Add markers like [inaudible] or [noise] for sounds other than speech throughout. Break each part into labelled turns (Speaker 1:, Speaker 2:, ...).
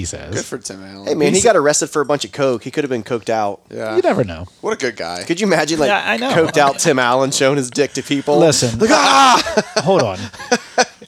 Speaker 1: he
Speaker 2: Good
Speaker 1: says.
Speaker 2: for Tim Allen.
Speaker 3: Hey man, he
Speaker 1: He's-
Speaker 3: got arrested for a bunch of coke. He could have been coked out.
Speaker 2: yeah.
Speaker 1: You never know.
Speaker 2: what a good guy.
Speaker 3: Could you imagine like
Speaker 1: Yeah, I know.
Speaker 3: coked out Tim Allen showing his dick to people?
Speaker 1: Listen.
Speaker 3: like ah,
Speaker 1: [laughs] Hold on.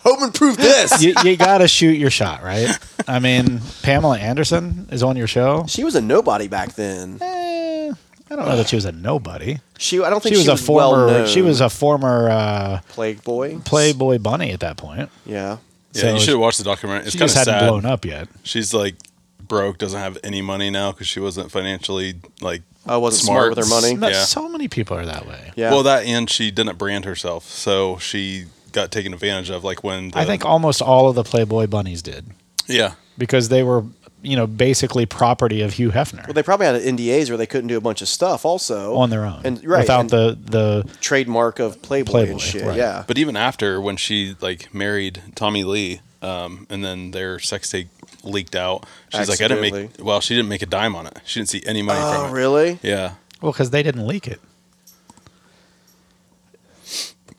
Speaker 3: home and prove this.
Speaker 1: You, you got to shoot your shot, right? I mean, Pamela Anderson is on your show.
Speaker 3: She was a nobody back then.
Speaker 1: Eh, I don't know that she was a nobody.
Speaker 3: She, I don't
Speaker 1: She was
Speaker 3: think
Speaker 1: a former.
Speaker 3: well-known.
Speaker 1: she was a former uh,
Speaker 3: plague boy.
Speaker 1: Playboy bunny at that point.
Speaker 3: Yeah,
Speaker 4: Yeah,
Speaker 1: So
Speaker 4: you
Speaker 1: it's-
Speaker 4: should have watched the documentary. It's
Speaker 1: She
Speaker 4: kind of
Speaker 1: just hadn't
Speaker 4: sad.
Speaker 1: blown up yet.
Speaker 4: She's like broke, doesn't have any money now because she wasn't financially like.
Speaker 3: I wasn't smart with her money.
Speaker 1: No,
Speaker 4: Yeah.
Speaker 1: So many people are that way.
Speaker 3: yeah.
Speaker 4: Well, that and she didn't brand herself, so she got taken advantage of. Like when the,
Speaker 1: I think almost all of the Playboy bunnies did
Speaker 4: yeah,
Speaker 1: because they were, you know, basically property of Hugh Hefner
Speaker 3: well, they probably had NDAs where they couldn't do a bunch of stuff. Also
Speaker 1: on their own,
Speaker 3: and right
Speaker 1: without
Speaker 3: and
Speaker 1: the the
Speaker 3: trademark of Playboy,
Speaker 1: Playboy,
Speaker 3: and shit.
Speaker 1: right.
Speaker 3: Yeah,
Speaker 4: But even after when she like married Tommy Lee, um, and then their sex tape leaked out, she's like, I didn't make.
Speaker 3: Accidentally.
Speaker 4: Well, she didn't make a dime on it. She didn't see any money
Speaker 3: oh
Speaker 4: from it.
Speaker 3: really?
Speaker 4: Yeah.
Speaker 1: well, because they didn't leak it.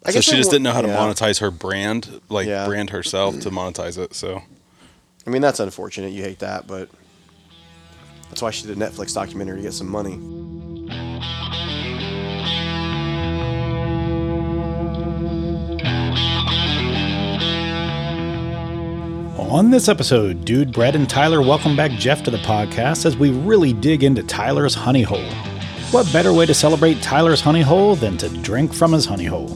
Speaker 3: I
Speaker 4: so she
Speaker 3: they
Speaker 4: just
Speaker 3: wa-
Speaker 4: didn't know how to
Speaker 3: yeah.
Speaker 4: monetize her brand, like
Speaker 3: Yeah.
Speaker 4: brand herself to monetize it. So
Speaker 3: I mean, that's unfortunate. You hate that, but that's why she did a Netflix documentary to get some money.
Speaker 1: On this episode, Dude Brett and Tyler welcome back Jeff to the podcast as we really dig into Tyler's honey hole. What better way to celebrate Tyler's honey hole than to drink from his honey hole?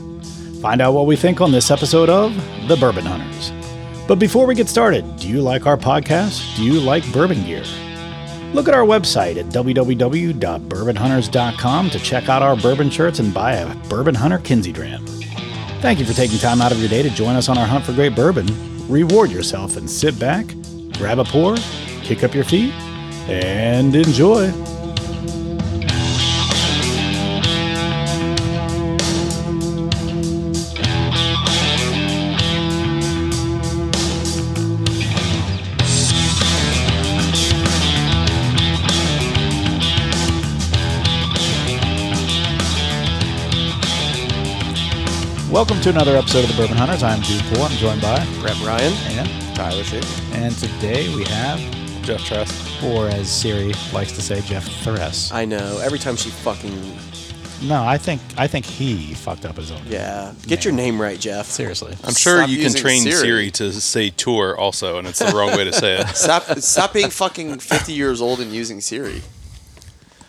Speaker 1: Find out what we think on this episode of The Bourbon Hunters. But before we get started, do you like our podcast? Do you like bourbon gear? Look at our website at www.bourbonhunters.com to check out our bourbon shirts and buy a Bourbon Hunter Kinsey Dram. Thank you for taking time out of your day to join us on our hunt for great bourbon. Reward yourself and sit back, grab a pour, kick up your feet, and enjoy. Welcome to another episode of the Bourbon Hunters. I'm Dude Poole. I'm joined by
Speaker 3: Brett Ryan,
Speaker 1: Ann.
Speaker 3: Tyler Shaver.
Speaker 1: And today we have,
Speaker 4: Jeff Trask,
Speaker 1: or as Siri likes to say, Jeff Thoress.
Speaker 3: I know. Every time she fucking
Speaker 1: No, I think I think he fucked up his own.
Speaker 3: yeah. Get your name right, Jeff.
Speaker 1: Seriously.
Speaker 4: I'm sure
Speaker 2: Stop
Speaker 4: you can
Speaker 2: using
Speaker 4: train Siri.
Speaker 2: Siri.
Speaker 4: to say tour also, and it's the wrong way to say it. [laughs]
Speaker 2: Stop, stop being fucking 50 years old and using Siri.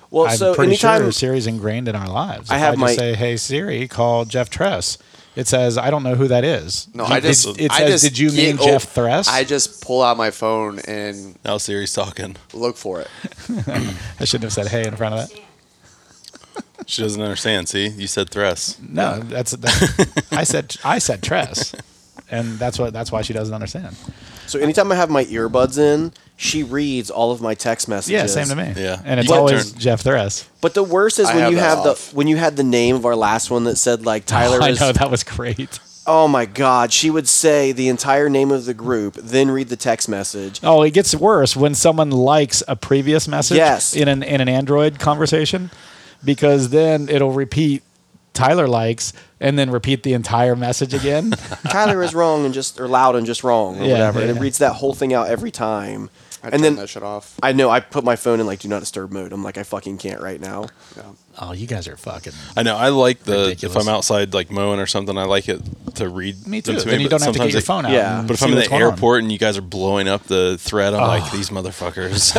Speaker 3: Well,
Speaker 1: I'm
Speaker 3: so
Speaker 1: pretty
Speaker 3: anytime
Speaker 1: sure Siri's ingrained in our lives.
Speaker 3: I
Speaker 1: If
Speaker 3: have
Speaker 1: just
Speaker 3: my-
Speaker 1: say, "Hey Siri, call Jeff Tress." It says, "I don't know who that is."
Speaker 2: No,
Speaker 1: It-
Speaker 2: I just.
Speaker 1: It, it
Speaker 2: I
Speaker 1: says,
Speaker 2: just
Speaker 1: "Did you
Speaker 2: get
Speaker 1: mean
Speaker 2: old-
Speaker 1: Jeff Thress?"
Speaker 2: I just pull out my phone and
Speaker 4: Now Siri's talking.
Speaker 2: look for it.
Speaker 1: I shouldn't have said "Hey" in front of that.
Speaker 4: She doesn't understand. See, you said Thress.
Speaker 1: No, that's, that's I said I said Tress, and that's what that's why she doesn't understand.
Speaker 3: so anytime I have my earbuds in, she reads all of my text messages.
Speaker 1: Yeah, same to me.
Speaker 4: Yeah.
Speaker 1: and it's
Speaker 4: You can
Speaker 1: always
Speaker 4: turn-
Speaker 1: Jeff Thress.
Speaker 3: But the worst is
Speaker 2: I
Speaker 3: when
Speaker 2: have
Speaker 3: you
Speaker 2: that
Speaker 3: have
Speaker 2: off.
Speaker 3: the when you had the name of our last one that said like
Speaker 1: [laughs]
Speaker 3: Tyler
Speaker 1: I
Speaker 3: is
Speaker 1: know that was great.
Speaker 3: Oh my god, she would say the entire name of the group, then read the
Speaker 1: [laughs]
Speaker 3: text message.
Speaker 1: Oh, it gets worse when someone likes a previous message
Speaker 3: Yes.
Speaker 1: in an in an Android conversation because then it'll repeat Tyler likes and then repeat the entire message
Speaker 4: [laughs]
Speaker 1: again.
Speaker 3: Tyler is wrong and just or loud and just wrong or
Speaker 1: Yeah,
Speaker 3: whatever. And
Speaker 1: yeah.
Speaker 3: it reads that whole thing out every time.
Speaker 2: I
Speaker 3: and
Speaker 2: turn
Speaker 3: then
Speaker 2: that shit off.
Speaker 3: I know I put my phone in like do not disturb mode. I'm like I fucking can't right now.
Speaker 2: Yeah.
Speaker 1: oh, you guys are fucking
Speaker 4: I know. I like the
Speaker 1: Ridiculous.
Speaker 4: if I'm outside like mowing or something, I like it to read.
Speaker 1: me too.
Speaker 4: them to
Speaker 1: then you
Speaker 4: but
Speaker 1: don't have to get
Speaker 4: sometimes
Speaker 1: your
Speaker 4: they-
Speaker 1: phone out.
Speaker 3: Yeah.
Speaker 1: and
Speaker 4: But if
Speaker 1: see
Speaker 4: I'm in
Speaker 1: what's
Speaker 4: the
Speaker 1: going on.
Speaker 4: airport and you guys are blowing up the thread, I'm like,
Speaker 1: [laughs]
Speaker 4: these motherfuckers.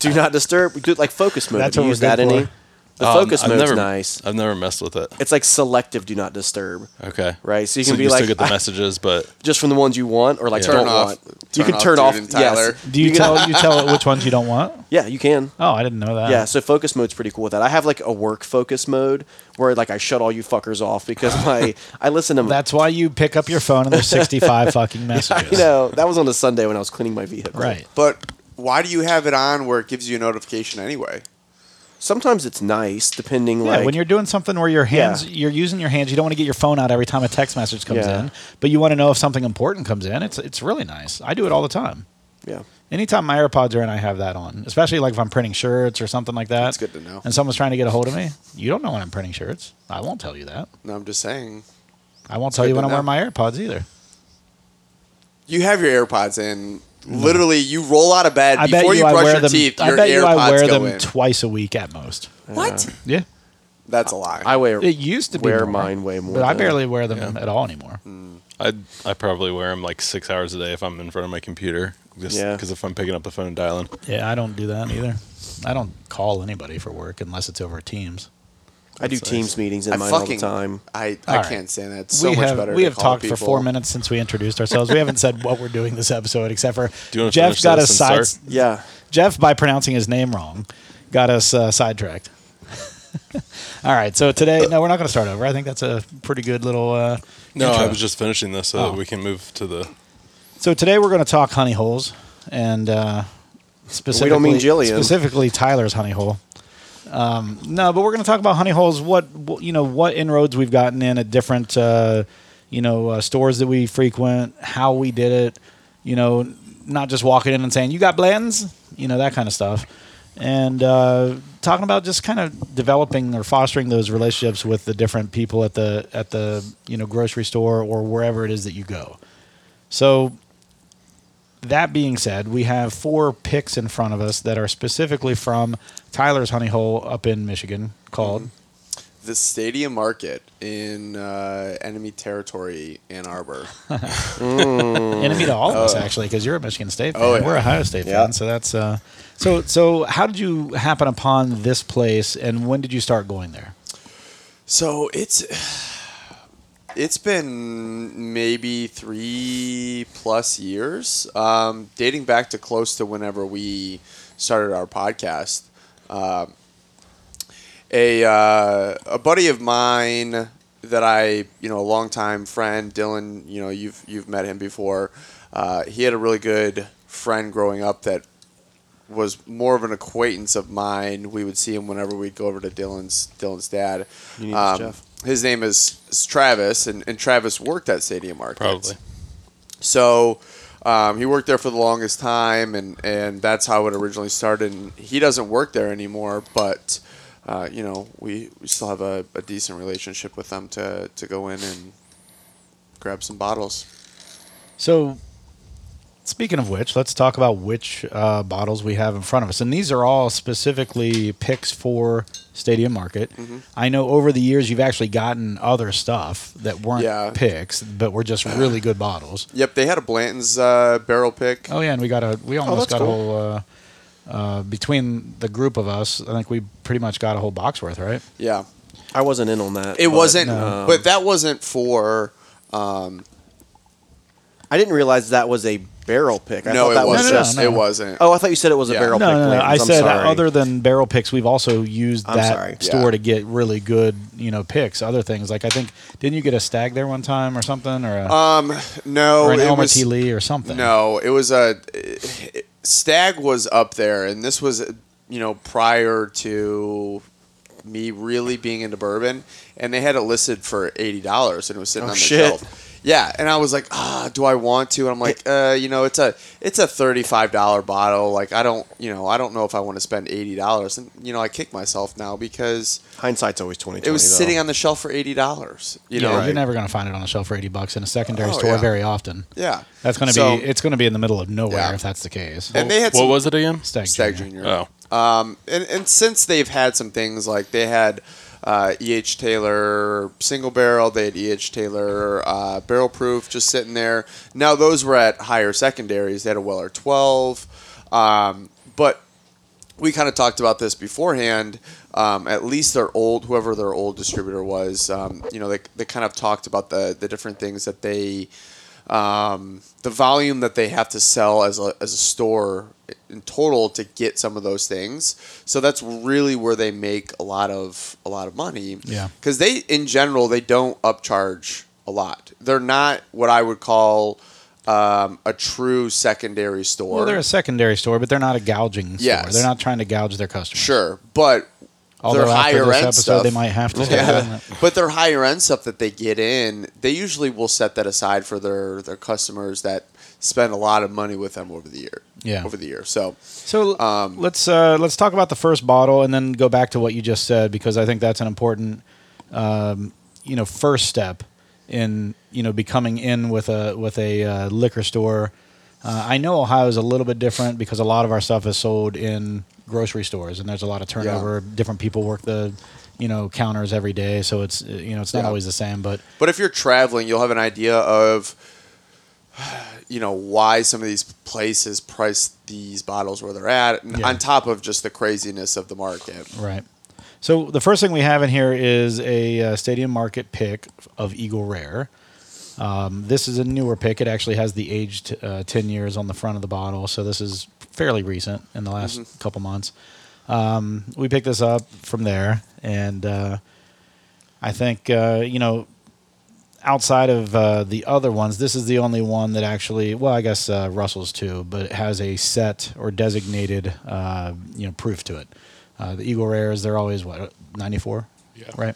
Speaker 3: Do not disturb. We do like focus mode.
Speaker 1: That's
Speaker 3: Have you
Speaker 1: what
Speaker 3: use
Speaker 1: we're
Speaker 3: that
Speaker 1: good
Speaker 3: any?
Speaker 1: for.
Speaker 3: The
Speaker 4: Um,
Speaker 3: focus
Speaker 4: I've
Speaker 3: mode's
Speaker 4: never-
Speaker 3: nice.
Speaker 4: I've never messed with it.
Speaker 3: It's like selective do not disturb,
Speaker 4: Okay.
Speaker 3: right? So you can be
Speaker 4: you
Speaker 3: like
Speaker 4: still
Speaker 1: [laughs]
Speaker 4: get the
Speaker 3: "Ah,"
Speaker 4: messages, but
Speaker 3: just from the ones you want or like
Speaker 4: Yeah.
Speaker 3: don't
Speaker 2: Turn off-
Speaker 3: want. you
Speaker 2: turn
Speaker 3: can
Speaker 2: off
Speaker 3: turn
Speaker 2: Dude
Speaker 3: off
Speaker 2: and
Speaker 3: yes.
Speaker 2: Tyler.
Speaker 1: Do you
Speaker 3: can-
Speaker 1: tell you tell it which ones you don't want?
Speaker 3: Yeah, you can.
Speaker 1: Oh, I didn't know
Speaker 4: [laughs]
Speaker 1: that.
Speaker 3: Yeah, so focus mode's pretty cool with that. I have like a work focus mode where like I shut all you fuckers off because [laughs] my I listen to
Speaker 1: That's why you pick up your phone and there's
Speaker 2: [laughs]
Speaker 1: 65 fucking messages.
Speaker 3: you know that was on a Sunday when I was cleaning my vehicle.
Speaker 1: Right.
Speaker 2: But why do you have it on where it gives you a notification anyway?
Speaker 3: Sometimes it's nice depending
Speaker 1: Yeah,
Speaker 3: like
Speaker 1: when you're doing something where your hands,
Speaker 3: Yeah.
Speaker 1: you're using your hands, you don't want to get your phone out every time a text message comes
Speaker 3: Yeah.
Speaker 1: in, but you want to know if something important comes in. It's it's really nice. I do it all the time.
Speaker 3: yeah.
Speaker 1: Anytime my AirPods are in, I have that on, especially like if I'm printing shirts or something like that.
Speaker 2: That's good to know.
Speaker 1: And someone's trying to get a hold of me. You don't know when I'm printing shirts. I won't tell you that.
Speaker 2: No, I'm just saying.
Speaker 1: I won't tell
Speaker 2: good
Speaker 1: you when
Speaker 2: to
Speaker 1: I'm wearing
Speaker 2: know.
Speaker 1: my AirPods either.
Speaker 2: You have your AirPods in Literally, you roll out of bed
Speaker 1: Mm. I bet
Speaker 2: before
Speaker 1: you,
Speaker 2: you,
Speaker 1: I
Speaker 2: brush
Speaker 1: wear
Speaker 2: your
Speaker 1: them.
Speaker 2: teeth.
Speaker 1: I
Speaker 2: your
Speaker 1: bet you
Speaker 2: AirPods
Speaker 1: I wear
Speaker 2: go
Speaker 1: them
Speaker 2: in.
Speaker 1: twice a week at most.
Speaker 2: what?
Speaker 1: Yeah,
Speaker 2: That's a lie.
Speaker 3: I wear
Speaker 1: it used to be
Speaker 3: wear
Speaker 1: more,
Speaker 3: mine way more.
Speaker 1: but I
Speaker 3: than-
Speaker 1: barely wear them at all anymore.
Speaker 4: I I probably wear them like six hours a day if I'm in front of my computer, just
Speaker 3: Yeah.
Speaker 4: because if I'm picking up the phone and dialing.
Speaker 1: Yeah, I don't do that either. I don't call anybody for work unless it's over Teams.
Speaker 3: I do
Speaker 4: That's
Speaker 3: Teams meetings in
Speaker 2: I
Speaker 3: mine all
Speaker 2: fucking
Speaker 3: the time.
Speaker 2: I,
Speaker 1: All
Speaker 2: I
Speaker 1: right.
Speaker 2: can't stand that. It's so
Speaker 1: we
Speaker 2: much
Speaker 1: have
Speaker 2: better.
Speaker 1: we
Speaker 2: to
Speaker 1: have
Speaker 2: call
Speaker 1: talked for
Speaker 2: people.
Speaker 1: four minutes since we introduced ourselves. We haven't said what we're doing this episode except for
Speaker 4: Do you wanna
Speaker 1: Jeff
Speaker 4: finish
Speaker 1: got
Speaker 4: this
Speaker 1: us side.
Speaker 4: and start?
Speaker 3: Yeah.
Speaker 1: Jeff, by pronouncing his name wrong, got us uh, sidetracked. [laughs] All right, so today, no, we're not going to start over. I think that's a pretty good little. Uh,
Speaker 4: No,
Speaker 1: intro.
Speaker 4: I was just finishing this so
Speaker 1: Oh.
Speaker 4: that we can move to the.
Speaker 1: So today we're going to talk honey holes and uh, specifically
Speaker 3: mean Jillian.
Speaker 1: specifically Tyler's honey hole. Um, no, but we're going to talk about honey holes. What wh- you know, what inroads we've gotten in at different uh, you know uh, stores that we frequent, how we did it. You know, not just walking in and saying you got blends. You know that kind of stuff. And uh, talking about just kind of developing or fostering those relationships with the different people at the at the you know grocery store or wherever it is that you go. So that being said, we have four picks in front of us that are specifically from Tyler's Honey Hole up in Michigan called
Speaker 2: The Stadium Market in uh, enemy territory, Ann Arbor.
Speaker 1: enemy to all of us actually because you're a Michigan State fan.
Speaker 2: Mm-hmm. Oh, yeah.
Speaker 1: We're a Ohio State
Speaker 3: Yeah.
Speaker 1: fan, so that's uh, so so. How did you happen upon this place, and when did you start going there?
Speaker 2: So it's it's been maybe three plus years, um, dating back to close to whenever we started our podcast. Um a uh, a buddy of mine that I you know a longtime friend, Dylan. You know you've you've met him before. Uh, he had a really good friend growing up that was more of an acquaintance of mine. We would see him whenever we'd go over to Dylan's Dylan's dad.
Speaker 3: You need this,
Speaker 2: Um,
Speaker 3: Jeff.
Speaker 2: His name is, is Travis, and, and Travis worked at Stadium Market.
Speaker 4: Probably.
Speaker 2: So um, he worked there for the longest time, and, and that's how it originally started. And he doesn't work there anymore, but uh, you know we, we still have a, a decent relationship with them to to go in and grab some bottles.
Speaker 1: So, speaking of which, let's talk about which uh, bottles we have in front of us. And these are all specifically picks for Stadium Market.
Speaker 2: Mm-hmm.
Speaker 1: I know over the years you've actually gotten other stuff that weren't
Speaker 2: Yeah.
Speaker 1: picks, but were just really good bottles.
Speaker 2: Yep, they had a Blanton's uh, barrel pick.
Speaker 1: Oh yeah, and we got a we almost
Speaker 2: that's
Speaker 1: got a
Speaker 2: cool.
Speaker 1: whole uh, uh, between the group of us. I think we pretty much got a whole box worth, right?
Speaker 2: Yeah,
Speaker 3: I wasn't in on that.
Speaker 2: it
Speaker 3: but,
Speaker 2: wasn't,
Speaker 3: um,
Speaker 2: but that wasn't for. Um,
Speaker 3: I didn't realize that was a barrel pick. I
Speaker 2: no,
Speaker 3: thought
Speaker 2: it
Speaker 3: that was
Speaker 2: wasn't.
Speaker 3: just.
Speaker 1: no, no.
Speaker 2: It wasn't.
Speaker 3: Oh, I thought you said it was a
Speaker 2: Yeah.
Speaker 3: barrel
Speaker 1: No,
Speaker 3: pick.
Speaker 1: no, no.
Speaker 3: Lance.
Speaker 1: I
Speaker 3: I'm
Speaker 1: said uh,
Speaker 3: sorry.
Speaker 1: other than barrel picks, we've also used
Speaker 3: I'm
Speaker 1: that
Speaker 3: sorry.
Speaker 1: store
Speaker 2: Yeah.
Speaker 1: to get really good, you know, picks. Other things like I think didn't you get a stag there one time or something or a,
Speaker 2: Um, no,
Speaker 1: or an
Speaker 2: it
Speaker 1: Elmer
Speaker 2: was-
Speaker 1: T. Lee or something?
Speaker 2: No, it was a Stag was up there, and this was you know prior to me really being into bourbon, and they had it listed for eighty dollars, and it was sitting
Speaker 3: Oh,
Speaker 2: on the
Speaker 3: shit.
Speaker 2: shelf. Yeah, and I was like, ah, do I want to? And I'm like, uh, you know, it's a it's a thirty five dollar bottle. Like, I don't, you know, I don't know if I want to spend eighty dollars. And you know, I kick myself now because
Speaker 3: Hindsight's always twenty.
Speaker 2: it was sitting on the shelf for eighty dollars. You
Speaker 1: yeah,
Speaker 2: know,
Speaker 1: you're never going to find it on the shelf for eighty bucks in a secondary
Speaker 2: Oh,
Speaker 1: store
Speaker 2: yeah.
Speaker 1: very often.
Speaker 2: yeah,
Speaker 1: That's going to
Speaker 2: So-
Speaker 1: be it's going to be in the middle of nowhere
Speaker 2: Yeah.
Speaker 1: if that's the case.
Speaker 2: And they had
Speaker 4: what
Speaker 2: some-
Speaker 4: was it again?
Speaker 1: stag,
Speaker 2: Stag
Speaker 1: Junior.
Speaker 2: Junior.
Speaker 4: Oh,
Speaker 2: Um, and, and since they've had some things like they had uh, E.H. Taylor single barrel, they had E.H. Taylor uh, barrel proof just sitting there. Now, those were at higher secondaries. They had a Weller 12. Um, but we kind of talked about this beforehand. Um, at least their old, whoever their old distributor was, um, you know, they, they kind of talked about the, the different things that they um, the volume that they have to sell as a, as a store in total to get some of those things. So that's really where they make a lot of a lot of money.
Speaker 1: Yeah.
Speaker 2: Because they in general they don't upcharge a lot. They're not what I would call um, a true secondary store.
Speaker 1: Well, they're a secondary store, but they're not a gouging store.
Speaker 2: Yes.
Speaker 1: They're not trying to gouge their customers.
Speaker 2: sure,
Speaker 1: [laughs]
Speaker 2: but
Speaker 1: Although
Speaker 2: they're
Speaker 1: after
Speaker 2: higher
Speaker 1: this
Speaker 2: end
Speaker 1: episode,
Speaker 2: stuff.
Speaker 1: they might
Speaker 2: [laughs]
Speaker 1: have to. start doing
Speaker 2: Yeah.
Speaker 1: that.
Speaker 2: but their higher end stuff that they get in, they usually will set that aside for their, their customers that spend a lot of money with them over the year.
Speaker 1: Yeah.
Speaker 2: Over the year. So
Speaker 1: So
Speaker 2: Um,
Speaker 1: let's uh, let's talk about the first bottle and then go back to what you just said because I think that's an important, um, you know, first step in you know becoming in with a with a uh, liquor store Uh, I know Ohio is a little bit different because a lot of our stuff is sold in grocery stores, and there's a lot of turnover. Different people work the, you know, counters every day, so it's uh, you know it's not
Speaker 2: Yeah.
Speaker 1: always the same. But
Speaker 2: But if you're traveling, you'll have an idea of, [sighs] you know, why some of these places price these bottles where they're at, and
Speaker 1: Yeah.
Speaker 2: on top of just the craziness of the market.
Speaker 1: Right. So the first thing we have in here is a uh, stadium market pick of Eagle Rare. Um, this is a newer pick. It actually has the aged uh, 10 years on the front of the bottle. So this is fairly recent in the last couple months. Um, we picked this up from there. And uh, I think, uh, you know, outside of uh, the other ones, this is the only one that actually, well, I guess uh, Russell's too, but it has a set or designated, uh, you know, proof to it. Uh, the Eagle Rares, they're always what ninety four,
Speaker 4: Yeah.
Speaker 1: right?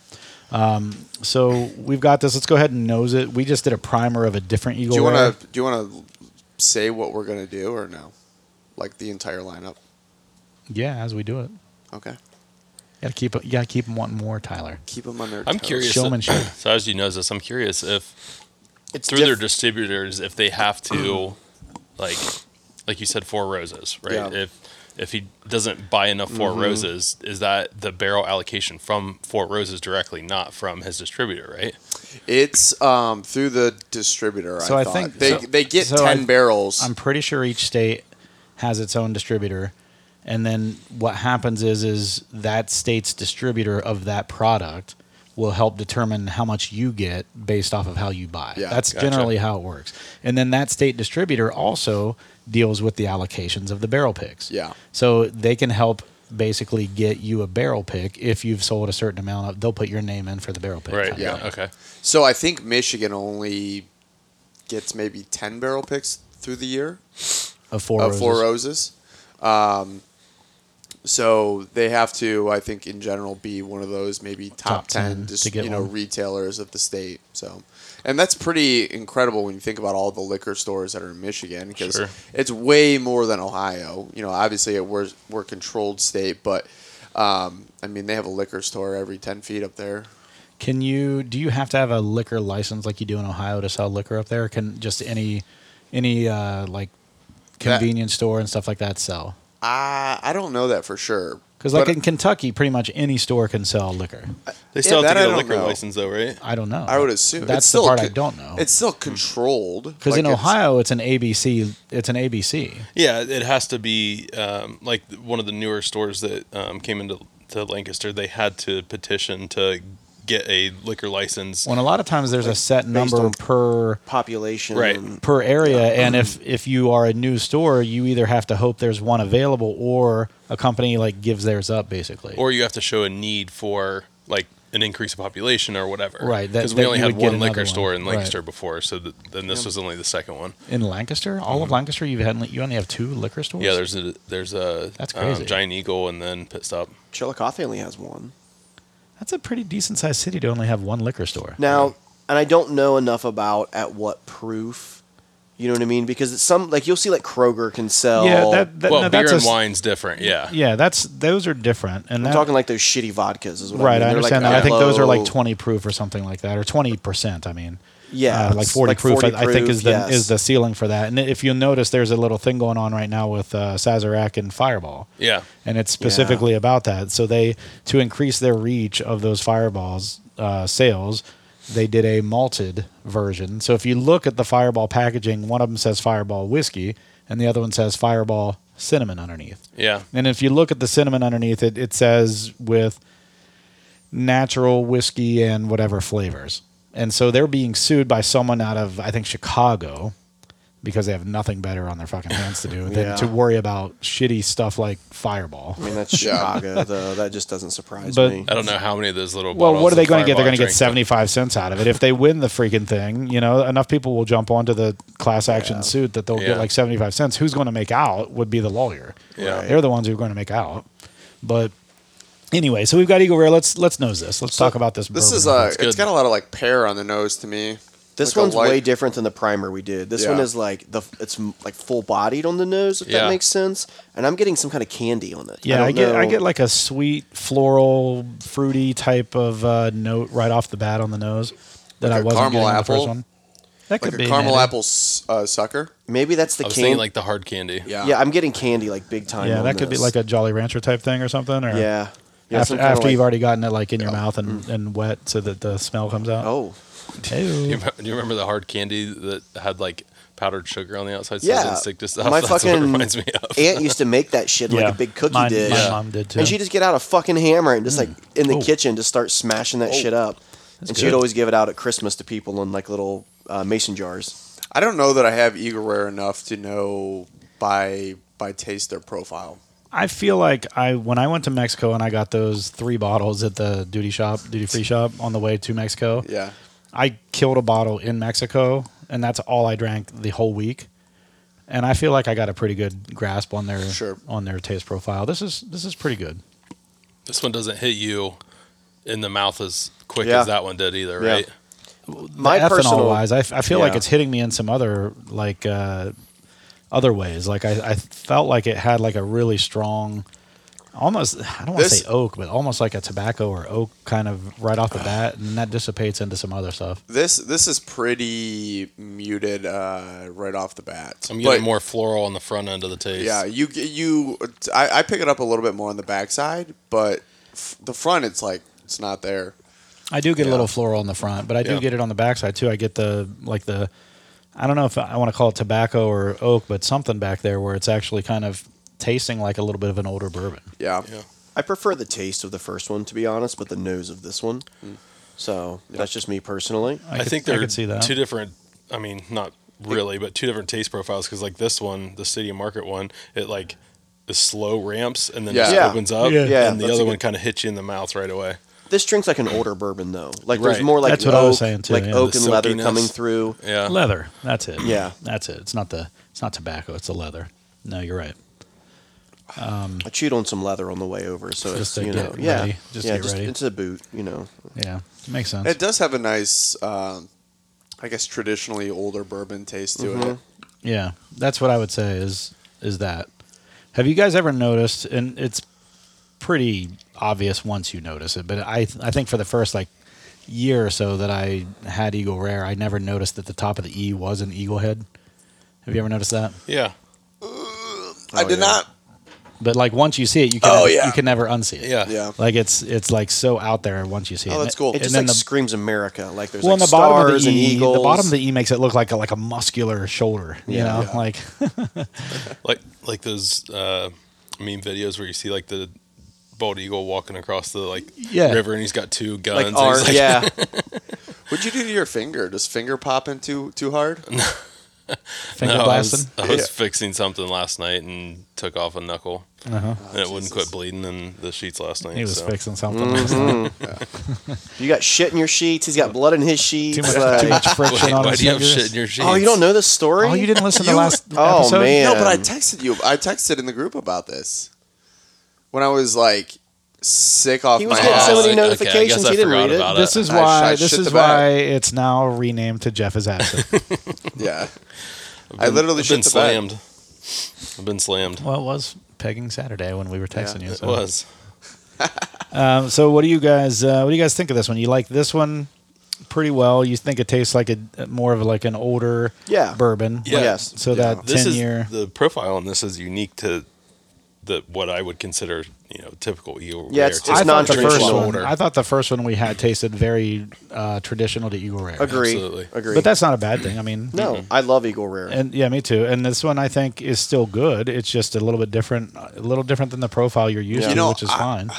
Speaker 1: Um, so we've got this. Let's go ahead and nose it. We just did a primer of a different Eagle
Speaker 2: Do you
Speaker 1: Rare.
Speaker 2: want to? Do you want to say what we're gonna do or no? Like the entire lineup.
Speaker 1: yeah, as we do it,
Speaker 2: Okay.
Speaker 1: gotta keep it. Gotta keep 'em wanting more, Tyler.
Speaker 2: Keep them on their.
Speaker 4: I'm
Speaker 2: toes.
Speaker 4: curious.
Speaker 1: Showmanship.
Speaker 4: so as you knows this, I'm curious if
Speaker 3: It's
Speaker 4: through their
Speaker 3: diff-
Speaker 4: distributors, if they have
Speaker 2: [clears throat]
Speaker 4: to, like, like you said, four roses, right?
Speaker 2: Yeah. Mm-hmm.
Speaker 4: If if he doesn't buy enough 4 roses, is that the barrel allocation from four roses directly, not from his distributor, right?
Speaker 2: It's um, through the distributor.
Speaker 1: So
Speaker 2: I,
Speaker 1: I
Speaker 2: thought.
Speaker 1: think-
Speaker 2: they
Speaker 1: so-
Speaker 2: they get
Speaker 1: so
Speaker 2: ten
Speaker 1: I-
Speaker 2: barrels.
Speaker 1: I'm pretty sure each state has its own distributor, and then what happens is is that state's distributor of that product will help determine how much you get based off of how you buy.
Speaker 2: Yeah,
Speaker 1: That's
Speaker 4: gotcha.
Speaker 1: generally how it works. And then that state distributor also deals with the allocations of the barrel picks.
Speaker 2: Yeah.
Speaker 1: So they can help basically get you a barrel pick if you've sold a certain amount of they'll put your name in for the barrel pick.
Speaker 4: Right.
Speaker 1: kinda
Speaker 2: yeah.
Speaker 1: thing.
Speaker 4: Okay.
Speaker 2: so I think Michigan only gets maybe ten barrel picks through the year.
Speaker 1: Of four roses.
Speaker 2: of Four Roses. Um, so they have to, I think, in general, be one of those maybe
Speaker 1: Top
Speaker 2: top, 10,
Speaker 1: 10
Speaker 2: just,
Speaker 1: to get
Speaker 2: you know
Speaker 1: one.
Speaker 2: retailers of the state. So, and that's pretty incredible when you think about all the liquor stores that are in Michigan because
Speaker 4: Sure.
Speaker 2: it's way more than Ohio. You know, obviously it, we're we're a controlled state, but um, I mean they have a liquor store every ten feet up there.
Speaker 1: Can you do you have to have a liquor license like you do in Ohio to sell liquor up there? Can just any any uh, like
Speaker 2: That-
Speaker 1: convenience store and stuff like that sell?
Speaker 2: I I don't know that for sure
Speaker 1: Because like
Speaker 2: but
Speaker 1: in Kentucky, pretty much any store can sell liquor.
Speaker 4: They still
Speaker 2: that
Speaker 4: have to
Speaker 2: I
Speaker 4: get a
Speaker 2: don't
Speaker 4: liquor
Speaker 2: know.
Speaker 4: license, though, right?
Speaker 1: I don't know.
Speaker 2: I would assume
Speaker 1: that's
Speaker 2: it's still
Speaker 1: the part I
Speaker 2: con-
Speaker 1: don't know.
Speaker 2: It's still controlled
Speaker 1: Because
Speaker 2: Like,
Speaker 1: in
Speaker 2: it's-
Speaker 1: Ohio, it's an ABC. It's an ABC.
Speaker 4: Yeah, it has to be um, like one of the newer stores that um, came into to Lancaster. They had to petition to get a liquor license.
Speaker 1: When a lot of times there's a set number
Speaker 3: on-
Speaker 1: per
Speaker 3: population.
Speaker 4: Right.
Speaker 3: and-
Speaker 1: per area and if if you are a new store you either have to hope there's one available or a company like gives theirs up basically
Speaker 4: or you have to show a need for like an increase in population or whatever.
Speaker 1: Right, that-
Speaker 4: Because
Speaker 1: that
Speaker 4: we only
Speaker 1: you
Speaker 4: had
Speaker 1: would get
Speaker 4: one
Speaker 1: another
Speaker 4: liquor
Speaker 1: one.
Speaker 4: store in
Speaker 1: Right.
Speaker 4: Lancaster before, so th- then this was only the second one.
Speaker 1: in lancaster all of lancaster you've had you only have two liquor stores
Speaker 4: Mm-hmm. Yeah, there's a there's a
Speaker 1: That's
Speaker 4: um,
Speaker 1: crazy.
Speaker 4: giant eagle and then pit stop.
Speaker 3: Chillicothe only has one.
Speaker 1: That's a pretty decent sized city to only have one liquor store.
Speaker 3: Now, and I don't know enough about at what proof. You know what I mean? Because it's some like you'll see like Kroger can sell.
Speaker 1: yeah, that, that-
Speaker 4: well,
Speaker 1: no,
Speaker 4: beer
Speaker 1: that's a
Speaker 4: and
Speaker 1: s-
Speaker 4: wine's different. Yeah.
Speaker 1: Yeah, that's those are different. And
Speaker 3: I'm
Speaker 1: that-
Speaker 3: talking like those shitty vodkas is what
Speaker 1: right,
Speaker 3: I,
Speaker 1: I
Speaker 3: mean. They're, like,
Speaker 1: understand that. I think those are like
Speaker 3: low-
Speaker 1: 20 proof or something like that, or 20 percent. I mean,
Speaker 3: Yeah,
Speaker 1: uh, like
Speaker 3: it's
Speaker 1: 40
Speaker 3: like
Speaker 1: proof.
Speaker 3: 40
Speaker 1: I, I think is the
Speaker 3: proof, yes.
Speaker 1: is the ceiling for that. And if you'll notice, there's a little thing going on right now with uh, Sazerac and Fireball.
Speaker 4: Yeah.
Speaker 1: and it's specifically about that. So they to increase their reach of those fireballs uh, sales, they did a malted version. So if you look at the fireball packaging, one of them says fireball whiskey, and the other one says fireball cinnamon underneath.
Speaker 4: Yeah.
Speaker 1: And if you look at the cinnamon underneath it, it says with natural whiskey and whatever flavors. And so they're being sued by someone out of I think Chicago because they have nothing better on their fucking hands to do
Speaker 3: Yeah.
Speaker 1: than to worry about shitty stuff like Fireball.
Speaker 3: I mean, that's Chicago though. That just doesn't surprise
Speaker 1: But-
Speaker 3: me.
Speaker 4: I don't know how many of those little.
Speaker 1: Well,
Speaker 4: bottles
Speaker 1: what are they
Speaker 4: of
Speaker 1: going to get? They're
Speaker 4: Fireball
Speaker 1: going to
Speaker 4: I
Speaker 1: get
Speaker 4: drank.
Speaker 1: 75 cents out of it. If they win the freaking thing, you know, enough people will jump onto the class action
Speaker 3: Yeah.
Speaker 1: suit that they'll
Speaker 4: Yeah.
Speaker 1: get like 75 cents. Who's going to make out would be the lawyer.
Speaker 4: Yeah.
Speaker 1: They're the ones who are going to make out. But anyway, so we've got Eagle Rare. Let's let's nose this. Let's talk about this.
Speaker 2: This
Speaker 1: bourbon
Speaker 2: is uh,
Speaker 1: real
Speaker 2: a.
Speaker 1: quick.
Speaker 2: It's
Speaker 4: good.
Speaker 2: got a lot of like pear on the nose to me. Like
Speaker 3: This
Speaker 2: a
Speaker 3: one's
Speaker 2: light-
Speaker 3: way different than the primer we did. This one
Speaker 2: Yeah.
Speaker 3: is like the it's m- like full bodied on the nose, if
Speaker 4: Yeah.
Speaker 3: that makes sense. And I'm getting some kind of candy on it.
Speaker 1: Yeah,
Speaker 3: don't
Speaker 1: I, get I
Speaker 3: know.
Speaker 1: get like a sweet floral, fruity type of uh, note right off the bat on the nose that
Speaker 2: Like
Speaker 1: I
Speaker 2: a
Speaker 1: wasn't
Speaker 2: caramel
Speaker 1: getting on the
Speaker 2: apple?
Speaker 1: first one. That could
Speaker 2: like
Speaker 1: be
Speaker 2: a caramel
Speaker 1: handy.
Speaker 2: apple s- uh, sucker.
Speaker 3: Maybe that's the
Speaker 4: I was
Speaker 3: candy.
Speaker 4: thinking like the hard candy.
Speaker 2: Yeah.
Speaker 3: yeah, I'm getting candy like big time.
Speaker 1: Yeah,
Speaker 3: on
Speaker 1: that could be
Speaker 3: this.
Speaker 1: like a Jolly Rancher type thing or something. Or
Speaker 3: yeah. yeah
Speaker 1: after,
Speaker 3: some kinda
Speaker 1: after
Speaker 3: like- Mm.
Speaker 1: you've already gotten it like in your mouth and, and wet, so that the smell comes out.
Speaker 3: Oh,
Speaker 1: Ew.
Speaker 4: Do you, remember, do you remember the hard candy that had like powdered sugar on the outside? So it
Speaker 3: yeah.
Speaker 4: didn't stick to stuff.
Speaker 3: My
Speaker 4: [laughs] That's
Speaker 3: fucking
Speaker 4: what it reminds me of.
Speaker 3: aunt used to make that shit in,
Speaker 1: yeah.
Speaker 3: like a big cookie
Speaker 1: Mine-
Speaker 3: dish.
Speaker 1: My
Speaker 4: Yeah.
Speaker 1: mom did too.
Speaker 3: And she just get out a fucking hammer and just like in the
Speaker 1: Oh.
Speaker 3: kitchen just start smashing that shit up. and she'd
Speaker 1: good.
Speaker 3: always give it out at Christmas to people in like little uh, mason jars.
Speaker 2: I don't know that I have eagle rare enough to know by by taste their profile.
Speaker 1: [laughs] I feel like I when I went to Mexico and I got those three bottles at the duty shop, duty free shop on the way to Mexico.
Speaker 2: Yeah.
Speaker 1: I killed a bottle in Mexico, and that's all I drank the whole week. And I feel like I got a pretty good grasp on their
Speaker 2: Sure.
Speaker 1: on their taste profile. This is this is pretty good.
Speaker 4: This one doesn't hit you in the mouth as quick
Speaker 3: Yeah.
Speaker 4: as that one did either,
Speaker 3: Yeah.
Speaker 4: right?
Speaker 3: My
Speaker 1: ethanol
Speaker 3: personal
Speaker 1: wise, I, f- I feel like
Speaker 3: yeah.
Speaker 1: it's hitting me in some other like uh, other ways. Like I, I felt like it had like a really strong, almost I don't want to
Speaker 2: This-
Speaker 1: say oak, but almost like a tobacco or oak kind of right off the bat, and that dissipates into some other stuff.
Speaker 2: This this is pretty muted uh, right off the bat.
Speaker 4: I'm getting
Speaker 2: But-
Speaker 4: more floral on the front end of the taste.
Speaker 2: Yeah, you you I, I pick it up a little bit more on the backside, but f- the front it's like it's not there.
Speaker 1: I do get a
Speaker 2: Yeah.
Speaker 1: little floral on the front, but I do
Speaker 4: Yeah.
Speaker 1: get it on the backside too. I get the like the I don't know if I want to call it tobacco or oak, but something back there where it's actually kind of tasting like a little bit of an older bourbon.
Speaker 2: Yeah.
Speaker 4: Yeah.
Speaker 3: I prefer the taste of the first one to be honest, but the nose of this one.
Speaker 4: Mm.
Speaker 3: So that's just me personally.
Speaker 1: I,
Speaker 4: I,
Speaker 1: could-
Speaker 4: think
Speaker 1: I
Speaker 4: there are
Speaker 1: could see that.
Speaker 4: two different. I mean, not really, but two different taste profiles. Because like this one, the City and Market one, it like the slow ramps and then
Speaker 2: Yeah.
Speaker 4: just
Speaker 3: Yeah.
Speaker 4: opens up,
Speaker 1: Yeah.
Speaker 3: Yeah,
Speaker 4: and the
Speaker 3: that's
Speaker 4: other
Speaker 3: a
Speaker 4: one kind of hits you in the mouth right away.
Speaker 3: This drink's like an older bourbon though. Like there's
Speaker 4: Right.
Speaker 3: more like
Speaker 1: That's
Speaker 3: oak,
Speaker 1: what I was saying, too,
Speaker 3: like
Speaker 1: yeah.
Speaker 3: oak
Speaker 4: The
Speaker 3: and leather
Speaker 4: silkiness.
Speaker 3: coming through.
Speaker 4: Yeah,
Speaker 1: [laughs] leather. That's it.
Speaker 3: Yeah.
Speaker 1: that's it. It's not the it's not tobacco. It's the leather. No, you're right.
Speaker 3: I chewed on some leather on the way over, so
Speaker 1: Mm. Just
Speaker 3: it's
Speaker 1: to
Speaker 3: you know
Speaker 1: get
Speaker 3: yeah,
Speaker 1: ready. Just
Speaker 3: yeah,
Speaker 1: get ready.
Speaker 3: it's a boot, you know.
Speaker 1: Yeah, makes sense.
Speaker 2: It does have a nice um, I guess traditionally older bourbon taste to it.
Speaker 3: Mm-hmm.
Speaker 1: yeah, that's what I would say is is that. Have you guys ever noticed? And it's pretty obvious once you notice it, but I I think for the first like year or so that I had Eagle Rare, I never noticed that the top of the E was an eagle head. Have you ever noticed that?
Speaker 4: yeah,
Speaker 3: Oh,
Speaker 2: I did not
Speaker 1: But like once you see it, you can
Speaker 2: Oh,
Speaker 1: never,
Speaker 2: yeah.
Speaker 1: you can never unsee it.
Speaker 4: yeah,
Speaker 2: Yeah.
Speaker 1: Like it's it's like so out there once you see it.
Speaker 2: Oh, that's cool.
Speaker 3: It
Speaker 2: And
Speaker 3: just
Speaker 1: then
Speaker 3: like
Speaker 1: the-
Speaker 3: screams America. Like there's
Speaker 1: well,
Speaker 3: like
Speaker 1: on the bottom of
Speaker 3: stars
Speaker 1: the
Speaker 3: and
Speaker 1: E,
Speaker 3: eagles.
Speaker 1: the bottom of the E makes it look like a, like a muscular shoulder. You
Speaker 3: Yeah.
Speaker 1: know,
Speaker 2: Yeah.
Speaker 1: like [laughs]
Speaker 4: like like those uh, meme videos where you see like the bald eagle walking across the like
Speaker 1: Yeah.
Speaker 4: river, and he's got two guns.
Speaker 3: like
Speaker 4: and he's
Speaker 3: art, yeah.
Speaker 2: What'd you do to your finger? Does finger popping too too hard?
Speaker 1: finger
Speaker 4: [laughs] No, I was,
Speaker 1: blasting.
Speaker 4: I was
Speaker 2: Yeah.
Speaker 4: fixing something last night and took off a knuckle,
Speaker 1: Uh-huh.
Speaker 3: Oh,
Speaker 4: and it wouldn't quit bleeding in the sheets last night.
Speaker 1: He was
Speaker 4: so.
Speaker 1: fixing something.
Speaker 3: You got shit in your sheets. He's got blood in his
Speaker 1: [laughs]
Speaker 3: sheets.
Speaker 1: Too much,
Speaker 3: like-
Speaker 1: too much
Speaker 4: [laughs] Why,
Speaker 1: friction on
Speaker 4: why
Speaker 1: his
Speaker 4: do you have
Speaker 1: fingers.
Speaker 4: shit in your sheets?
Speaker 3: oh, you don't know this story?
Speaker 1: Oh, you didn't listen to
Speaker 2: You-
Speaker 1: last
Speaker 3: Oh,
Speaker 1: episode?
Speaker 3: man.
Speaker 2: No, but I
Speaker 3: Yeah.
Speaker 2: texted you. I texted in the group about this when I was like sick off
Speaker 3: He
Speaker 2: my
Speaker 3: was getting so
Speaker 2: ass.
Speaker 3: many
Speaker 4: Okay, I guess
Speaker 3: notifications.
Speaker 4: I
Speaker 3: he didn't
Speaker 4: forgot
Speaker 3: read it.
Speaker 4: about
Speaker 1: This is
Speaker 2: I sh- I
Speaker 1: why
Speaker 2: shit
Speaker 1: this
Speaker 2: the
Speaker 1: is
Speaker 2: bed.
Speaker 1: why it's now renamed to Jeff is absent.
Speaker 2: yeah. I literally
Speaker 4: I've
Speaker 2: shit
Speaker 4: been
Speaker 2: the bed.
Speaker 4: slammed. I've been slammed.
Speaker 1: well, it was pegging Saturday when we were texting you.
Speaker 4: It
Speaker 1: so.
Speaker 4: was.
Speaker 1: Um, so what do you guys uh, what do you guys think of this one? You like this one pretty well. You think it tastes like a more of like an older
Speaker 3: Yeah.
Speaker 1: bourbon.
Speaker 4: Yeah.
Speaker 3: Yes.
Speaker 1: So
Speaker 3: Yeah.
Speaker 1: that
Speaker 4: This
Speaker 1: ten
Speaker 4: is
Speaker 1: year
Speaker 4: the profile on this is unique to the what I would consider you know typical eagle.
Speaker 3: Yeah,
Speaker 4: rare
Speaker 3: it's- it's
Speaker 4: taste.
Speaker 1: I thought the
Speaker 3: non-traditional.
Speaker 1: first one.
Speaker 4: Older.
Speaker 1: I thought the first one we had tasted very uh, traditional to Eagle Rare.
Speaker 3: Agree.
Speaker 4: Absolutely. Mm-hmm.
Speaker 3: Agree.
Speaker 1: But that's not a bad thing. I mean,
Speaker 3: no. I love Eagle Rare.
Speaker 1: And yeah, me too. And this one I think is still good. It's just a little bit different, a little different than the profile you're used
Speaker 3: Yeah.
Speaker 1: to,
Speaker 3: You
Speaker 2: know,
Speaker 1: which is
Speaker 2: I-
Speaker 1: fine.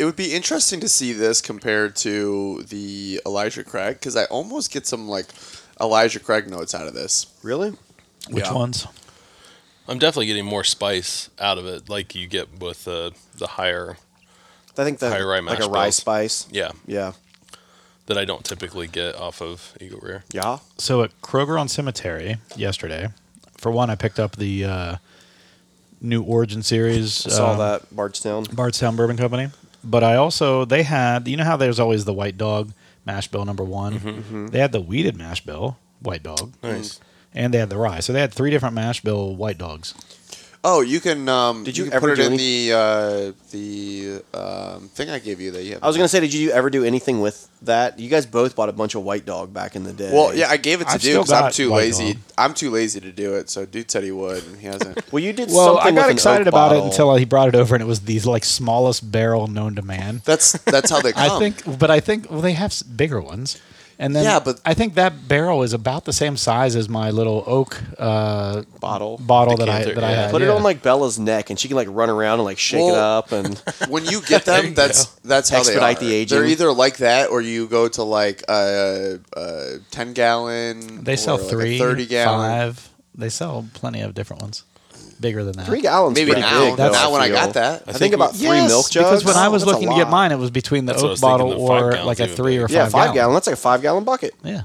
Speaker 2: It would be interesting to see this compared to the Elijah Craig because I almost get some like Elijah Craig notes out of this.
Speaker 3: really?
Speaker 1: Which
Speaker 2: yeah.
Speaker 1: ones?
Speaker 4: I'm definitely getting more spice out of it, like you get with the the higher.
Speaker 3: I think the
Speaker 4: High rye
Speaker 3: like
Speaker 4: mash
Speaker 3: a rye
Speaker 4: bills.
Speaker 3: spice.
Speaker 4: Yeah,
Speaker 3: Yeah.
Speaker 4: that I don't typically get off of eagle rare.
Speaker 3: Yeah.
Speaker 1: So at Kroger on Cemetery yesterday, for one, I picked up the uh, new Origin series.
Speaker 3: I saw
Speaker 1: um,
Speaker 3: that Bardstown.
Speaker 1: Bardstown Bourbon Company. But I also they had you know how there's always the White Dog Mash Bill number one.
Speaker 3: Mm-hmm,
Speaker 1: They had the weeded Mash Bill White Dog,
Speaker 4: Nice.
Speaker 1: and they had the rye. So they had three different Mash Bill White Dogs.
Speaker 2: Oh, you can. Um,
Speaker 3: Did
Speaker 2: Did
Speaker 3: you
Speaker 2: you, can
Speaker 3: ever
Speaker 2: put it
Speaker 3: do
Speaker 2: in
Speaker 3: any-
Speaker 2: the uh, the um, thing I gave you that you have?
Speaker 3: I was gonna say, did you ever do anything with that? You guys both bought a bunch of White Dog back in the day.
Speaker 2: Well, yeah, I gave it to
Speaker 1: I've
Speaker 2: Dude
Speaker 1: still
Speaker 2: because I'm
Speaker 1: got um,
Speaker 2: too
Speaker 1: White
Speaker 2: lazy.
Speaker 1: Dog.
Speaker 2: I'm too lazy to do it. So Dude said he would, and
Speaker 1: [laughs]
Speaker 2: he hasn't.
Speaker 3: Well, you did.
Speaker 1: Well,
Speaker 3: something
Speaker 1: I got
Speaker 3: with an
Speaker 1: excited
Speaker 3: oak
Speaker 1: about it
Speaker 3: bottle.
Speaker 1: until he brought it over, and it was the like smallest barrel known to man.
Speaker 2: that's that's how they come.
Speaker 1: I think, but I think well, they have s- bigger ones, and then
Speaker 2: Yeah, but-
Speaker 1: I think that barrel is about the same size as my little oak uh,
Speaker 3: bottle.
Speaker 1: bottle that I
Speaker 4: Decanter,
Speaker 1: that I
Speaker 4: yeah.
Speaker 1: had.
Speaker 3: Put it
Speaker 1: yeah.
Speaker 3: on like Bella's neck, and she can like run around and like shake
Speaker 2: Well-
Speaker 3: it up. And
Speaker 2: when you
Speaker 1: [laughs]
Speaker 2: get
Speaker 4: There
Speaker 2: them,
Speaker 4: you
Speaker 2: that's that's how
Speaker 3: Expedite
Speaker 2: they are.
Speaker 3: the aging.
Speaker 2: They're either like that, or you go to like a, a ten gallon.
Speaker 1: They sell
Speaker 2: or like a
Speaker 1: three,
Speaker 2: thirty gallon.
Speaker 1: five. They sell plenty of different ones, bigger than that.
Speaker 3: [laughs] three gallons,
Speaker 2: Maybe
Speaker 3: pretty
Speaker 2: now,
Speaker 3: big.
Speaker 1: That's-
Speaker 2: now
Speaker 3: though,
Speaker 2: when I
Speaker 3: feel.
Speaker 2: got that,
Speaker 3: I
Speaker 4: I
Speaker 3: think
Speaker 4: think
Speaker 3: about
Speaker 4: we-
Speaker 3: three
Speaker 1: Yes,
Speaker 3: milk jugs.
Speaker 1: Because when I was
Speaker 3: That's a
Speaker 1: looking to get
Speaker 3: lot.
Speaker 1: mine, it was between the
Speaker 4: That's what I
Speaker 1: oak
Speaker 4: was thinking,
Speaker 1: bottle
Speaker 4: the five
Speaker 1: or
Speaker 4: gallon's
Speaker 1: like a
Speaker 4: even
Speaker 1: three or
Speaker 4: bigger.
Speaker 1: five
Speaker 3: yeah, five gallon.
Speaker 1: gallon.
Speaker 3: That's like a five gallon bucket.
Speaker 1: Yeah.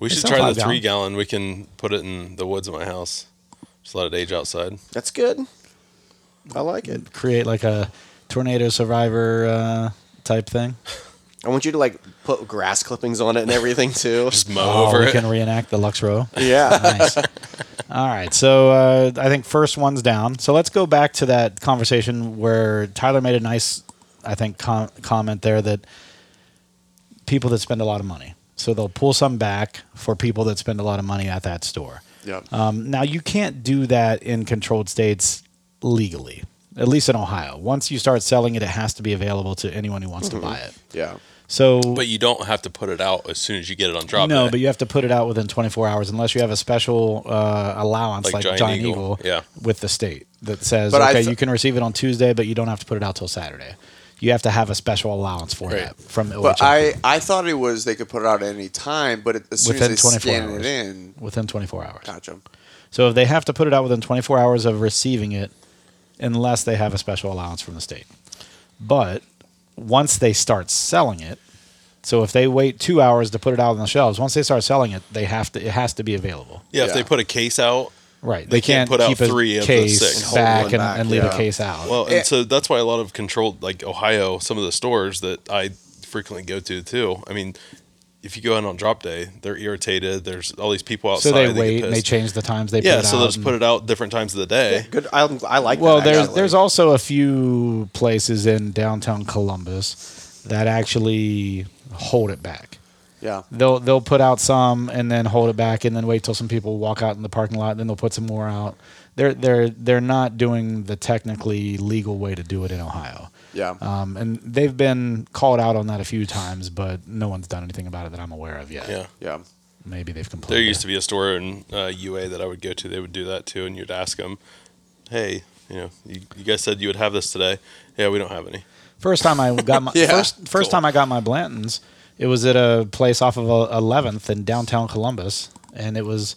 Speaker 4: We
Speaker 1: They
Speaker 4: should
Speaker 1: sell
Speaker 4: try
Speaker 1: five
Speaker 4: the three
Speaker 1: gallons.
Speaker 4: gallon. We can put it in the woods of my house. Just let it age outside.
Speaker 3: That's good. I like it.
Speaker 1: Create like a tornado survivor uh, type thing.
Speaker 3: I want you to like put grass clippings on it and everything too.
Speaker 4: Just mow
Speaker 1: Oh,
Speaker 4: over
Speaker 1: we
Speaker 4: it.
Speaker 1: can reenact the Lux Row.
Speaker 3: [laughs] yeah.
Speaker 1: nice. All right. So uh, I think first one's down. So let's go back to that conversation where Tyler made a nice, I think, com- comment there that people that spend a lot of money. So they'll pull some back for people that spend a lot of money at that store.
Speaker 2: Yep.
Speaker 1: Um, now, you can't do that in controlled states legally, at least in Ohio. Once you start selling it, it has to be available to anyone who wants to buy it.
Speaker 2: yeah.
Speaker 1: So,
Speaker 4: But you don't have to put it out as soon as you get it on drop.
Speaker 1: no,
Speaker 4: day.
Speaker 1: but you have to put it out within 24 hours unless you have a special uh, allowance like,
Speaker 4: Like
Speaker 1: Giant,
Speaker 4: Giant
Speaker 1: Eagle,
Speaker 4: Eagle, yeah.
Speaker 1: with the state that says,
Speaker 2: But I
Speaker 1: okay,
Speaker 2: th-
Speaker 1: you can receive it on Tuesday, but you don't have to put it out till Saturday. You have to have a special allowance for
Speaker 4: Right.
Speaker 1: that from OHL
Speaker 2: But I, I thought it was they could put it out at any time, but it, as soon
Speaker 1: Within
Speaker 2: as they
Speaker 1: 24
Speaker 2: scan
Speaker 1: hours.
Speaker 2: it in,
Speaker 1: within 24 hours.
Speaker 2: gotcha.
Speaker 1: So if they have to put it out within 24 hours of receiving it, unless they have a special allowance from the state. But once they start selling it, so if they wait two hours to put it out on the shelves, once they start selling it, they have to. It has to be available.
Speaker 4: yeah, if
Speaker 2: Yeah.
Speaker 4: they put a case out,
Speaker 1: Right. They,
Speaker 4: They
Speaker 1: can't,
Speaker 4: can't put out
Speaker 1: keep a
Speaker 4: three of the
Speaker 1: case
Speaker 4: six. And
Speaker 3: hold
Speaker 1: back
Speaker 3: one
Speaker 1: and,
Speaker 3: back,
Speaker 1: and leave
Speaker 3: yeah.
Speaker 1: a case out.
Speaker 4: well,
Speaker 2: Yeah.
Speaker 4: and so that's why a lot of controlled, like Ohio, some of the stores that I frequently go to too. I mean, if you go out on drop day, they're irritated. There's all these people outside.
Speaker 1: so they
Speaker 4: get
Speaker 1: wait and they
Speaker 4: pissed.
Speaker 1: change the times they
Speaker 4: Yeah,
Speaker 1: put it
Speaker 4: so
Speaker 1: out.
Speaker 4: they'll just put it out different times of the day.
Speaker 3: Good. I, I like.
Speaker 1: well,
Speaker 3: that,
Speaker 1: there's
Speaker 3: actually.
Speaker 1: there's also a few places in downtown Columbus that actually hold it back.
Speaker 2: Yeah.
Speaker 1: They'll they'll put out some and then hold it back and then wait till some people walk out in the parking lot and then they'll put some more out. They're they're they're not doing the technically legal way to do it in Ohio.
Speaker 2: Yeah.
Speaker 1: Um, and they've been called out on that a few times, but no one's done anything about it that I'm aware of yet.
Speaker 4: Yeah.
Speaker 2: yeah.
Speaker 1: Maybe they've complained.
Speaker 4: There used to be a store in uh, UA that I would go to. They would do that too, and you'd ask them, "Hey, you know, you, you guys said you would have this today. Yeah, we don't have any.
Speaker 1: First time I got
Speaker 4: [laughs]
Speaker 1: my
Speaker 2: Yeah,
Speaker 1: first first
Speaker 4: cool.
Speaker 1: time I got my Blantons, it was at a place off of uh, 11th in downtown Columbus, and it was,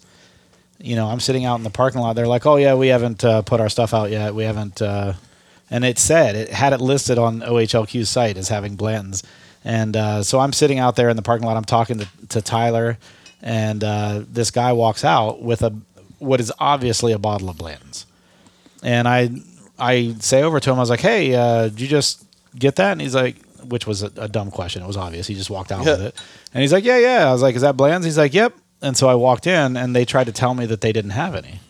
Speaker 1: you know, I'm sitting out in the parking lot. They're like, "Oh yeah, we haven't uh, put our stuff out yet. We haven't," uh, and it said it had it listed on OHLQ's site as having Blantons, and uh, so I'm sitting out there in the parking lot. I'm talking to, to Tyler, and uh, this guy walks out with a what is obviously a bottle of Blantons and I I say over to him, I was like, "Hey, uh, did you just get that?" And he's like, which was a, a dumb question. It was obvious. He just walked out with it, and he's like, "Yeah, yeah." I was like, "Is that Bland's?" He's like, "Yep." And so I walked in, and they tried to tell me that they didn't have any.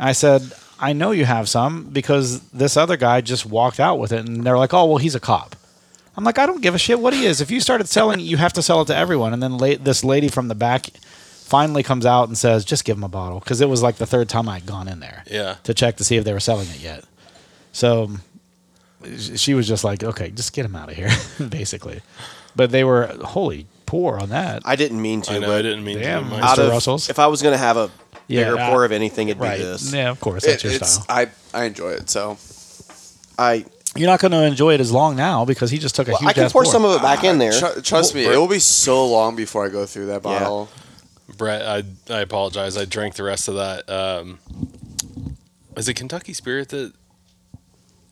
Speaker 1: I said, "I know you have some because this other guy just walked out with it," and they're like, "Oh, well, he's a cop." I'm like, I don't give a shit what he is. If you started selling it, you have to sell it to everyone. And then la- this lady from the back finally comes out and says, just give him a bottle. Because it was like the third time I'd gone in there
Speaker 4: Yeah.
Speaker 1: to check to see if they were selling it yet. So sh- she was just like, okay, just get him out of here, [laughs] basically. But they were, holy, poor on that.
Speaker 3: I didn't mean to.
Speaker 4: I know
Speaker 3: but
Speaker 4: I didn't mean
Speaker 1: Damn,
Speaker 4: to.
Speaker 1: I-
Speaker 3: Out
Speaker 1: Mr.
Speaker 3: of
Speaker 1: Russell's?
Speaker 3: if I was gonna have a
Speaker 1: Yeah,
Speaker 3: bigger
Speaker 1: I-
Speaker 3: pour of anything, it'd be this.
Speaker 1: Yeah, of course.
Speaker 2: It,
Speaker 1: That's your
Speaker 2: it's
Speaker 1: style.
Speaker 2: I I enjoy it. So
Speaker 3: I
Speaker 1: You're not going to enjoy it as long now because he just took a huge
Speaker 3: I can
Speaker 1: ass
Speaker 3: pour
Speaker 1: pour.
Speaker 3: some of it
Speaker 4: Ah,
Speaker 3: back in there.
Speaker 2: Tr-
Speaker 1: Oh,
Speaker 2: trust me, it will be so long before I go through that
Speaker 3: Yeah.
Speaker 2: bottle.
Speaker 4: Brett, I I apologize. I drank the rest of that. Um, is it Kentucky Spirit that?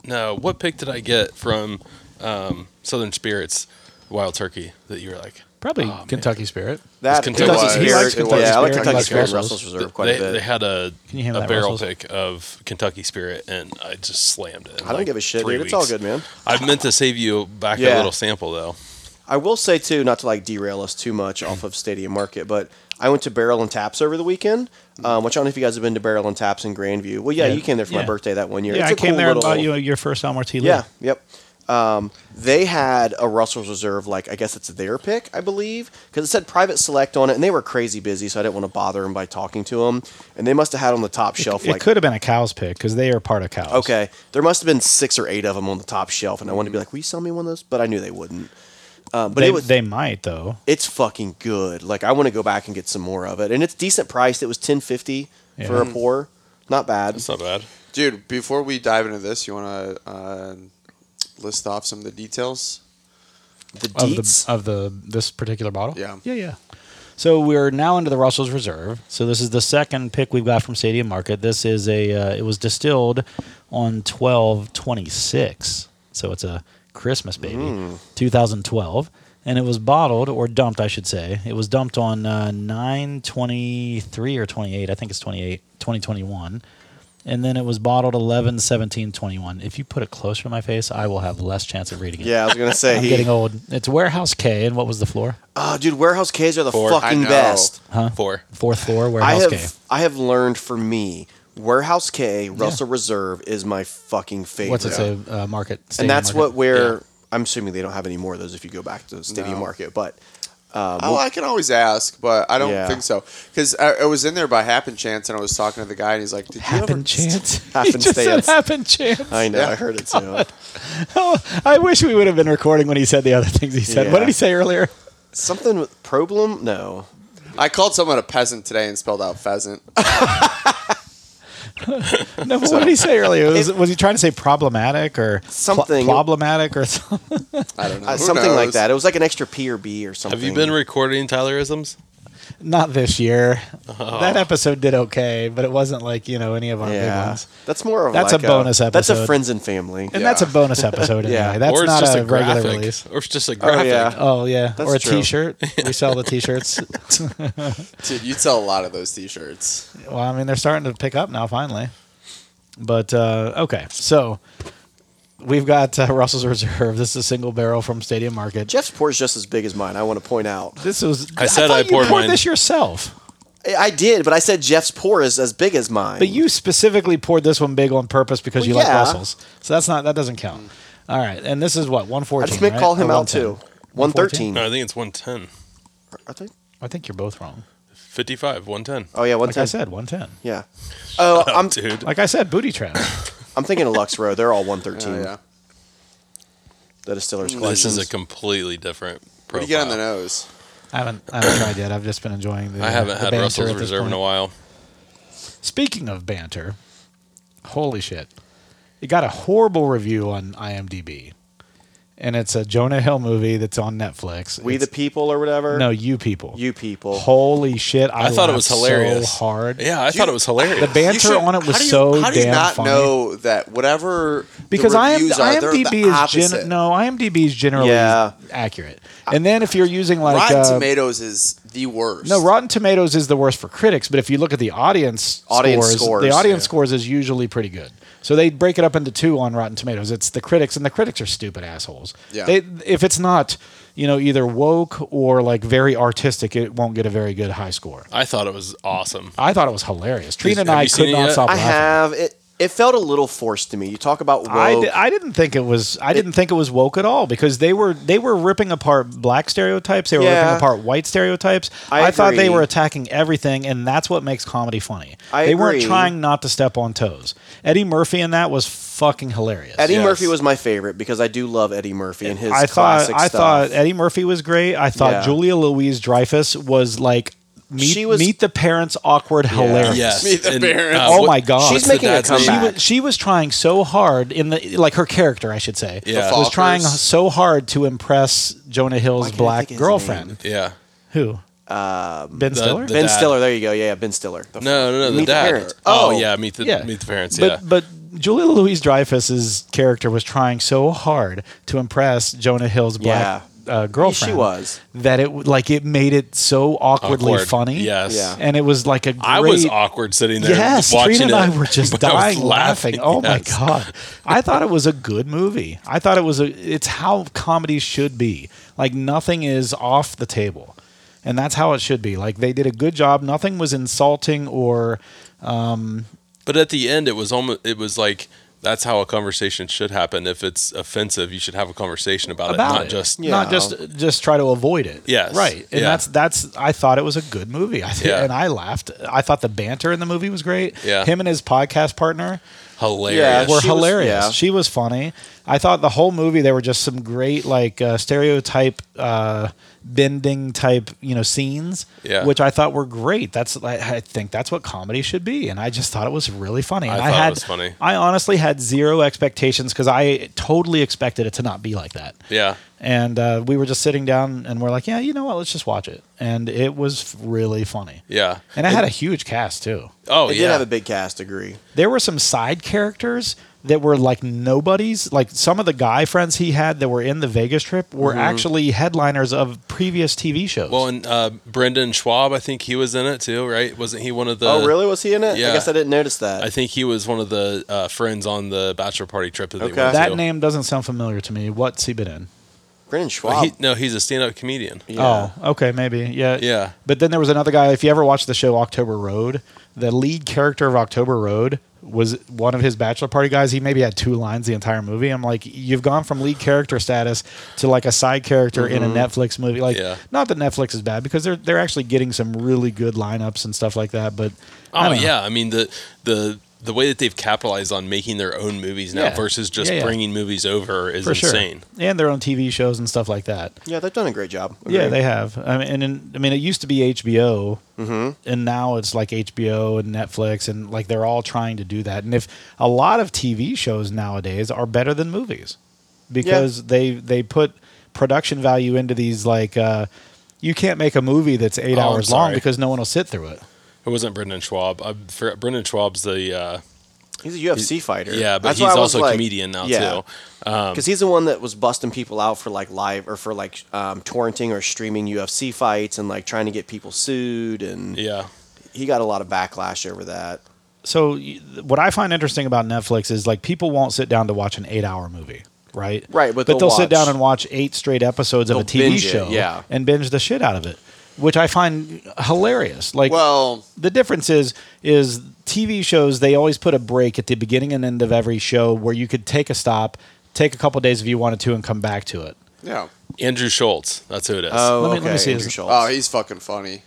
Speaker 4: No, what pick did I get from um, Southern Spirits Wild Turkey that you were like?
Speaker 1: Probably
Speaker 3: Oh,
Speaker 1: Kentucky Spirit.
Speaker 3: That
Speaker 4: Kentucky
Speaker 3: Kentucky
Speaker 2: Spirit. He likes
Speaker 3: Spirit.
Speaker 2: Kentucky
Speaker 3: Yeah, I like
Speaker 2: Spirit.
Speaker 3: Kentucky
Speaker 2: Like
Speaker 3: Spirit and
Speaker 1: Russell's.
Speaker 3: Russell's Reserve quite
Speaker 4: they,
Speaker 3: a
Speaker 4: they
Speaker 3: bit.
Speaker 4: had a,
Speaker 1: Can you hand me
Speaker 4: a
Speaker 1: that,
Speaker 4: barrel
Speaker 1: Russell's?
Speaker 4: pick of Kentucky Spirit, and I just slammed it. in,
Speaker 3: I don't
Speaker 4: like,
Speaker 3: give a shit,
Speaker 4: three
Speaker 3: dude. It's all
Speaker 4: weeks.
Speaker 3: good, man.
Speaker 4: I meant to save you back
Speaker 3: Yeah.
Speaker 4: a little sample though.
Speaker 1: Mm-hmm.
Speaker 3: I will say too, not to like derail us too much off of Stadium Market, but I went to Barrel and Taps over the weekend, um, which I don't know if you guys have been to Barrel and Taps in Grandview. Well, yeah,
Speaker 1: Mm-hmm. Yeah.
Speaker 3: you came there for
Speaker 1: Yeah.
Speaker 3: my birthday that one year.
Speaker 1: yeah,
Speaker 3: It's
Speaker 1: I
Speaker 3: a
Speaker 1: came
Speaker 3: cool
Speaker 1: there
Speaker 3: little-
Speaker 1: and bought you your first Elmer T. Lee.
Speaker 3: yeah, yep. Um, they had a Russell's Reserve, like I guess it's their pick, I believe, because it said private select on it, and they were crazy busy, so I didn't want to bother them by talking to them. And they must have had on the top shelf
Speaker 1: it
Speaker 3: like
Speaker 1: could have been a cow's pick because they are part of cows.
Speaker 3: okay, there must have been six or eight of them on the top shelf, and I wanted to be like, "Will you sell me one of those?" But I knew they wouldn't. Um, but
Speaker 1: Uh, they,
Speaker 3: it was
Speaker 1: they might though.
Speaker 3: it's fucking good. Like I want to go back and get some more of it, and it's decent priced. It was ten fifty for a
Speaker 2: Mm-hmm.
Speaker 1: Yeah.
Speaker 3: pour, not bad.
Speaker 4: That's not bad.
Speaker 2: Dude, before we dive into this, you want to uh, list off some of the details?
Speaker 3: the
Speaker 1: of
Speaker 3: deets,
Speaker 1: the of the this particular bottle.
Speaker 2: Yeah.
Speaker 1: yeah, yeah. So we're now into the Russell's Reserve. So this is the second pick we've got from Stadium Market. This is a uh, it was distilled on twelve twenty six. So it's a Christmas baby,
Speaker 3: Mm.
Speaker 1: two thousand twelve, and it was bottled or dumped, I should say. It was dumped on uh, nine twenty three or twenty eight. I think it's 28, 2021. And then it was bottled 11, 17, 21. If you put it closer to my face, I will have less chance of reading it.
Speaker 3: yeah, I
Speaker 1: [laughs]
Speaker 3: was gonna say
Speaker 1: I'm
Speaker 3: he-
Speaker 1: getting old. It's warehouse K, and what was the floor?
Speaker 3: Oh, dude, warehouse K's are the
Speaker 4: Four.
Speaker 3: fucking
Speaker 2: I know.
Speaker 3: best.
Speaker 4: Four.
Speaker 1: Fourth floor,
Speaker 3: I
Speaker 1: warehouse
Speaker 3: have
Speaker 1: K.
Speaker 3: I have learned for me, warehouse K, Russell Reserve is my fucking favorite.
Speaker 1: What's it say? Uh, market.
Speaker 3: And
Speaker 1: Stadium
Speaker 3: that's
Speaker 1: market.
Speaker 3: what we're. I'm assuming they don't have any more of those if you go back to Stadium
Speaker 2: No.
Speaker 3: Market, but
Speaker 1: Uh,
Speaker 2: Oh, I can always ask, but I don't
Speaker 3: Yeah.
Speaker 2: think so. Because I, I was in there by happen chance, and I was talking to the guy, and he's like, "Did you ever
Speaker 1: Happen chance.
Speaker 3: [laughs] Happen
Speaker 1: he just said
Speaker 3: stance.
Speaker 1: happen chance.
Speaker 3: I know
Speaker 2: Yeah.
Speaker 3: I
Speaker 1: [laughs]
Speaker 3: heard it too.
Speaker 1: Oh, I wish we would have been recording when he said the other things he said. What
Speaker 3: Yeah.
Speaker 1: did he say
Speaker 3: [laughs]
Speaker 1: earlier?
Speaker 3: Something with problem? No,
Speaker 2: [laughs] I called someone a peasant today and spelled out pheasant.
Speaker 1: No, but what did he say earlier? Was, was he trying to say problematic or pl-
Speaker 3: Something.
Speaker 1: problematic or something? [laughs]
Speaker 2: I don't know.
Speaker 3: Uh,
Speaker 2: Who
Speaker 3: something like
Speaker 2: knows?
Speaker 3: that. It was like an extra P or B or something.
Speaker 4: Have you been recording Tylerisms?
Speaker 1: Not this year.
Speaker 3: Oh.
Speaker 1: That episode did okay, but it wasn't like you know any of our big
Speaker 3: yeah,
Speaker 1: ones.
Speaker 3: that's more of
Speaker 1: That's
Speaker 3: like
Speaker 1: a bonus
Speaker 3: That's a
Speaker 1: episode.
Speaker 3: friends and family.
Speaker 1: And that's a
Speaker 2: Yeah.
Speaker 1: bonus
Speaker 3: [laughs]
Speaker 1: episode. Anyway.
Speaker 3: Yeah.
Speaker 1: that's
Speaker 4: or it's
Speaker 1: not
Speaker 4: just
Speaker 1: a, regular
Speaker 4: graphic.
Speaker 1: release.
Speaker 4: Or it's just a
Speaker 3: Oh
Speaker 4: graphic.
Speaker 3: yeah,
Speaker 1: Oh yeah,
Speaker 3: That's
Speaker 1: or a
Speaker 3: true.
Speaker 1: T-shirt. we sell
Speaker 3: [laughs]
Speaker 1: the T-shirts.
Speaker 2: Dude, you sell a lot of those T-shirts. Oh,
Speaker 1: Well, I mean, they're starting to pick up now, finally. But uh, okay, so we've got uh, Russell's Reserve. This is a single barrel from Stadium Market.
Speaker 3: Jeff's pour is just as big as mine. I want to point out.
Speaker 1: This was
Speaker 4: I said
Speaker 1: thought
Speaker 4: I
Speaker 1: you
Speaker 4: poured mine.
Speaker 1: this yourself,
Speaker 3: I- I did, but I said Jeff's pour is as big as mine.
Speaker 1: but you specifically poured this one big on purpose because
Speaker 3: Well,
Speaker 1: you like
Speaker 3: yeah.
Speaker 1: Russell's. So that's not that doesn't count. All right, and this is what one
Speaker 3: I
Speaker 1: fourteen.
Speaker 3: just meant
Speaker 1: right? Oh,
Speaker 3: call him
Speaker 1: Or
Speaker 3: out
Speaker 1: 110?
Speaker 3: too. One thirteen.
Speaker 4: No, I think it's 110.
Speaker 1: I think you're both wrong.
Speaker 4: 55, 110.
Speaker 3: Oh yeah, one
Speaker 1: Like I
Speaker 3: ten.
Speaker 1: said, one ten.
Speaker 3: Yeah. Oh, I'm
Speaker 4: [laughs] Dude.
Speaker 1: Like I said, booty trap.
Speaker 3: I'm thinking of Lux Row. They're all
Speaker 2: [laughs]
Speaker 3: one
Speaker 2: Oh,
Speaker 3: thirteen.
Speaker 2: yeah.
Speaker 3: The distillers
Speaker 4: This
Speaker 3: collection.
Speaker 4: is a completely
Speaker 2: What
Speaker 4: different
Speaker 2: do
Speaker 4: profile.
Speaker 2: you get on the nose?
Speaker 1: I haven't I haven't tried yet. I've just been enjoying the.
Speaker 4: I haven't
Speaker 1: the
Speaker 4: had
Speaker 1: banter
Speaker 4: Russell's
Speaker 1: at this
Speaker 4: Reserve in
Speaker 1: point.
Speaker 4: a while.
Speaker 1: Speaking of banter, holy shit. It got a horrible review on IMDb. And it's a Jonah Hill movie that's on Netflix.
Speaker 3: we the
Speaker 1: It's-
Speaker 3: people or whatever.
Speaker 1: No, you people.
Speaker 3: you people.
Speaker 1: Holy shit. I,
Speaker 4: I, thought it was
Speaker 1: laughed
Speaker 4: hilarious.
Speaker 1: So hard.
Speaker 4: Yeah, I thought it was hilarious.
Speaker 1: The banter
Speaker 2: You should-
Speaker 1: on it was
Speaker 2: how do you-
Speaker 1: so
Speaker 2: How do you
Speaker 1: damn
Speaker 2: not
Speaker 1: funny.
Speaker 2: know that whatever
Speaker 1: because
Speaker 2: the
Speaker 1: I am
Speaker 2: reviews are, they're the
Speaker 1: IMDb is
Speaker 2: opposite.
Speaker 1: gen- no IMDb is generally
Speaker 3: Yeah.
Speaker 1: accurate. And then if you're using like
Speaker 2: Rotten
Speaker 1: uh,
Speaker 2: Tomatoes is the worst.
Speaker 1: No, Rotten Tomatoes is the worst for critics, but if you look at the audience,
Speaker 3: Audience
Speaker 1: scores,
Speaker 3: scores,
Speaker 1: the audience
Speaker 3: yeah.
Speaker 1: scores is usually pretty good. So they break it up into two on Rotten Tomatoes. It's the critics, and the critics are stupid assholes.
Speaker 2: Yeah.
Speaker 1: They, if it's not, you know, either woke or like very artistic, it won't get a very good high score.
Speaker 4: I thought it was
Speaker 1: [laughs]
Speaker 4: awesome.
Speaker 1: I thought it was hilarious. Trina and
Speaker 4: have
Speaker 1: I
Speaker 4: you seen
Speaker 1: could
Speaker 4: it
Speaker 1: not
Speaker 4: yet?
Speaker 1: stop
Speaker 3: I
Speaker 1: laughing.
Speaker 3: have it. It felt a little forced to me. You talk about woke.
Speaker 1: I, di- I didn't think it was I didn't think it was woke at all because they were they were ripping apart black stereotypes they were ripping
Speaker 3: Yeah.
Speaker 1: apart white stereotypes
Speaker 3: I
Speaker 1: thought they
Speaker 3: agree.
Speaker 1: were attacking everything and that's what makes comedy funny
Speaker 3: I
Speaker 1: they weren't
Speaker 3: agree.
Speaker 1: trying not to step on toes Eddie Murphy in that was fucking hilarious
Speaker 3: Eddie
Speaker 4: Yes. Murphy
Speaker 3: Murphy
Speaker 4: was
Speaker 3: was my favorite because I do love Eddie Murphy and his
Speaker 1: I thought
Speaker 3: classic
Speaker 1: I
Speaker 3: stuff.
Speaker 1: thought Eddie Murphy was great I thought
Speaker 3: Yeah.
Speaker 1: Julia Louise Dreyfus was like meet,
Speaker 3: She was-
Speaker 1: meet the parents awkward hilarious
Speaker 4: Yes.
Speaker 2: Meet the
Speaker 4: and, uh,
Speaker 2: parents.
Speaker 1: Oh
Speaker 4: what-
Speaker 1: my God.
Speaker 4: what's
Speaker 3: She's
Speaker 4: the
Speaker 3: making a
Speaker 4: dad's name?
Speaker 1: she
Speaker 3: comeback.
Speaker 1: was she was trying so hard in the like her character, I should say,
Speaker 4: Yeah. The
Speaker 1: was
Speaker 2: Falkers.
Speaker 1: trying so hard to impress Jonah
Speaker 3: Why
Speaker 1: Hill's
Speaker 3: can't I
Speaker 1: black
Speaker 3: think of his
Speaker 1: girlfriend.
Speaker 3: name?
Speaker 4: Yeah.
Speaker 1: Who? Um, ben Stiller.
Speaker 4: the-
Speaker 3: Ben
Speaker 4: dad.
Speaker 3: Stiller. There you go. Yeah, yeah Ben Stiller. The
Speaker 4: No, no, no. The
Speaker 3: Meet the
Speaker 4: dad.
Speaker 3: parents.
Speaker 4: oh.
Speaker 3: Oh.
Speaker 4: yeah. Meet the
Speaker 1: yeah,
Speaker 4: meet the parents.
Speaker 1: But,
Speaker 4: yeah.
Speaker 1: but Julia Louise Dreyfus's character was trying so hard to impress Jonah Hill's black uh, girlfriend.
Speaker 3: She was.
Speaker 1: that it w- like it made it so awkwardly
Speaker 4: Awkward.
Speaker 1: funny.
Speaker 4: Yes.
Speaker 3: Yeah.
Speaker 1: and it was like a great,
Speaker 4: I was awkward sitting there.
Speaker 1: Yes,
Speaker 4: watching
Speaker 1: Trina and
Speaker 4: it,
Speaker 1: I were just
Speaker 4: but [laughs] I was
Speaker 1: dying laughing. Oh
Speaker 4: yes.
Speaker 1: my god! I thought it was a good movie. I thought it was a. It's how comedy should be. Like nothing is off the table. and that's how it should be. Like they did a good job. Nothing was insulting or
Speaker 4: But at the end, it was almost it was like that's how a conversation should happen. If it's offensive, you should have a conversation about,
Speaker 1: about
Speaker 4: it, not
Speaker 1: it.
Speaker 4: just
Speaker 3: Yeah.
Speaker 1: not just just try to avoid it.
Speaker 4: Yes.
Speaker 1: right. And
Speaker 4: Yeah.
Speaker 1: that's that's I thought it was a good movie. I thi-
Speaker 4: Yeah.
Speaker 1: and I laughed. I thought the banter in the movie was great.
Speaker 4: Yeah.
Speaker 1: him and his podcast partner
Speaker 4: hilarious.
Speaker 3: Yeah,
Speaker 1: were
Speaker 3: she was-
Speaker 1: hilarious.
Speaker 3: yeah.
Speaker 1: She was funny. I thought the whole movie there were just some great like uh, stereotype uh, bending type you know scenes,
Speaker 4: Yeah.
Speaker 1: which I thought were great. That's I, I think that's what comedy should be, and I just thought it was really funny. And
Speaker 4: I
Speaker 1: I
Speaker 4: thought it
Speaker 1: had
Speaker 4: was funny.
Speaker 1: I honestly had zero expectations because I totally expected it to not be like that.
Speaker 4: yeah.
Speaker 1: And uh, we were just sitting down and we're like, yeah, you know what? Let's just watch it. And it was really funny.
Speaker 4: Yeah.
Speaker 1: And it had a huge cast too.
Speaker 4: Oh
Speaker 3: It
Speaker 4: yeah.
Speaker 3: did have a big cast, agree.
Speaker 1: There were some side characters that were like nobodies. Like some of the guy friends he had that were in the Vegas trip were actually headliners of previous TV shows.
Speaker 4: well, and uh, Brendan Schwab, I think he was in it too, right? Wasn't he one of the?
Speaker 3: oh, really? Was he in it?
Speaker 4: yeah.
Speaker 3: I guess I didn't notice that.
Speaker 4: I think he was one of the uh, friends on the bachelor party trip that they
Speaker 3: Okay.
Speaker 4: went
Speaker 1: that
Speaker 4: to.
Speaker 1: name doesn't sound familiar to me. What's he been in?
Speaker 3: Brendan
Speaker 4: Well,
Speaker 3: Schwab.
Speaker 4: he, no, he's a stand-up comedian.
Speaker 3: yeah.
Speaker 1: Oh, okay, maybe. Yeah.
Speaker 4: Yeah.
Speaker 1: But then there was another guy. If you ever watched the show October Road, the lead character of October Road was one of his bachelor party guys. He maybe had two lines the entire movie. I'm like, you've gone from lead character status to like a side character in a Netflix movie. Like,
Speaker 4: Mm-hmm. Yeah.
Speaker 1: not that Netflix is bad because they're they're actually getting some really good lineups and stuff like that. But I
Speaker 4: Oh
Speaker 1: don't know.
Speaker 4: yeah, I mean the the the way that they've capitalized on making their own movies now
Speaker 1: Yeah.
Speaker 4: versus just
Speaker 1: Yeah, yeah.
Speaker 4: bringing movies over is
Speaker 1: for sure,
Speaker 4: insane.
Speaker 1: and their own TV shows and stuff like that.
Speaker 3: Yeah, they've done a great job.
Speaker 1: Yeah,
Speaker 3: Agree.
Speaker 1: they have. I mean, and in, I mean, it used to be HBO,
Speaker 4: Mm-hmm.
Speaker 1: and now it's like HBO and Netflix, and like they're all trying to do that. And if a lot of TV shows nowadays are better than movies, because they they put production value into these. Like, uh, you can't make a movie that's eight
Speaker 4: Oh, I'm
Speaker 1: hours long
Speaker 4: sorry.
Speaker 1: because no one will sit through it.
Speaker 4: It wasn't Brendan Schwab. Uh, I forgot, Brendan Schwab's the uh,
Speaker 3: He's a UFC fighter.
Speaker 4: yeah, but
Speaker 3: That's why
Speaker 4: he's
Speaker 3: I was
Speaker 4: also a
Speaker 3: like-
Speaker 4: comedian now
Speaker 3: yeah.
Speaker 4: too.
Speaker 3: because Um, he's the one that was busting people out for like live or for like um, torrenting or streaming UFC fights and like trying to get people sued and
Speaker 4: Yeah,
Speaker 3: he got a lot of backlash over that.
Speaker 1: So, y- what I find interesting about Netflix is like people won't sit down to watch an eight-hour movie. Right,
Speaker 3: Right, but
Speaker 1: they'll,
Speaker 3: they'll
Speaker 1: sit down
Speaker 3: watch-
Speaker 1: and watch eight straight episodes of a
Speaker 3: They'll
Speaker 1: TV
Speaker 3: binge it,
Speaker 1: show,
Speaker 3: yeah.
Speaker 1: and binge the shit out of it, which I find hilarious. Like,
Speaker 2: Well,
Speaker 1: the difference is is TV shows they always put a break at the beginning and end of every show where you could take a stop, take a couple days if you wanted to, and come back to it.
Speaker 2: yeah.
Speaker 4: Andrew Schultz. That's who it is.
Speaker 3: Oh,
Speaker 1: Let me-
Speaker 3: okay.
Speaker 1: let me see
Speaker 3: Andrew
Speaker 1: his-
Speaker 3: Schultz.
Speaker 2: Oh, he's fucking funny.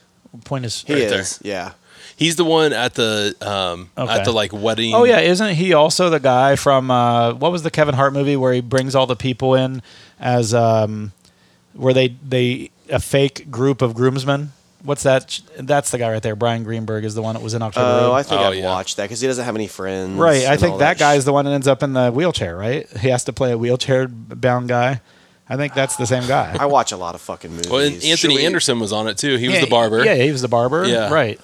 Speaker 1: Point is,
Speaker 3: he
Speaker 4: right
Speaker 3: is. Yeah,
Speaker 4: he's the one at the um,
Speaker 1: Okay.
Speaker 4: at the like wedding.
Speaker 1: oh yeah, isn't he also the guy from uh, what was the Kevin Hart movie where he brings all the people in as um, where they they a fake group of groomsmen? What's that? sh- That's the guy right there. Brian Greenberg is the one that was in October.
Speaker 3: Oh,
Speaker 1: Road.
Speaker 3: I think
Speaker 4: Oh,
Speaker 3: I've
Speaker 4: yeah.
Speaker 3: watched that because he doesn't have any friends.
Speaker 1: Right. I
Speaker 3: and all
Speaker 1: think that
Speaker 3: sh-
Speaker 1: guy's the one that ends up in the wheelchair, right? He has to play a wheelchair bound guy. I think that's the same guy.
Speaker 3: I watch a lot of fucking movies.
Speaker 4: Well, and Anthony
Speaker 2: Should we-
Speaker 4: Anderson was on it too. He was
Speaker 1: Yeah,
Speaker 4: the barber.
Speaker 1: Yeah, he was the barber.
Speaker 4: Yeah.
Speaker 1: Right.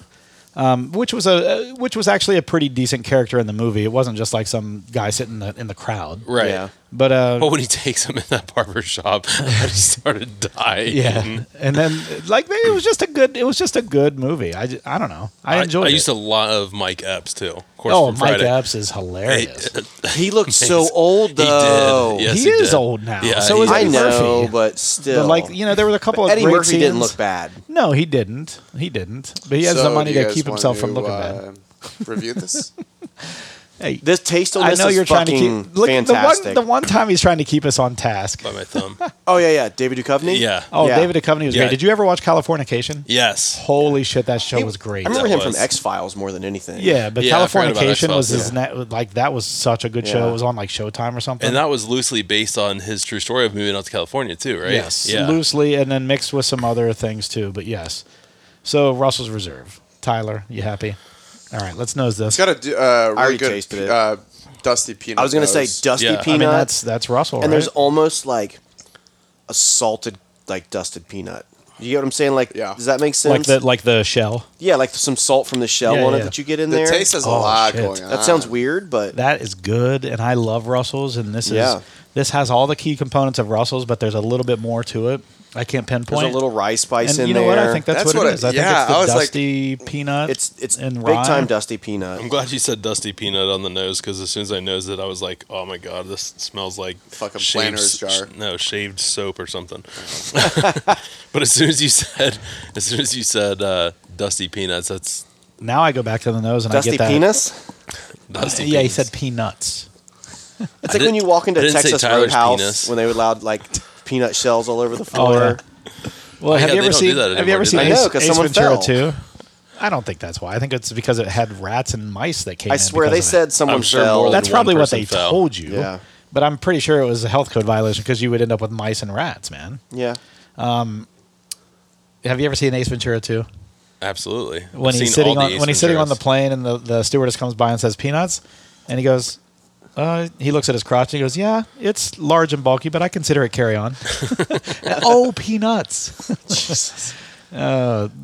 Speaker 1: Um, which was a uh, which was actually a pretty decent character in the movie. It wasn't just like some guy sitting in the, in the crowd.
Speaker 4: Right.
Speaker 3: Yeah.
Speaker 1: But uh,
Speaker 4: But when he [laughs] takes him in that barber shop, [laughs] I just started dying.
Speaker 1: yeah,
Speaker 4: Mm-hmm.
Speaker 1: and then like it was just a good it was just a good movie. I, ju- I don't know. I enjoyed.
Speaker 4: I
Speaker 1: it.
Speaker 4: used to love Mike Epps too. Of course,
Speaker 1: Oh,
Speaker 4: for
Speaker 1: Mike
Speaker 4: Friday.
Speaker 1: Epps is
Speaker 4: [laughs]
Speaker 1: hilarious.
Speaker 3: He looked so old
Speaker 4: He did.
Speaker 3: though.
Speaker 4: Yes,
Speaker 1: he,
Speaker 4: he
Speaker 1: is
Speaker 4: did.
Speaker 1: old now.
Speaker 4: Yeah,
Speaker 1: so
Speaker 4: he
Speaker 1: is
Speaker 4: is.
Speaker 3: I
Speaker 1: Eddie
Speaker 3: know,
Speaker 1: Murphy.
Speaker 3: but still,
Speaker 1: But, like you know, there was a couple of
Speaker 3: Eddie
Speaker 1: great
Speaker 3: Murphy didn't
Speaker 1: scenes.
Speaker 3: look bad.
Speaker 1: No, he didn't. He didn't. But he has the
Speaker 2: So,
Speaker 1: money
Speaker 2: do you
Speaker 1: to
Speaker 2: guys
Speaker 1: keep
Speaker 2: want
Speaker 1: himself from
Speaker 2: to,
Speaker 1: looking
Speaker 2: uh,
Speaker 1: [laughs]
Speaker 2: Review this.
Speaker 1: bad. Hey,
Speaker 3: This taste on
Speaker 1: I
Speaker 3: this
Speaker 1: know
Speaker 3: is
Speaker 1: you're trying to
Speaker 3: fucking
Speaker 1: keep. Look, the one,
Speaker 3: fantastic.
Speaker 1: the one time he's trying to keep us on task.
Speaker 4: by my thumb.
Speaker 1: [laughs]
Speaker 3: Oh yeah, yeah, David Duchovny.
Speaker 4: Yeah.
Speaker 1: Oh,
Speaker 3: Yeah.
Speaker 1: David Duchovny was
Speaker 4: Yeah.
Speaker 1: great. Did you ever watch Californication?
Speaker 4: Yes.
Speaker 1: Holy shit, that show was great.
Speaker 3: I remember
Speaker 4: That
Speaker 3: him
Speaker 4: was.
Speaker 3: from X Files more than anything.
Speaker 1: yeah, but
Speaker 4: Yeah, I forgot about
Speaker 1: Californication was
Speaker 4: X-Files,
Speaker 1: his net, like that was such a good show.
Speaker 3: Yeah.
Speaker 1: It was on like Showtime or something.
Speaker 4: And that was loosely based on his true story of moving out to California too, right?
Speaker 1: yes,
Speaker 4: Yeah.
Speaker 1: loosely, and then mixed with some other things too. But yes, so Russell's Reserve. Tyler, you happy? All right, let's nose this.
Speaker 2: It's got a d- uh, really
Speaker 3: already
Speaker 2: good
Speaker 3: tasted it.
Speaker 2: Uh, dusty peanut.
Speaker 3: I was gonna say
Speaker 2: nose.
Speaker 3: dusty
Speaker 4: Yeah, I mean,
Speaker 1: I
Speaker 3: peanuts,
Speaker 1: mean, that's that's Russell.
Speaker 3: and
Speaker 1: right?
Speaker 3: there's almost like a salted, like dusted peanut. You get what I'm saying? Like,
Speaker 2: Yeah.
Speaker 3: does that make
Speaker 1: like
Speaker 3: sense?
Speaker 1: the like the shell.
Speaker 3: yeah, like some salt from the shell
Speaker 1: Yeah,
Speaker 3: on
Speaker 1: yeah.
Speaker 3: it that you get in
Speaker 2: the
Speaker 3: there.
Speaker 2: taste has a
Speaker 1: Oh,
Speaker 2: lot
Speaker 1: shit.
Speaker 2: going on.
Speaker 3: that sounds weird, but
Speaker 1: That is good, and I love Russell's, and this
Speaker 3: Yeah.
Speaker 1: is This has all the key components of Russell's, but there's a little bit more to it. I can't pinpoint.
Speaker 3: There's a little rye spice
Speaker 1: and
Speaker 3: in
Speaker 1: you know
Speaker 3: there.
Speaker 1: what? I think that's,
Speaker 2: That's
Speaker 1: what,
Speaker 2: what
Speaker 1: it
Speaker 2: I-
Speaker 1: is. I
Speaker 2: yeah,
Speaker 1: think
Speaker 2: I
Speaker 1: it's
Speaker 2: was
Speaker 1: the
Speaker 2: like-
Speaker 1: dusty peanut.
Speaker 3: it's it's
Speaker 1: and
Speaker 3: big
Speaker 1: rye.
Speaker 3: time dusty peanut.
Speaker 4: I'm glad you said dusty peanut on the nose because as soon as I nosed it, I was like, oh my god, this smells like
Speaker 2: Fucking
Speaker 4: shaved
Speaker 2: Planters
Speaker 4: s-
Speaker 2: jar.
Speaker 4: no, shaved soap or something. [laughs] but as soon as you said, as soon as you said uh, dusty peanuts, that's
Speaker 1: Now I go back to the nose and I
Speaker 3: Dusty
Speaker 1: get that.
Speaker 3: penis.
Speaker 4: dusty.
Speaker 1: Yeah, he
Speaker 4: peanuts.
Speaker 1: said peanuts.
Speaker 3: It's
Speaker 4: I
Speaker 3: like when
Speaker 4: didn't-
Speaker 3: you walk into
Speaker 4: I didn't say
Speaker 3: Texas
Speaker 4: Tyler's
Speaker 3: Roadhouse
Speaker 4: penis.
Speaker 3: when they would allowed like peanut shells all over the
Speaker 1: Oh,
Speaker 3: floor.
Speaker 1: Well,
Speaker 4: Oh,
Speaker 1: have
Speaker 4: yeah,
Speaker 1: you
Speaker 4: they
Speaker 1: ever
Speaker 4: don't do
Speaker 1: seen?
Speaker 4: that
Speaker 1: have you
Speaker 4: anymore,
Speaker 1: ever
Speaker 4: do
Speaker 1: seen
Speaker 4: they?
Speaker 3: I know,
Speaker 1: Ace,
Speaker 3: 'cause
Speaker 1: Ace
Speaker 3: someone
Speaker 1: Ventura
Speaker 3: fell.
Speaker 1: Two? I don't think that's why. I think it's because it had rats and mice that came.
Speaker 3: I
Speaker 1: in
Speaker 3: swear
Speaker 1: because
Speaker 3: they
Speaker 1: of it.
Speaker 3: said someone
Speaker 4: I'm sure
Speaker 3: fell.
Speaker 4: more
Speaker 1: that's
Speaker 4: one
Speaker 1: probably what
Speaker 4: person
Speaker 1: they
Speaker 4: fell.
Speaker 1: told you.
Speaker 3: Yeah.
Speaker 1: But I'm pretty sure it was a health code violation because you would end up with mice and rats, man.
Speaker 3: yeah.
Speaker 1: Have you ever seen Ace Ventura Two?
Speaker 4: absolutely
Speaker 1: when
Speaker 4: I've seen
Speaker 1: he's sitting
Speaker 4: all the
Speaker 1: on
Speaker 4: Ace
Speaker 1: when he's sitting on the
Speaker 4: Venturas.
Speaker 1: plane and the, the stewardess comes by and says peanuts, and he goes, uh, he looks at his crotch and he goes, yeah, it's large and bulky, but I consider it carry
Speaker 4: [laughs]
Speaker 1: on. oh, peanuts!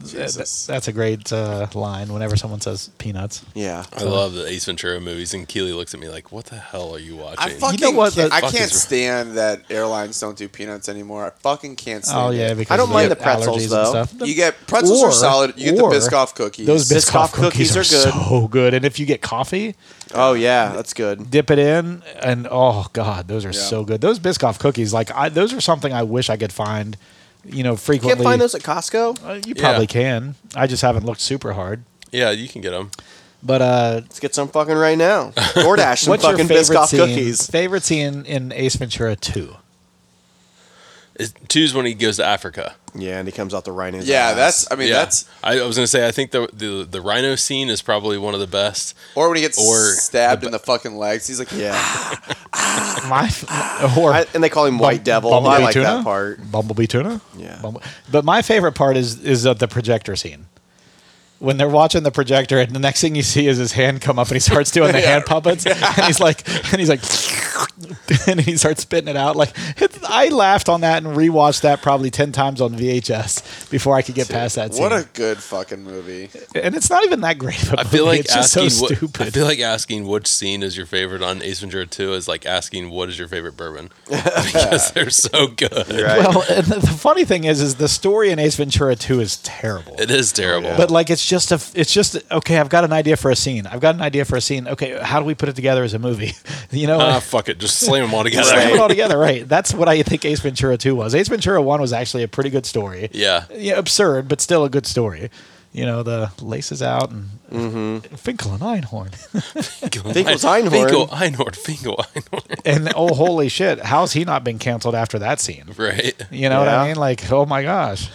Speaker 2: Jesus.
Speaker 1: That's a great uh, line whenever someone says peanuts.
Speaker 3: Yeah.
Speaker 4: I love the Ace Ventura movies, and Keely looks at me like, "What the hell are you watching?"
Speaker 2: I fucking
Speaker 1: know what
Speaker 2: can't,
Speaker 1: the-
Speaker 2: I
Speaker 4: Fuck
Speaker 2: can't
Speaker 4: is-
Speaker 2: stand that airlines don't do peanuts anymore. I fucking can't stand
Speaker 1: Oh yeah,
Speaker 2: it.
Speaker 1: because
Speaker 3: I don't
Speaker 1: of
Speaker 3: mind
Speaker 1: the
Speaker 3: the pretzels,
Speaker 1: allergies and
Speaker 3: though.
Speaker 1: stuff.
Speaker 2: You get pretzels
Speaker 1: Or-
Speaker 2: are solid. You get the
Speaker 1: or
Speaker 2: Biscoff cookies.
Speaker 1: Those
Speaker 3: Biscoff
Speaker 1: Biscoff cookies,
Speaker 3: cookies
Speaker 1: are,
Speaker 3: are good.
Speaker 1: so good, and if you get coffee,
Speaker 3: Oh yeah, that's good.
Speaker 1: dip it in, and oh god, those are
Speaker 2: Yeah.
Speaker 1: so good. Those Biscoff cookies, like I, those are something I wish I could find. You know, frequently
Speaker 3: Can't find those at Costco.
Speaker 1: Uh, you
Speaker 4: Yeah.
Speaker 1: probably can. I just haven't looked super hard.
Speaker 4: yeah, you can get them.
Speaker 1: But uh,
Speaker 3: Let's get some fucking right now. DoorDash
Speaker 1: [laughs]
Speaker 3: some
Speaker 1: what's your
Speaker 3: fucking
Speaker 1: favorite
Speaker 3: Biscoff
Speaker 1: scene?
Speaker 3: cookies.
Speaker 1: Favorite scene in Ace Ventura Two?
Speaker 4: Two's when he goes to Africa.
Speaker 3: Yeah, and he comes out the right in his
Speaker 2: yeah,
Speaker 3: ass.
Speaker 2: that's. I mean, that's.
Speaker 4: I, I was gonna say I think the, the the rhino scene is probably one of the best.
Speaker 2: Or when he gets
Speaker 4: Or
Speaker 2: stabbed in the fucking legs, he's like,
Speaker 3: yeah.
Speaker 1: My [laughs] or
Speaker 3: I, and they call him White
Speaker 1: Bum-
Speaker 3: Devil. I
Speaker 1: Bumblebee
Speaker 3: like
Speaker 1: tuna?
Speaker 3: that part.
Speaker 1: Bumblebee tuna.
Speaker 3: Yeah.
Speaker 1: Bumble- but my favorite part is is of the projector scene. When they're watching the projector, and the next thing you see is his hand come up, and he starts doing
Speaker 3: [laughs]
Speaker 1: the hand puppets, and he's like, and he's like, [laughs] and he starts spitting it out. Like it's, I laughed on that and rewatched that probably ten times on VHS before I could get past that. Scene.
Speaker 2: "What a good fucking movie."
Speaker 1: and it's not even that great. Of a
Speaker 4: I feel
Speaker 1: movie. [laughs]
Speaker 4: like
Speaker 1: it's just
Speaker 4: asking
Speaker 1: so
Speaker 4: what,
Speaker 1: stupid.
Speaker 4: I feel like asking which scene is your favorite on Ace Ventura Two is like asking what is your favorite bourbon because they're so good.
Speaker 3: Right.
Speaker 1: Well, and the, the funny thing is, is the story in Ace Ventura 2 is terrible.
Speaker 4: It is terrible.
Speaker 1: But like, it's just a, it's just okay. I've got an idea for a scene. I've got an idea for a scene. Okay, how do we put it together as a movie? [laughs] you know,
Speaker 3: Uh,
Speaker 4: ah, fuck it, just slam them all together.
Speaker 1: Slam it all together. Right. That's what I think Ace Ventura 2 was. Ace Ventura 1 was actually a pretty good story.
Speaker 4: [laughs] Yeah,
Speaker 1: Yeah, absurd, but still a good story. You know, the laces out and
Speaker 3: Mm-hmm.
Speaker 1: Finkel and Einhorn. [laughs]
Speaker 3: Finkel's Einhorn.
Speaker 4: Finkel Einhorn, Finkel Einhorn. [laughs]
Speaker 1: and oh, holy shit. How's he not been canceled after that scene?
Speaker 4: Right.
Speaker 1: You know what I
Speaker 3: Yeah.
Speaker 1: mean? Like, oh my gosh.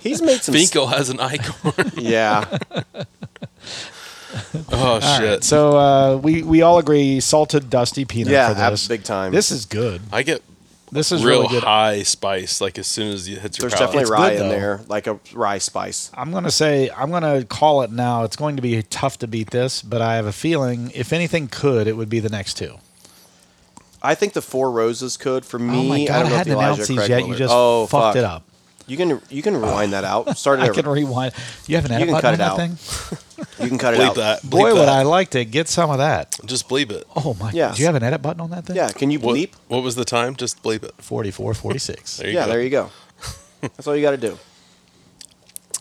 Speaker 3: He's made some.
Speaker 4: Finkel has an icon.
Speaker 1: [laughs]
Speaker 3: Yeah.
Speaker 4: [laughs] oh
Speaker 1: All
Speaker 4: shit.
Speaker 1: right, so uh, we we all agree salted dusty peanut
Speaker 3: Yeah,
Speaker 1: for this.
Speaker 3: ab- big time.
Speaker 1: This is good.
Speaker 4: I get
Speaker 1: This is
Speaker 4: real
Speaker 1: really good.
Speaker 4: high spice like as soon as it hits your
Speaker 3: There's
Speaker 4: palate.
Speaker 3: definitely
Speaker 1: It's
Speaker 3: rye
Speaker 1: good,
Speaker 3: in
Speaker 1: though.
Speaker 3: there, like a rye spice.
Speaker 1: I'm gonna say I'm gonna call it now. It's going to be tough to beat this, but I have a feeling if anything could, it would be the next two.
Speaker 3: I think the four roses could for me.
Speaker 1: oh my
Speaker 3: I
Speaker 1: god, I,
Speaker 3: don't know if
Speaker 1: hadn't
Speaker 3: the Elijah
Speaker 1: announced these
Speaker 3: Craig
Speaker 1: yet.
Speaker 3: one
Speaker 1: You
Speaker 3: or-
Speaker 1: just
Speaker 3: oh,
Speaker 1: fucked
Speaker 3: fuck.
Speaker 1: it up.
Speaker 3: You can you can rewind that
Speaker 1: [laughs]
Speaker 3: out. Start it
Speaker 1: I can
Speaker 3: over.
Speaker 1: rewind. You have an edit
Speaker 3: can
Speaker 1: button on
Speaker 3: cut it
Speaker 1: that
Speaker 3: out.
Speaker 1: thing?
Speaker 3: you can cut it
Speaker 4: Bleep
Speaker 3: out.
Speaker 4: that. Bleep
Speaker 1: Boy, would
Speaker 4: that.
Speaker 1: I like to get some of that.
Speaker 4: Just bleep it.
Speaker 1: Oh my.
Speaker 3: Yes.
Speaker 1: Do you have an edit button on that thing?
Speaker 3: Yeah. Can you
Speaker 4: What,
Speaker 3: bleep?
Speaker 4: what was the time? Just bleep it.
Speaker 1: 44, 46.
Speaker 4: There you
Speaker 3: yeah.
Speaker 4: go.
Speaker 3: There
Speaker 1: [laughs]
Speaker 3: you go. That's all you got to do.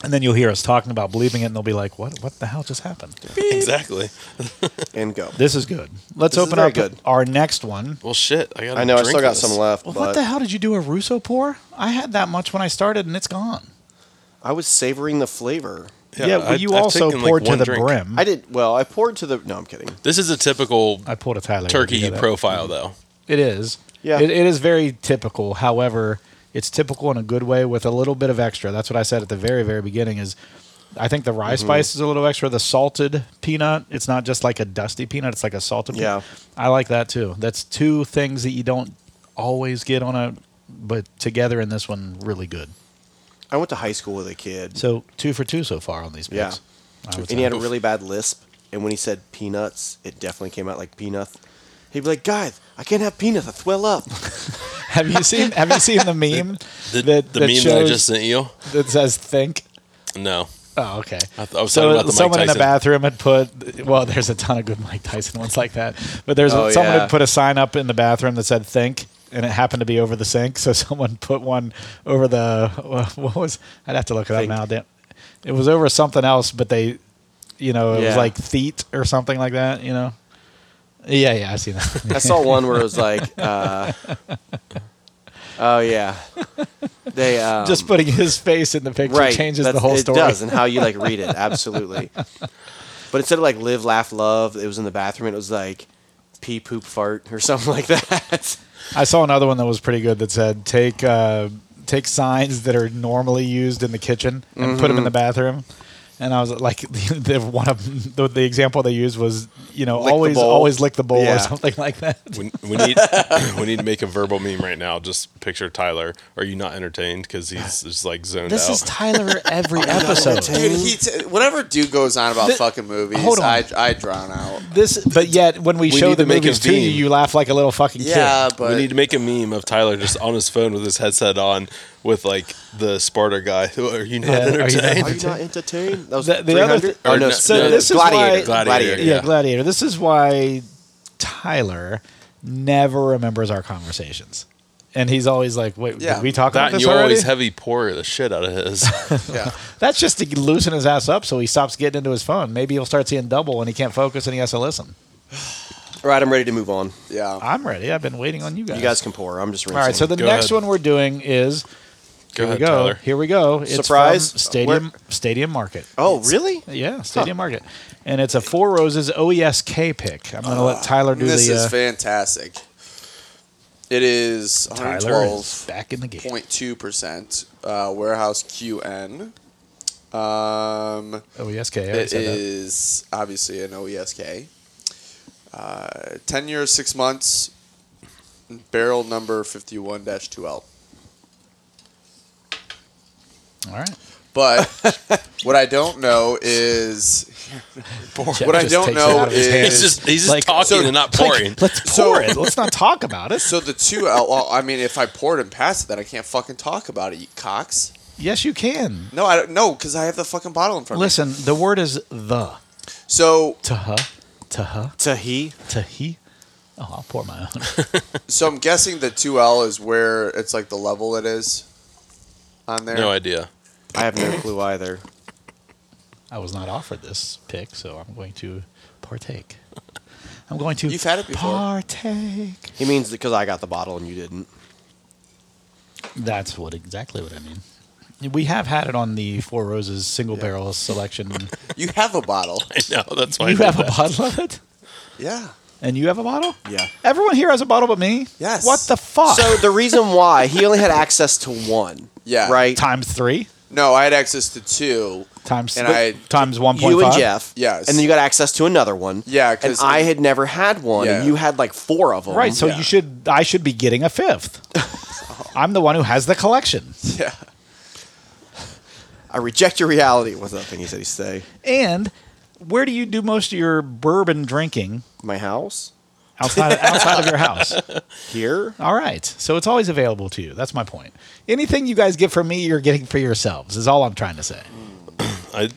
Speaker 1: and then you'll hear us talking about bleeping it, and they'll be like, "What? What the hell just happened?"
Speaker 4: Exactly.
Speaker 3: And go.
Speaker 1: This is good. Let's
Speaker 3: This is
Speaker 1: open
Speaker 3: very
Speaker 1: up
Speaker 3: good.
Speaker 1: our next one.
Speaker 4: Well, shit. I got.
Speaker 3: I know. I still got some left,
Speaker 1: Well,
Speaker 3: but
Speaker 1: what the hell did you do a Russo pour? I had that much when I started, and it's gone.
Speaker 3: I was savoring the flavor.
Speaker 1: Yeah, well, you also poured to the brim.
Speaker 3: I did well. I poured to the. No, I'm kidding.
Speaker 4: This is a typical
Speaker 1: I pulled a Tyler.
Speaker 4: turkey
Speaker 1: Did you hear that?
Speaker 4: profile, though.
Speaker 1: It is.
Speaker 3: Yeah.
Speaker 1: It, it is very typical. However, it's typical in a good way with a little bit of extra. That's what I said at the very, very beginning. Is I think the rye spice is a little extra. The salted peanut. It's not just like a dusty peanut. It's like a salted.
Speaker 3: Yeah.
Speaker 1: Peanut. I like that too. That's two things that you don't always get on a, but together in this one, really good.
Speaker 3: I went to high school with a kid.
Speaker 1: So two for two so far on these picks.
Speaker 3: Yeah.
Speaker 1: I would
Speaker 3: and he had a
Speaker 4: Oof.
Speaker 3: really bad lisp. And when he said peanuts, it definitely came out like peanut. He'd be like, "Guys, I can't have peanuts. I swell up."
Speaker 1: Have you seen Have you seen the meme
Speaker 4: The,
Speaker 1: that,
Speaker 4: the
Speaker 1: that
Speaker 4: meme that I
Speaker 1: shows
Speaker 4: just sent you?
Speaker 1: that says think?
Speaker 4: No.
Speaker 1: Oh, okay.
Speaker 4: I th- I was
Speaker 1: so
Speaker 4: talking about the Mike
Speaker 1: someone in a
Speaker 4: Tyson.
Speaker 1: bathroom had put. Well, there's a ton of good Mike Tyson ones like that, but there's
Speaker 3: Oh,
Speaker 1: someone
Speaker 3: yeah.
Speaker 1: had put a sign up in the bathroom that said "Think," and it happened to be over the sink. So [laughs] someone put one over the what was? I'd have to look it
Speaker 3: Think.
Speaker 1: up now. Damn. It was over something else, but they, you know, it
Speaker 3: Yeah.
Speaker 1: was like "Theet" or something like that. You know. Yeah, yeah, I see that. [laughs]
Speaker 3: I saw one where it was like, uh, [laughs] oh yeah, they um,
Speaker 1: Just putting his face in the picture
Speaker 3: right
Speaker 1: changes the
Speaker 3: that's-
Speaker 1: whole
Speaker 3: it
Speaker 1: story.
Speaker 3: does, and how you like read
Speaker 1: [laughs]
Speaker 3: it, absolutely. but instead of like live, laugh, love, it was in the bathroom. and It was like pee, poop, fart, or something like that.
Speaker 1: I saw another one that was pretty good that said take uh, take signs that are normally used in the kitchen and put
Speaker 4: Mm-hmm.
Speaker 1: them in the bathroom. And I was like, [laughs] the one of the, the example they used was, you know,
Speaker 3: Lick the
Speaker 1: always
Speaker 3: bowl.
Speaker 1: always lick the bowl
Speaker 3: Yeah.
Speaker 1: or something like that.
Speaker 4: We,
Speaker 1: [laughs]
Speaker 4: we need [coughs] we need to make a verbal meme right now. Just picture Tyler. Are you not entertained?
Speaker 1: [sighs]
Speaker 4: Because he's just like zoned
Speaker 1: This
Speaker 4: out.
Speaker 1: is Tyler
Speaker 4: [laughs]
Speaker 1: every episode.
Speaker 2: Dude, he t- whatever dude goes on about
Speaker 1: Th-
Speaker 2: fucking movies,
Speaker 1: hold on.
Speaker 2: I, I drown
Speaker 1: [laughs]
Speaker 2: out.
Speaker 1: This, but yet when we,
Speaker 4: We
Speaker 1: show
Speaker 4: need
Speaker 1: the
Speaker 4: to make a
Speaker 1: movies to you,
Speaker 4: theme.
Speaker 1: you laugh like a little fucking
Speaker 2: Yeah,
Speaker 1: kid.
Speaker 2: but
Speaker 4: we need to make a meme of Tyler just on his phone with his headset on, with like the Sparta guy. [laughs] Who are you not
Speaker 1: Yeah, are you not
Speaker 4: entertained?
Speaker 3: Are you not entertained? That was
Speaker 1: The- the other
Speaker 3: 300?
Speaker 1: th-
Speaker 3: oh,
Speaker 4: or
Speaker 3: no,
Speaker 4: no,
Speaker 1: so
Speaker 3: no,
Speaker 1: this is
Speaker 3: gladiator,
Speaker 1: why-
Speaker 4: Gladiator,
Speaker 1: yeah.
Speaker 4: yeah.
Speaker 1: Gladiator. This is why Tyler never remembers our conversations, and he's always like, "Wait,
Speaker 2: Yeah.
Speaker 1: did we talk
Speaker 4: that
Speaker 1: about
Speaker 4: and
Speaker 1: this
Speaker 4: you
Speaker 1: already?"
Speaker 4: always heavy pour the shit out of
Speaker 1: [laughs]
Speaker 4: his.
Speaker 2: yeah.
Speaker 1: That's just to loosen his ass up so he stops getting into his phone. Maybe he'll start seeing double and he can't focus and he has to listen.
Speaker 3: All right, I'm ready to move on.
Speaker 2: Yeah.
Speaker 1: I'm ready. I've been waiting on you guys.
Speaker 3: You guys can pour. I'm just
Speaker 1: All
Speaker 3: rinsing.
Speaker 1: right. So the
Speaker 4: Go
Speaker 1: next
Speaker 4: ahead.
Speaker 1: one we're doing is here
Speaker 4: Go ahead,
Speaker 1: we go.
Speaker 4: Tyler.
Speaker 1: Here we go. It's
Speaker 3: Surprise.
Speaker 1: from Stadium Stadium Market.
Speaker 3: oh, really?
Speaker 1: Yeah, Stadium Market, and it's a Four Roses OESK pick. I'm gonna let Tyler do
Speaker 2: Ah, This
Speaker 1: the
Speaker 2: is
Speaker 1: uh,
Speaker 2: fantastic. It is
Speaker 1: Tyler
Speaker 2: 112.
Speaker 1: is back in the game.
Speaker 2: 0.2% uh, warehouse QN. Um,
Speaker 1: OESK. E I already
Speaker 2: it
Speaker 1: said that.
Speaker 2: is obviously an OESK. Uh, 10 years, 6 months, barrel number 51 2L.
Speaker 1: All right. [laughs]
Speaker 2: But what I don't know is. what
Speaker 1: Jeff
Speaker 2: I
Speaker 1: just
Speaker 2: don't
Speaker 1: takes it
Speaker 2: know
Speaker 1: out of his
Speaker 2: is.
Speaker 1: hand.
Speaker 4: he's just he's just
Speaker 1: Like-
Speaker 4: talking
Speaker 2: So-
Speaker 4: and not
Speaker 1: Like,
Speaker 4: [laughs] pouring.
Speaker 1: let's
Speaker 2: So-
Speaker 1: pour it. Let's not talk about it.
Speaker 2: So the 2L, well, I mean, if I poured and passed it, then I can't fucking talk about it, you cocks.
Speaker 1: Yes, you can.
Speaker 2: No, I don't. No, because I have the fucking bottle in front
Speaker 1: Listen, the word is the.
Speaker 2: of me. So
Speaker 1: Tuh, tuh,
Speaker 3: Tahi.
Speaker 1: tuh. Oh, I'll pour my own. [laughs]
Speaker 2: So I'm guessing the two L is where it's like the level it is on there.
Speaker 4: no idea. [laughs]
Speaker 3: I
Speaker 1: [coughs]
Speaker 3: have no clue either.
Speaker 1: I was not offered this pick, so I'm going to partake. I'm going to
Speaker 2: You've had it before.
Speaker 1: partake.
Speaker 3: He means because I got the bottle and you didn't.
Speaker 1: That's what exactly what I mean. We have had it on the Four Roses single barrel
Speaker 2: [laughs]
Speaker 1: selection.
Speaker 2: you have a
Speaker 4: [laughs]
Speaker 2: bottle.
Speaker 4: I know that's why I
Speaker 1: you
Speaker 4: did
Speaker 1: have a
Speaker 4: that.
Speaker 1: bottle of it,
Speaker 2: Yeah.
Speaker 1: and you have a bottle.
Speaker 3: Yeah.
Speaker 1: Everyone here has a bottle, but me.
Speaker 2: Yes.
Speaker 1: What the fuck?
Speaker 3: So the reason why he only had access to one.
Speaker 2: Yeah.
Speaker 3: Right.
Speaker 1: times three,
Speaker 2: No, I had access to
Speaker 4: [laughs]
Speaker 2: two.
Speaker 1: times
Speaker 2: And
Speaker 1: th-
Speaker 2: I-
Speaker 1: times one point five.
Speaker 3: You and Jeff.
Speaker 2: Yes.
Speaker 3: And then you got access to another one.
Speaker 2: Yeah,
Speaker 3: And
Speaker 2: 'cause
Speaker 3: I
Speaker 2: I-
Speaker 3: had never had one, and
Speaker 2: Yeah.
Speaker 3: you had like four of them.
Speaker 1: Right. So
Speaker 2: Yeah.
Speaker 1: you should. I should be getting a
Speaker 2: [laughs]
Speaker 1: fifth. I'm the one who has the collection.
Speaker 2: Yeah.
Speaker 3: I reject your reality. What's that thing he said he say?
Speaker 1: And where do you do most of your bourbon drinking
Speaker 3: My house
Speaker 1: outside [laughs] of, outside of your house?
Speaker 3: here.
Speaker 1: All right. So it's always available to you. That's my point. Anything you guys get from me, you're getting for yourselves. Is all I'm trying to say.
Speaker 4: I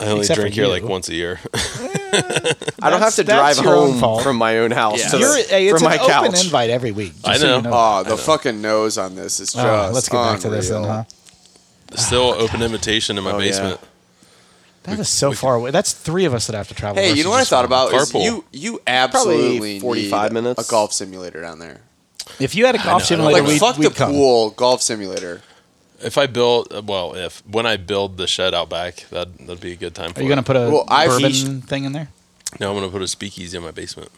Speaker 4: I only
Speaker 1: Except
Speaker 4: drink
Speaker 1: for
Speaker 4: here
Speaker 1: you.
Speaker 4: like once a year. [laughs]
Speaker 3: I don't have
Speaker 1: That's-
Speaker 3: to drive
Speaker 1: that's your own
Speaker 3: home
Speaker 1: fault.
Speaker 3: from my own house
Speaker 2: Yeah.
Speaker 3: to
Speaker 1: You're,
Speaker 3: the,
Speaker 1: hey, it's
Speaker 3: from
Speaker 1: an
Speaker 3: my
Speaker 1: open
Speaker 3: couch.
Speaker 1: invite every week. just
Speaker 4: I
Speaker 1: so you
Speaker 4: know.
Speaker 2: Oh, the fucking nose on this is just.
Speaker 1: Oh, let's get back to this then,
Speaker 2: unreal.
Speaker 1: huh? Ah,
Speaker 4: Still open invitation in my
Speaker 3: Oh, yeah.
Speaker 4: basement.
Speaker 1: That is so far away. That's three of us that have to travel.
Speaker 2: Hey, you
Speaker 1: versus
Speaker 2: know what I
Speaker 1: just
Speaker 2: thought
Speaker 1: one.
Speaker 2: about is
Speaker 4: Carpool.
Speaker 2: you you absolutely
Speaker 3: 45
Speaker 2: need
Speaker 3: minutes.
Speaker 2: a golf simulator down there.
Speaker 1: If you had a golf
Speaker 4: know, I know.
Speaker 1: simulator,
Speaker 2: Like
Speaker 1: we'd,
Speaker 2: fuck
Speaker 1: we'd
Speaker 2: the
Speaker 1: come.
Speaker 2: pool golf simulator.
Speaker 4: If I build, well, if when I build the shed out back, that that'd be a good time. For
Speaker 1: Are you
Speaker 4: it.
Speaker 1: going to put a
Speaker 2: Well, I've-
Speaker 1: bourbon thing in there?
Speaker 4: No, I'm gonna put a speakeasy in my basement.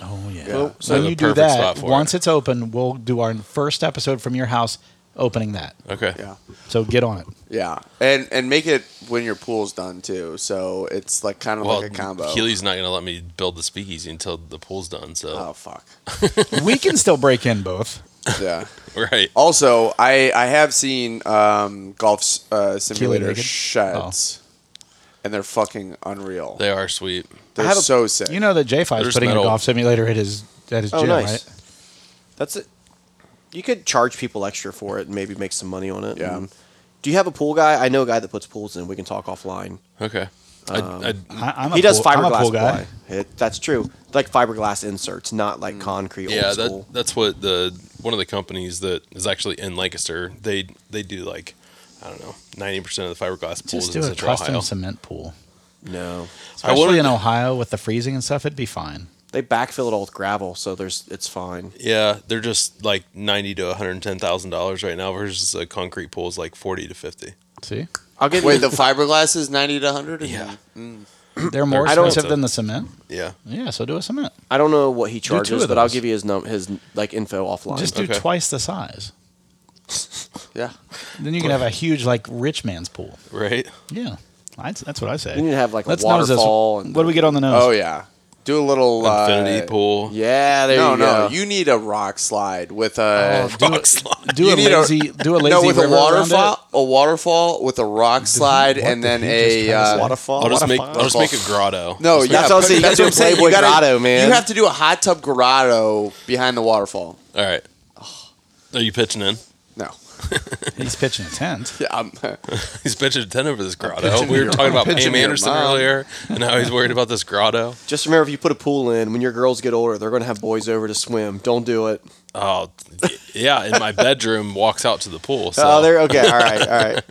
Speaker 1: Oh yeah.
Speaker 2: Well,
Speaker 4: so
Speaker 1: when
Speaker 4: the
Speaker 1: you do
Speaker 4: perfect
Speaker 1: that,
Speaker 4: spot for
Speaker 1: once
Speaker 4: it.
Speaker 1: it's open, we'll do our first episode from your house opening that.
Speaker 4: Okay.
Speaker 2: Yeah.
Speaker 1: So get on it.
Speaker 2: Yeah. And and make it when your pool's done too. So it's like kind of
Speaker 4: Well,
Speaker 2: like a combo.
Speaker 4: Keely's not gonna let me build the speakeasy until the pool's done.
Speaker 2: oh
Speaker 4: So
Speaker 2: fuck.
Speaker 1: we can still break in both.
Speaker 4: [laughs]
Speaker 2: Yeah.
Speaker 1: Oh.
Speaker 4: right.
Speaker 2: Also, I, I have seen um, golf s- uh, simulator
Speaker 1: naked? Oh.
Speaker 2: sheds, and they're fucking unreal.
Speaker 4: They are sweet.
Speaker 2: They're
Speaker 3: have a-
Speaker 2: so sick.
Speaker 1: You know that J Five is
Speaker 4: There's
Speaker 1: putting
Speaker 4: metal.
Speaker 1: a golf simulator at his at his
Speaker 3: Oh,
Speaker 1: gym,
Speaker 3: nice.
Speaker 1: right?
Speaker 3: That's it. You could charge people extra for it and maybe make some money on it.
Speaker 2: Yeah.
Speaker 3: and Do you have a pool guy? I know a guy that puts pools in. We can talk offline.
Speaker 4: Okay.
Speaker 1: Um,
Speaker 4: I, I,
Speaker 1: I, I'm a
Speaker 3: he does
Speaker 1: pool- I'm a
Speaker 3: fiberglass
Speaker 1: pool guy.
Speaker 3: ply. It- that's true. Like fiberglass inserts, not like concrete.
Speaker 4: yeah,
Speaker 3: old school.
Speaker 4: that, that's what the one of the companies that is actually in Lancaster. They they do like I don't know ninety percent of the fiberglass pools
Speaker 1: Just do
Speaker 4: in
Speaker 1: a
Speaker 4: Central
Speaker 1: custom
Speaker 4: Ohio.
Speaker 1: cement pool.
Speaker 3: no.
Speaker 4: I
Speaker 1: Especially
Speaker 4: wanted-
Speaker 1: in Ohio with the freezing and stuff, it'd be fine.
Speaker 3: They backfill it all with gravel, so there's it's fine.
Speaker 4: Yeah, they're just like ninety to one hundred ten thousand dollars right now versus a concrete pool is like forty to fifty.
Speaker 1: See,
Speaker 3: I'll give
Speaker 2: Wait,
Speaker 3: you
Speaker 2: the fiberglass is ninety to hundred.
Speaker 4: Yeah.
Speaker 1: they're more
Speaker 4: I don't-
Speaker 1: expensive than the cement.
Speaker 4: Yeah,
Speaker 1: Yeah, so do a cement.
Speaker 3: I don't know what he
Speaker 1: two
Speaker 3: charges,
Speaker 1: of
Speaker 3: but I'll
Speaker 1: those.
Speaker 3: give you his num his like info offline.
Speaker 1: Just do
Speaker 4: Okay.
Speaker 1: twice the size.
Speaker 2: yeah.
Speaker 1: Then you can have a huge like rich man's pool.
Speaker 4: right.
Speaker 1: Yeah, I, that's what I say.
Speaker 3: you need to have like a
Speaker 1: Let's nose this.
Speaker 3: waterfall. And,
Speaker 1: What do we get on the nose?
Speaker 2: Oh yeah. Do a little
Speaker 4: Infinity
Speaker 2: uh,
Speaker 4: pool.
Speaker 3: yeah, there
Speaker 2: No,
Speaker 3: you
Speaker 2: no,
Speaker 3: go.
Speaker 2: you need a rock slide with a
Speaker 1: Oh, do
Speaker 4: Rock
Speaker 1: it-
Speaker 4: slide.
Speaker 1: Do
Speaker 2: You
Speaker 1: a
Speaker 2: need a-
Speaker 1: lazy, do a lazy
Speaker 2: [laughs] no with a
Speaker 1: river around it.
Speaker 2: waterfall, a waterfall with
Speaker 1: [laughs]
Speaker 2: a rock slide, and then a uh,
Speaker 3: waterfall.
Speaker 4: I'll just make I'll just make a grotto.
Speaker 2: No,
Speaker 4: Just
Speaker 2: yeah,
Speaker 3: That's what I'm
Speaker 2: but
Speaker 3: saying. You
Speaker 2: that's what
Speaker 3: gotta do a
Speaker 2: I'm saying.
Speaker 3: Playboy
Speaker 2: you gotta-
Speaker 3: grotto, man.
Speaker 2: You have to do a hot tub grotto behind the waterfall.
Speaker 4: make- all right. Are you pitching in?
Speaker 2: No,
Speaker 1: He's pitching a tent.
Speaker 2: yeah, um, [laughs] I'm,
Speaker 4: [laughs] He's pitching a tent over this grotto.
Speaker 2: pitching
Speaker 4: We were
Speaker 2: your-
Speaker 4: talking
Speaker 2: I'm
Speaker 4: about
Speaker 2: pitching
Speaker 4: Pam
Speaker 2: your
Speaker 4: Anderson
Speaker 2: mom.
Speaker 4: earlier, and now he's worried about this grotto.
Speaker 3: Just remember, if you put a pool in, when your girls get older, they're going to have boys over to swim. Don't do it.
Speaker 4: [laughs] Oh, yeah. And my bedroom walks out to the pool. So
Speaker 3: Oh, they're okay. All right, all [laughs] right.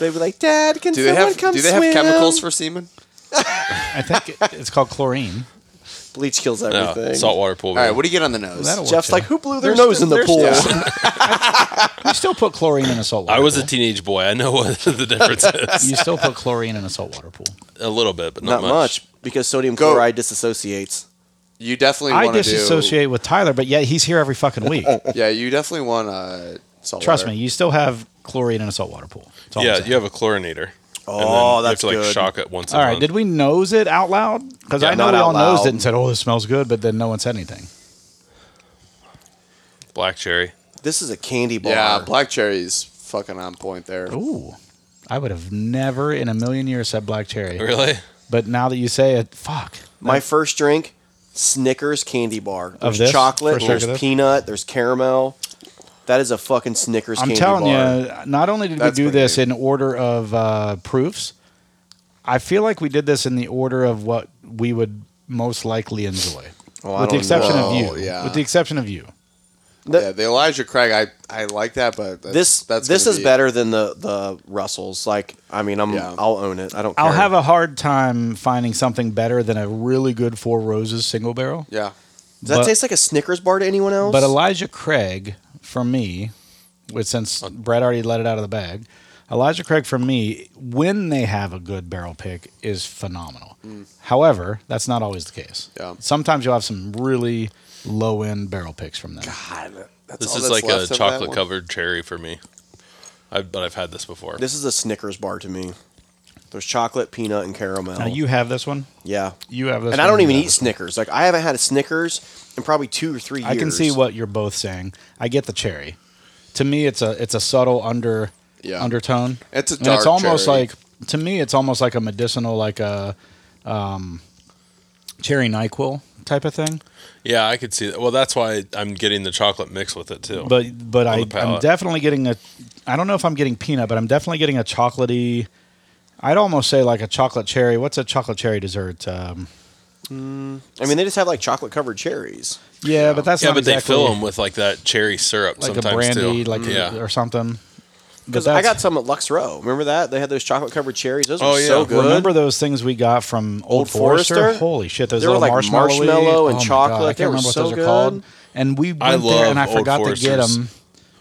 Speaker 3: They'd be like, Dad, can
Speaker 2: do they
Speaker 3: someone
Speaker 2: have
Speaker 3: come
Speaker 2: do they
Speaker 3: swim?
Speaker 2: have chemicals for semen?
Speaker 1: I think it, it's called chlorine.
Speaker 3: bleach kills
Speaker 4: no,
Speaker 3: everything?
Speaker 4: saltwater pool.
Speaker 2: All right, what do you get on the nose?
Speaker 1: That'll
Speaker 3: Jeff's
Speaker 1: work,
Speaker 3: like, who blew their nose in the
Speaker 1: there's
Speaker 3: pool? [laughs]
Speaker 1: You still put chlorine in a salt water
Speaker 4: I was a
Speaker 1: pool.
Speaker 4: teenage boy. I know [laughs] what the difference is.
Speaker 1: You still put chlorine in a saltwater
Speaker 3: [laughs]
Speaker 1: pool.
Speaker 4: A little bit, but
Speaker 3: Not
Speaker 4: not,
Speaker 3: much, because sodium
Speaker 2: Go.
Speaker 3: chloride disassociates.
Speaker 2: You definitely
Speaker 1: I
Speaker 2: want to
Speaker 1: disassociate with Tyler, but yet he's here every fucking
Speaker 3: [laughs]
Speaker 1: week.
Speaker 2: Do, yeah, you definitely want to. Salt
Speaker 1: Trust me,
Speaker 2: water.
Speaker 1: you still have chlorine in a saltwater pool. That's all I'm
Speaker 4: Yeah,
Speaker 1: saying.
Speaker 4: you have a chlorinator.
Speaker 3: Oh, that's
Speaker 4: and then you have to, like
Speaker 3: good.
Speaker 4: shock it once.
Speaker 1: All
Speaker 4: a
Speaker 1: right,
Speaker 4: month.
Speaker 1: did we nose it out loud? Because
Speaker 3: Yeah,
Speaker 1: I know
Speaker 3: not
Speaker 1: we
Speaker 3: out
Speaker 1: all nosed
Speaker 3: loud.
Speaker 1: it and said, "Oh, this smells good," but then no one said anything. [laughs]
Speaker 4: black cherry?
Speaker 3: This is a candy bar.
Speaker 2: Yeah, black cherry's fucking on point there.
Speaker 1: Ooh, I would have never in a million years said black cherry.
Speaker 4: Really?
Speaker 1: But now that you say it, fuck.
Speaker 3: My first drink, Snickers candy bar. There's
Speaker 1: this?
Speaker 3: chocolate,
Speaker 1: First drink of
Speaker 3: there's
Speaker 1: this?
Speaker 3: peanut, there's caramel. That is a fucking Snickers
Speaker 1: I'm
Speaker 3: candy
Speaker 1: telling
Speaker 3: bar.
Speaker 1: you, not only did
Speaker 2: That's
Speaker 1: we do
Speaker 2: pretty
Speaker 1: this
Speaker 2: good.
Speaker 1: in order of uh, proofs, I feel like we did this in the order of what we would most likely enjoy,
Speaker 3: Well, I
Speaker 1: with the
Speaker 3: don't
Speaker 1: exception
Speaker 3: know.
Speaker 1: of you.
Speaker 2: know. Yeah.
Speaker 1: With the exception of you,
Speaker 3: The-
Speaker 2: yeah, the Elijah Craig, I, I like that, but that's,
Speaker 3: This
Speaker 2: that's
Speaker 3: this
Speaker 2: gonna
Speaker 3: is
Speaker 2: be-
Speaker 3: better than the the Russells. Like, I mean, I'm
Speaker 2: Yeah.
Speaker 3: I'll own it. I don't.
Speaker 1: I'll
Speaker 3: care.
Speaker 1: have a hard time finding something better than a really good Four Roses single barrel.
Speaker 2: Yeah,
Speaker 3: Does that
Speaker 1: but-
Speaker 3: taste like a Snickers bar to anyone else?
Speaker 1: But Elijah Craig, for me, which since Brett already let it out of the bag, Elijah Craig, for me, when they have a good barrel pick, is phenomenal.
Speaker 3: Mm.
Speaker 1: However, that's not always the case.
Speaker 2: Yeah.
Speaker 1: Sometimes you'll have some really low end barrel picks from them.
Speaker 2: God, that's
Speaker 4: This
Speaker 2: all
Speaker 4: is
Speaker 2: that's
Speaker 4: like a
Speaker 2: left of that
Speaker 4: chocolate
Speaker 2: one.
Speaker 4: covered cherry for me. I but I've had this before.
Speaker 3: this is a Snickers bar to me. There's chocolate, peanut, and caramel.
Speaker 1: Now, you have this one.
Speaker 3: yeah,
Speaker 1: You have this
Speaker 3: and I don't
Speaker 1: one, you
Speaker 3: even
Speaker 1: have
Speaker 3: eat
Speaker 1: this
Speaker 3: Snickers. Like, I haven't had a Snickers in probably two or three
Speaker 1: one.
Speaker 3: years.
Speaker 1: I can see what you're both saying. I get the cherry. To me, it's a it's a subtle under
Speaker 2: Yeah.
Speaker 1: undertone.
Speaker 2: It's a
Speaker 1: And
Speaker 2: dark
Speaker 1: it's almost
Speaker 2: cherry.
Speaker 1: like to me, it's almost like a medicinal, like a um, cherry Nyquil type of thing.
Speaker 4: Yeah, I could see that. Well, that's why I'm getting the chocolate mix with it too.
Speaker 1: But but I,
Speaker 4: the
Speaker 1: I'm
Speaker 4: palate.
Speaker 1: definitely getting a. I don't know if I'm getting peanut, but I'm definitely getting a chocolatey. I'd almost say like a chocolate cherry. What's a chocolate cherry dessert? Um,
Speaker 3: I mean, they just have like chocolate covered cherries.
Speaker 1: yeah, but that's
Speaker 4: yeah,
Speaker 1: not
Speaker 4: but
Speaker 1: exactly
Speaker 4: they fill them with like that cherry syrup
Speaker 1: like a
Speaker 4: sometimes
Speaker 1: brandy,
Speaker 4: too. Mm,
Speaker 1: like a-
Speaker 4: yeah.
Speaker 1: or something. But
Speaker 3: Because I
Speaker 1: that's-
Speaker 3: got some at Lux Row. Remember that? They had those chocolate covered cherries. Those were
Speaker 4: Oh, yeah.
Speaker 3: so good.
Speaker 1: Remember those things we got from Old,
Speaker 3: Old
Speaker 1: Forester?
Speaker 3: Forester?
Speaker 1: Holy shit! Those
Speaker 3: They were
Speaker 1: little
Speaker 3: like
Speaker 1: marshmallow,
Speaker 3: marshmallow and
Speaker 1: oh my God,
Speaker 3: chocolate.
Speaker 1: I
Speaker 3: They
Speaker 1: can't
Speaker 3: were
Speaker 1: remember
Speaker 3: so
Speaker 1: what those
Speaker 3: good.
Speaker 1: are called. And we went
Speaker 4: I
Speaker 1: there, and I
Speaker 4: love Old
Speaker 1: forgot to get
Speaker 4: Foresters.
Speaker 1: them.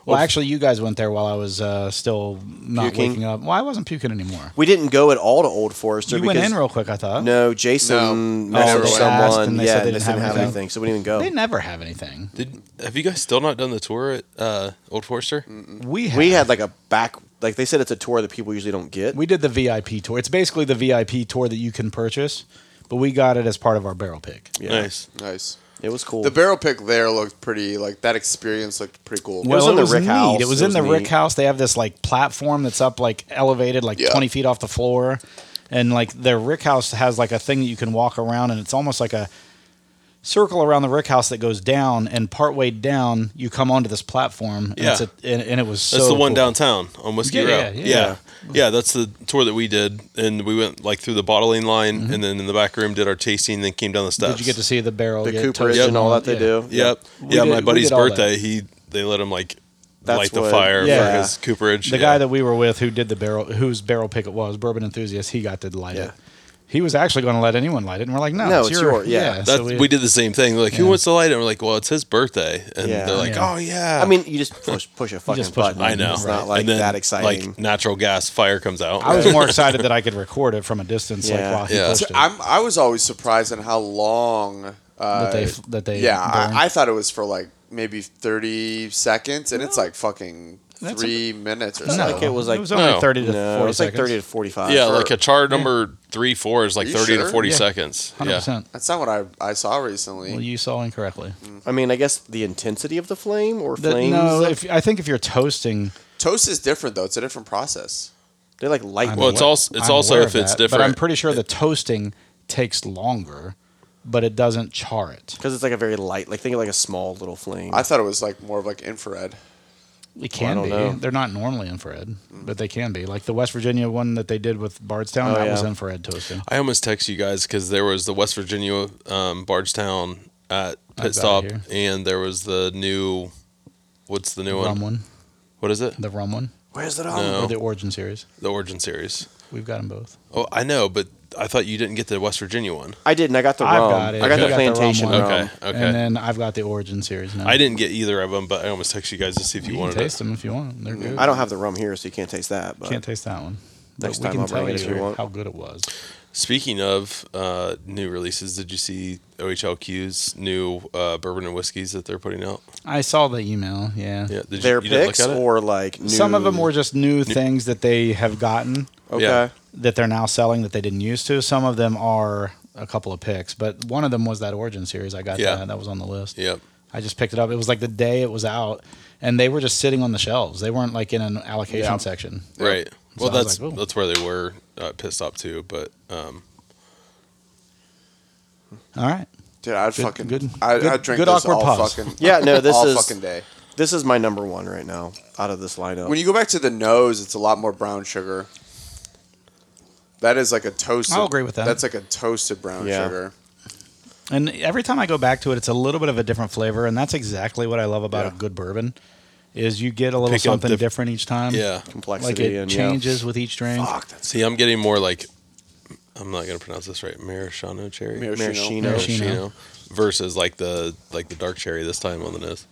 Speaker 1: Well,
Speaker 4: Old-
Speaker 1: actually, you guys went there while I was uh, still not
Speaker 3: Puking?
Speaker 1: waking up. Well, I wasn't puking anymore.
Speaker 3: We didn't go at all to Old Forester.
Speaker 1: You went
Speaker 3: because,
Speaker 1: in real quick, I thought.
Speaker 3: No, Jason
Speaker 2: No.
Speaker 3: messaged
Speaker 2: Oh, they
Speaker 1: asked,
Speaker 3: someone.
Speaker 1: and they
Speaker 3: yeah,
Speaker 1: said they didn't
Speaker 3: and didn't
Speaker 1: have
Speaker 3: have
Speaker 1: anything.
Speaker 3: anything, so we didn't even go.
Speaker 1: They never have anything.
Speaker 4: Did have you guys still not done the tour at uh, Old Forster?
Speaker 1: We have.
Speaker 3: we had like a back, like they said, it's a tour that people usually don't get.
Speaker 1: We did the VIP tour. It's basically the VIP tour that you can purchase, but we got it as part of our barrel pick.
Speaker 3: yeah,
Speaker 4: Nice.
Speaker 2: Nice.
Speaker 3: It was cool.
Speaker 2: The barrel pick there looked pretty. Like that experience looked pretty cool.
Speaker 3: was in the Rick
Speaker 1: neat.
Speaker 3: House.
Speaker 1: It was
Speaker 3: It
Speaker 1: in
Speaker 3: was
Speaker 1: the Rick
Speaker 3: neat.
Speaker 1: House. They have this like platform that's up like elevated, like
Speaker 2: Yeah.
Speaker 1: twenty feet off the floor, and like their Rick House has like a thing that you can walk around, and it's almost like a circle around the rick house that goes down, and partway down, you come onto this platform. And,
Speaker 4: Yeah.
Speaker 1: it's a, and, and it was so
Speaker 4: That's the one
Speaker 1: cool.
Speaker 4: downtown on Whiskey
Speaker 1: Yeah,
Speaker 4: Row.
Speaker 1: yeah,
Speaker 4: Yeah
Speaker 1: yeah.
Speaker 4: yeah. that's the tour that we did, and we went like through the bottling line, and then in the back room did our tasting, then came down the steps.
Speaker 1: Mm-hmm. Did you get to see the barrel?
Speaker 3: The
Speaker 1: get
Speaker 3: Cooperage
Speaker 1: toasted
Speaker 4: Yep.
Speaker 3: and all that they
Speaker 1: yeah.
Speaker 3: do.
Speaker 4: Yep.
Speaker 1: We
Speaker 4: yeah,
Speaker 1: did-
Speaker 4: my
Speaker 1: we
Speaker 4: buddy's
Speaker 1: did all that.
Speaker 4: birthday. He they let him like
Speaker 3: That's
Speaker 4: light the
Speaker 3: what-
Speaker 4: fire
Speaker 1: Yeah.
Speaker 4: for his Cooperage.
Speaker 1: The
Speaker 4: yeah.
Speaker 1: guy that we were with, who did the barrel, whose barrel pick it was, bourbon enthusiast, he got to light
Speaker 3: Yeah.
Speaker 1: it. He was actually going to let anyone light it, and we're like, no,
Speaker 3: No,
Speaker 1: it's,
Speaker 3: it's
Speaker 1: your,
Speaker 3: your- yeah.
Speaker 4: That's,
Speaker 1: so
Speaker 4: we, did the same thing. Like, who
Speaker 1: Yeah.
Speaker 4: wants to light it? And we're like, well, it's his birthday, and
Speaker 3: Yeah.
Speaker 4: they're like,
Speaker 1: Yeah.
Speaker 4: oh yeah.
Speaker 3: I mean, you just push push a fucking
Speaker 1: just push a
Speaker 3: button.
Speaker 4: I know.
Speaker 3: It's
Speaker 1: Right.
Speaker 3: not like
Speaker 4: And then,
Speaker 3: that exciting.
Speaker 4: Like natural gas fire comes out.
Speaker 1: I was more excited that I could record it from a distance, like
Speaker 3: Yeah.
Speaker 1: while he
Speaker 4: Yeah.
Speaker 1: pushed
Speaker 4: So
Speaker 1: it.
Speaker 2: I'm, I was always surprised at how long. Uh,
Speaker 1: that they f- that they
Speaker 2: yeah,
Speaker 1: burn.
Speaker 2: I, I thought it was for like maybe 30 seconds, and it's like fucking
Speaker 1: That's
Speaker 2: three minutes or
Speaker 1: No.
Speaker 2: something.
Speaker 3: like it was like-
Speaker 1: it was only
Speaker 4: No.
Speaker 1: thirty to
Speaker 3: no,
Speaker 1: forty
Speaker 3: it's like
Speaker 1: seconds.
Speaker 3: thirty to forty five.
Speaker 4: [laughs] yeah,
Speaker 2: for-
Speaker 4: like a char number three four is like
Speaker 2: Are you
Speaker 4: thirty
Speaker 2: sure?
Speaker 4: to forty
Speaker 1: Yeah.
Speaker 4: seconds.
Speaker 1: Hundred
Speaker 4: yeah.
Speaker 1: percent.
Speaker 2: That's not what I, I saw recently.
Speaker 1: Well, you saw incorrectly.
Speaker 3: I mean, I guess the intensity of the flame or
Speaker 1: The-
Speaker 3: flames.
Speaker 1: no, if, I think if you're toasting,
Speaker 2: Toast is different though; it's a different process.
Speaker 3: they like light.
Speaker 4: Well, it's
Speaker 1: aware-
Speaker 4: also it's
Speaker 1: I'm
Speaker 4: also
Speaker 1: aware
Speaker 4: if
Speaker 1: of
Speaker 4: it's
Speaker 1: that,
Speaker 4: different.
Speaker 1: But I'm pretty sure the toasting takes longer, but it doesn't char it.
Speaker 3: because it's like a very light. Like think of like a small little flame.
Speaker 2: I thought it was like more of like infrared.
Speaker 1: It can
Speaker 3: don't
Speaker 1: be.
Speaker 3: know.
Speaker 1: They're not normally infrared, but they can be. Like the West Virginia one that they did with Bardstown,
Speaker 3: Oh,
Speaker 1: that
Speaker 3: yeah.
Speaker 1: was infrared toasting.
Speaker 4: I almost text you guys because there was the West Virginia um, Bardstown
Speaker 1: got
Speaker 4: at
Speaker 1: it
Speaker 4: pit stop,
Speaker 1: here.
Speaker 4: and there was the new, what's the new
Speaker 1: Rum
Speaker 4: one?
Speaker 1: one,
Speaker 4: What is it?
Speaker 1: the rum one,
Speaker 3: Where's that
Speaker 4: No.
Speaker 3: on?
Speaker 1: or the Origin series.
Speaker 4: The Origin series.
Speaker 1: We've got them both.
Speaker 4: Oh, I know, but I thought you didn't get the West Virginia one.
Speaker 3: I didn't. I got the
Speaker 1: I've
Speaker 3: rum.
Speaker 1: got it.
Speaker 3: I got
Speaker 1: You
Speaker 3: the
Speaker 1: got the rum
Speaker 3: plantation
Speaker 1: one.
Speaker 3: rum.
Speaker 4: Okay, okay.
Speaker 1: And then I've got the Origin series now.
Speaker 4: I didn't get either of them, but I almost text you guys to see if you,
Speaker 1: You can
Speaker 4: wanted
Speaker 1: taste
Speaker 4: it.
Speaker 1: them if you want. They're good.
Speaker 3: I don't have the rum here, so you can't taste that. But
Speaker 1: Can't taste that one.
Speaker 3: Next
Speaker 1: but
Speaker 3: time
Speaker 1: we can
Speaker 3: I'll
Speaker 1: tell
Speaker 3: bring it if you
Speaker 1: you
Speaker 3: want.
Speaker 1: how good it was.
Speaker 4: Speaking of uh, new releases, did you see OHLQ's new uh, bourbon and whiskeys that they're putting out?
Speaker 1: I saw the email. Yeah.
Speaker 4: Yeah, did
Speaker 3: their
Speaker 4: you, you didn't
Speaker 3: picks
Speaker 4: look at it?
Speaker 3: or like new,
Speaker 1: Some of them were just new things that they have gotten
Speaker 3: okay.
Speaker 4: Yeah.
Speaker 1: that they're now selling that they didn't used to. Some of them are a couple of picks, but one of them was that Origin series. I got
Speaker 4: Yeah.
Speaker 1: that. That was on the list.
Speaker 4: Yep.
Speaker 1: I just picked it up. It was like the day it was out, and they were just sitting on the shelves. They weren't like in an allocation
Speaker 2: Yeah.
Speaker 1: section.
Speaker 4: Right. Well,
Speaker 1: So I was
Speaker 4: that's
Speaker 1: like, "Ooh."
Speaker 4: that's where they were uh, pissed off too. But um,
Speaker 1: All right.
Speaker 2: Dude, I'd
Speaker 1: Good-
Speaker 2: fucking
Speaker 1: good-
Speaker 2: I,
Speaker 1: good-
Speaker 2: I'd drink
Speaker 1: good
Speaker 2: this
Speaker 1: awkward
Speaker 2: all
Speaker 1: pause. [laughs]
Speaker 2: fucking
Speaker 3: Yeah, no, this
Speaker 2: all
Speaker 3: is-
Speaker 2: fucking day.
Speaker 3: This is my number one right now out of this lineup.
Speaker 2: When you go back to the nose, it's a lot more brown sugar. That is like a toasted.
Speaker 1: I'll agree with that.
Speaker 2: That's like a toasted brown
Speaker 3: Yeah.
Speaker 2: sugar.
Speaker 1: And every time I go back to it, it's a little bit of a different flavor, and that's exactly what I love about a good bourbon, is you get a little
Speaker 4: Pick up
Speaker 1: something
Speaker 4: diff-
Speaker 1: different each time.
Speaker 4: yeah.
Speaker 1: Like
Speaker 3: complexity
Speaker 1: it
Speaker 3: and yeah.
Speaker 1: changes with each drink.
Speaker 3: Fuck, that's
Speaker 4: See, I'm getting more like I'm not gonna pronounce this right. Maraschino cherry.
Speaker 2: Maraschino.
Speaker 3: maraschino.
Speaker 1: Maraschino.
Speaker 4: Versus like the like the dark cherry this time on the nose.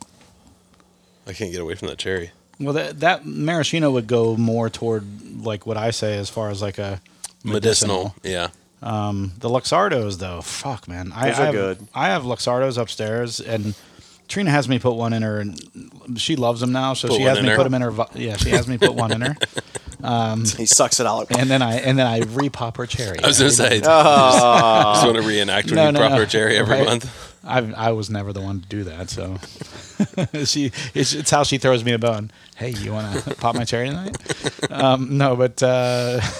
Speaker 4: I can't get away from that cherry.
Speaker 1: Well, that, that maraschino would go more toward like what I say as far as like a
Speaker 4: Medicinal. Yeah.
Speaker 1: The Luxardos, though, fuck man, I,
Speaker 3: Those
Speaker 1: I
Speaker 3: are
Speaker 1: have,
Speaker 3: good.
Speaker 1: I have Luxardos upstairs, and Trina has me put one in her, and she loves them now, so
Speaker 4: Put
Speaker 1: she
Speaker 4: one
Speaker 1: has
Speaker 4: in
Speaker 1: me
Speaker 4: her.
Speaker 1: put them in her. vi- Yeah, she has me put one
Speaker 4: [laughs]
Speaker 1: in her,
Speaker 3: [laughs] He sucks it out.
Speaker 1: and then I and then I repop her cherry.
Speaker 4: I was gonna
Speaker 1: [laughs]
Speaker 4: say I just want to reenact when
Speaker 1: No,
Speaker 4: you
Speaker 1: no,
Speaker 4: proper
Speaker 1: no.
Speaker 4: cherry every
Speaker 1: Right.
Speaker 4: month.
Speaker 1: I I was never the one to do that, so [laughs] she it's, it's how she throws me a bone. Hey, you want to [laughs] pop my cherry tonight? Um, no, but uh, [laughs]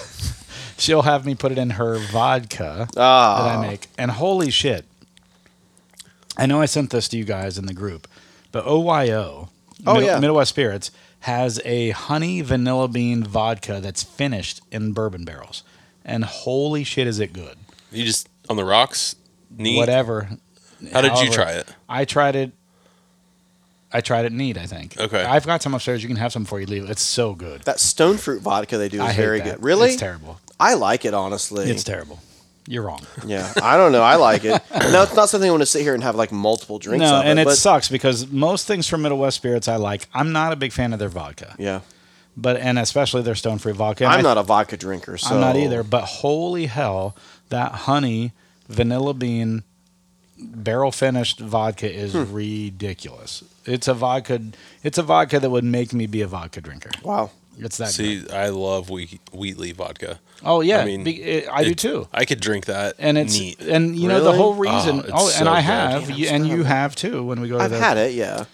Speaker 1: she'll have me put it in her vodka
Speaker 3: Ah.
Speaker 1: that I make, and holy shit! I know I sent this to you guys in the group, but OYO,
Speaker 3: Oh,
Speaker 1: Mid-
Speaker 3: yeah.
Speaker 1: Midwest Spirits has a honey vanilla bean vodka that's finished in bourbon barrels, and holy shit, is it good!
Speaker 4: You just on the rocks, neat.
Speaker 1: Whatever.
Speaker 4: How did
Speaker 1: However,
Speaker 4: you try it?
Speaker 1: I tried it. I tried it neat. I think.
Speaker 4: Okay.
Speaker 1: I've got some upstairs. You can have some before you leave. It's so good.
Speaker 3: That stone fruit vodka they do is
Speaker 1: I hate
Speaker 3: very
Speaker 1: that.
Speaker 3: good. Really?
Speaker 1: It's terrible.
Speaker 3: I like it honestly.
Speaker 1: It's terrible. You're
Speaker 3: [laughs]
Speaker 1: wrong.
Speaker 3: Yeah, I don't know. I like it. [laughs] now it's not something I want to sit here and have like multiple drinks.
Speaker 1: no,
Speaker 3: of
Speaker 1: and
Speaker 3: it,
Speaker 1: it
Speaker 3: but-
Speaker 1: sucks because most things from Middle West Spirits I like. I'm not a big fan of their vodka,
Speaker 3: Yeah,
Speaker 1: but and especially their stone free vodka. And
Speaker 3: I'm
Speaker 1: I-
Speaker 3: not a vodka drinker, so
Speaker 1: I'm not either. But holy hell, that honey vanilla bean barrel finished vodka is
Speaker 3: Hmm.
Speaker 1: ridiculous. It's a vodka. It's a vodka that would make me be a vodka drinker.
Speaker 3: Wow.
Speaker 1: It's that. good.
Speaker 4: See, I love Wheat, Wheatley vodka.
Speaker 1: Oh yeah,
Speaker 4: I mean,
Speaker 1: be- it- I do
Speaker 4: It-
Speaker 1: too.
Speaker 4: I could drink that.
Speaker 1: And it's
Speaker 4: neat.
Speaker 1: and you know the
Speaker 3: Really?
Speaker 1: whole reason.
Speaker 4: Oh, it's
Speaker 1: Oh, and
Speaker 4: so
Speaker 1: I
Speaker 4: good.
Speaker 1: have,
Speaker 3: Damn,
Speaker 1: you,
Speaker 3: it's
Speaker 1: and
Speaker 3: not
Speaker 1: you
Speaker 3: a-
Speaker 1: have too. When we go to
Speaker 3: I've
Speaker 1: the,
Speaker 3: had it. Yeah,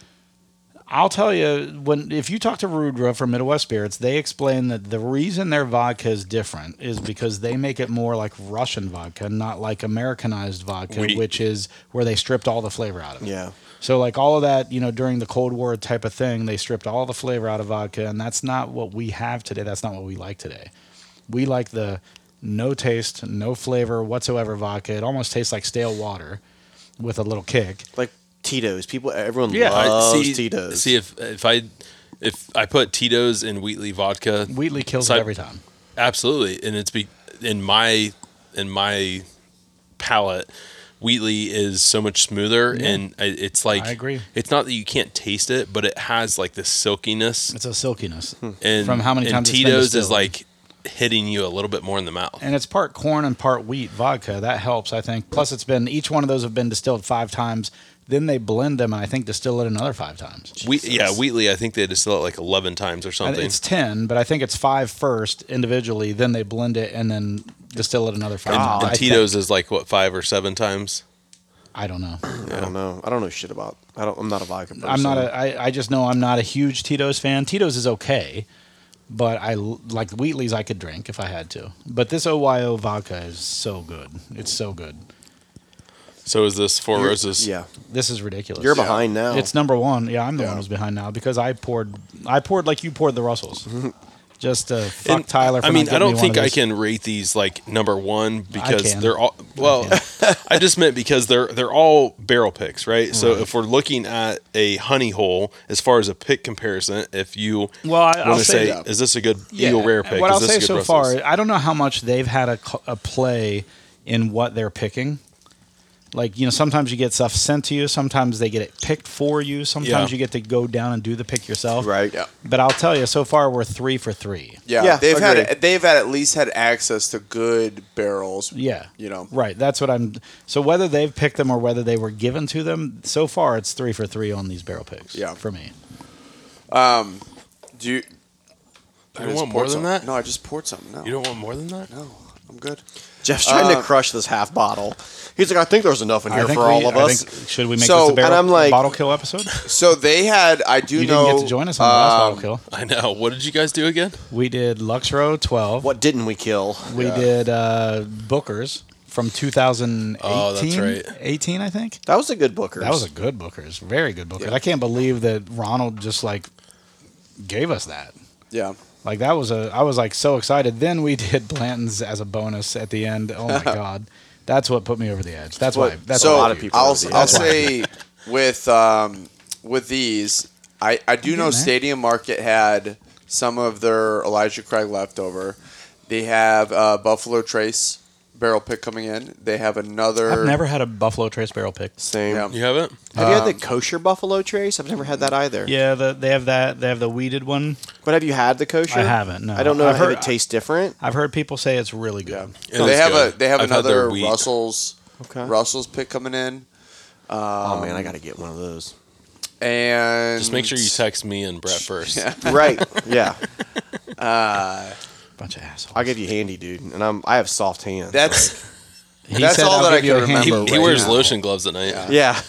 Speaker 1: I'll tell you when if you talk to Rudra from Midwest Spirits, they explain that the reason their vodka is different is because they make it more like Russian vodka, not like Americanized vodka,
Speaker 4: We-
Speaker 1: which is where they stripped all the flavor out of it.
Speaker 3: Yeah.
Speaker 1: So like all of that, you know, during the Cold War type of thing, they stripped all the flavor out of vodka, and that's not what we have today. That's not what we like today. We like the no taste, no flavor whatsoever vodka. It almost tastes like stale water with a little kick.
Speaker 3: Like Tito's. People, everyone
Speaker 1: Yeah. I
Speaker 3: loves
Speaker 4: see,
Speaker 3: Tito's.
Speaker 4: See if if I if I put Tito's in Wheatley vodka,
Speaker 1: Wheatley kills
Speaker 4: So
Speaker 1: it
Speaker 4: I-
Speaker 1: every time.
Speaker 4: absolutely, and it's be in my in my palate. Wheatley is so much smoother, and I- it's like
Speaker 1: I agree.
Speaker 4: It's not that you can't taste it, but it has like this silkiness,
Speaker 1: It's a silkiness.
Speaker 4: and
Speaker 1: From how many
Speaker 4: and
Speaker 1: times it's been
Speaker 4: Tito's is
Speaker 1: distilled.
Speaker 4: like hitting you a little bit more in the mouth.
Speaker 1: and it's part corn and part wheat vodka. That helps, I think. Plus, it's been each one of those have been distilled five times. Then they blend them, and I think distill it another five times.
Speaker 4: We, yeah, Wheatley. I think they distill it like eleven times or
Speaker 1: And
Speaker 4: something.
Speaker 1: It's ten, but I think it's five first individually. Then they blend it and then distill it another five.
Speaker 4: and,
Speaker 1: times.
Speaker 4: and
Speaker 1: Oh, I think-
Speaker 4: Tito's is like what five or seven times.
Speaker 1: I don't
Speaker 4: [clears throat]
Speaker 1: know.
Speaker 3: I don't know. I don't know shit about. I don't. I'm not a vodka person.
Speaker 1: I'm not a. I, I just know I'm not a huge Tito's fan. Tito's is okay, but I l- like Wheatley's. I could drink if I had to. But this OYO vodka is so good. It's so good.
Speaker 4: So is this 4
Speaker 3: You're-
Speaker 4: roses?
Speaker 3: Yeah,
Speaker 1: This is ridiculous.
Speaker 3: you're behind now.
Speaker 1: It's number one. Yeah, I'm the one who's behind now because I poured. I poured like you poured the [laughs] Russells. Just uh, fuck
Speaker 4: And,
Speaker 1: Tyler. For
Speaker 4: I
Speaker 1: not
Speaker 4: mean, I
Speaker 1: getting me
Speaker 4: don't
Speaker 1: one
Speaker 4: think
Speaker 1: of
Speaker 4: I
Speaker 1: these.
Speaker 4: can rate these like number one because
Speaker 1: can.
Speaker 4: they're all well. [laughs] I just meant because they're they're all barrel picks, right? So if we're looking at a honey hole as far as a pick comparison, if you
Speaker 1: Well, I- I'll
Speaker 4: want to
Speaker 1: say
Speaker 4: say,
Speaker 1: that-
Speaker 4: is this a good eagle rare pick?
Speaker 1: What
Speaker 4: is
Speaker 1: I'll
Speaker 4: this
Speaker 1: say
Speaker 4: a good
Speaker 1: so
Speaker 4: Brussels?
Speaker 1: far, I don't know how much they've had a, co- a play in what they're picking. Like you know, sometimes you get stuff sent to you. Sometimes they get it picked for you. Sometimes
Speaker 4: Yeah.
Speaker 1: you get to go down and do the pick yourself.
Speaker 3: right.
Speaker 2: Yeah.
Speaker 1: But I'll tell you, so far we're three for three.
Speaker 2: Yeah,
Speaker 3: Yeah,
Speaker 2: they've
Speaker 3: agreed.
Speaker 2: had they've had at least had access to good barrels.
Speaker 1: Yeah.
Speaker 2: you know,
Speaker 1: Right. That's what I'm. So whether they've picked them or whether they were given to them, so far it's three for three on these barrel picks.
Speaker 2: Yeah.
Speaker 1: For me.
Speaker 2: Do you? I
Speaker 4: you
Speaker 2: just
Speaker 4: want
Speaker 2: poured
Speaker 4: more than
Speaker 2: some.
Speaker 4: that?
Speaker 2: No, I just poured some. No,
Speaker 4: You don't want more than that?
Speaker 2: No, I'm good.
Speaker 3: Jeff's trying to crush this half bottle. He's like, I think there's enough in here
Speaker 1: I think
Speaker 3: for
Speaker 1: we-
Speaker 3: all of
Speaker 1: I
Speaker 3: us.
Speaker 1: think- should we make
Speaker 2: So-
Speaker 1: this a barrel,
Speaker 3: and I'm like-
Speaker 1: bottle kill episode?
Speaker 2: So they had. I do
Speaker 1: You
Speaker 2: know. um,
Speaker 1: didn't get to join us on the last bottle kill.
Speaker 4: [laughs] I know. What did you guys do again?
Speaker 1: We did Lux Row 12.
Speaker 3: what didn't we kill?
Speaker 1: We did uh, Booker's from 2018.
Speaker 4: Oh, that's right.
Speaker 1: 18, I think.
Speaker 3: That was a good Booker.
Speaker 1: That was a good Booker's. Very good Booker's. I can't believe that Ronald just like gave us that.
Speaker 2: Yeah.
Speaker 1: Like that was a I was like so excited. Then we [laughs] did Blanton's as a bonus at the end. Oh [laughs] my god. That's what put me over the edge. That's why that's
Speaker 2: so
Speaker 1: why
Speaker 3: a
Speaker 1: I
Speaker 3: lot of
Speaker 1: do.
Speaker 3: people
Speaker 2: I'll,
Speaker 3: over the
Speaker 2: I'll
Speaker 3: edge.
Speaker 2: say with um, with these, I, I do
Speaker 1: I'm
Speaker 2: know
Speaker 1: getting there.
Speaker 2: Stadium Market had some of their Elijah Craig leftover. They have uh, Buffalo Trace barrel pick coming in. They have another.
Speaker 1: I've never had a Buffalo Trace barrel pick.
Speaker 3: Same.
Speaker 2: Yeah.
Speaker 4: You haven't?
Speaker 3: Have you had the kosher buffalo trace? I've never had that either.
Speaker 1: Um, Yeah, the, they have that. They have the weeded one.
Speaker 3: But have you had the kosher?
Speaker 1: I haven't, no.
Speaker 3: I don't know
Speaker 1: I've
Speaker 3: if
Speaker 1: heard-
Speaker 3: it tastes different.
Speaker 1: I've heard people say it's really good.
Speaker 2: Yeah.
Speaker 4: It
Speaker 2: they
Speaker 4: is
Speaker 2: have a
Speaker 4: good.
Speaker 2: they have
Speaker 4: I've had their
Speaker 2: another
Speaker 4: wheat.
Speaker 2: Russell's
Speaker 3: Okay.
Speaker 2: Russell's pick coming in,
Speaker 3: oh man, I got to get one of those.
Speaker 2: and
Speaker 4: Just make sure you text me and Brett first.
Speaker 3: right. Yeah.
Speaker 1: Bunch of assholes.
Speaker 3: I'll give you handy, dude. And I'm I have soft hands.
Speaker 2: That's
Speaker 1: He
Speaker 2: that's
Speaker 1: said, "I'll
Speaker 2: all that I
Speaker 1: give you
Speaker 2: can
Speaker 1: a hand."
Speaker 4: [laughs] He,
Speaker 2: remember.
Speaker 4: he
Speaker 2: right
Speaker 4: wears
Speaker 2: now.
Speaker 4: lotion gloves at night.
Speaker 3: yeah.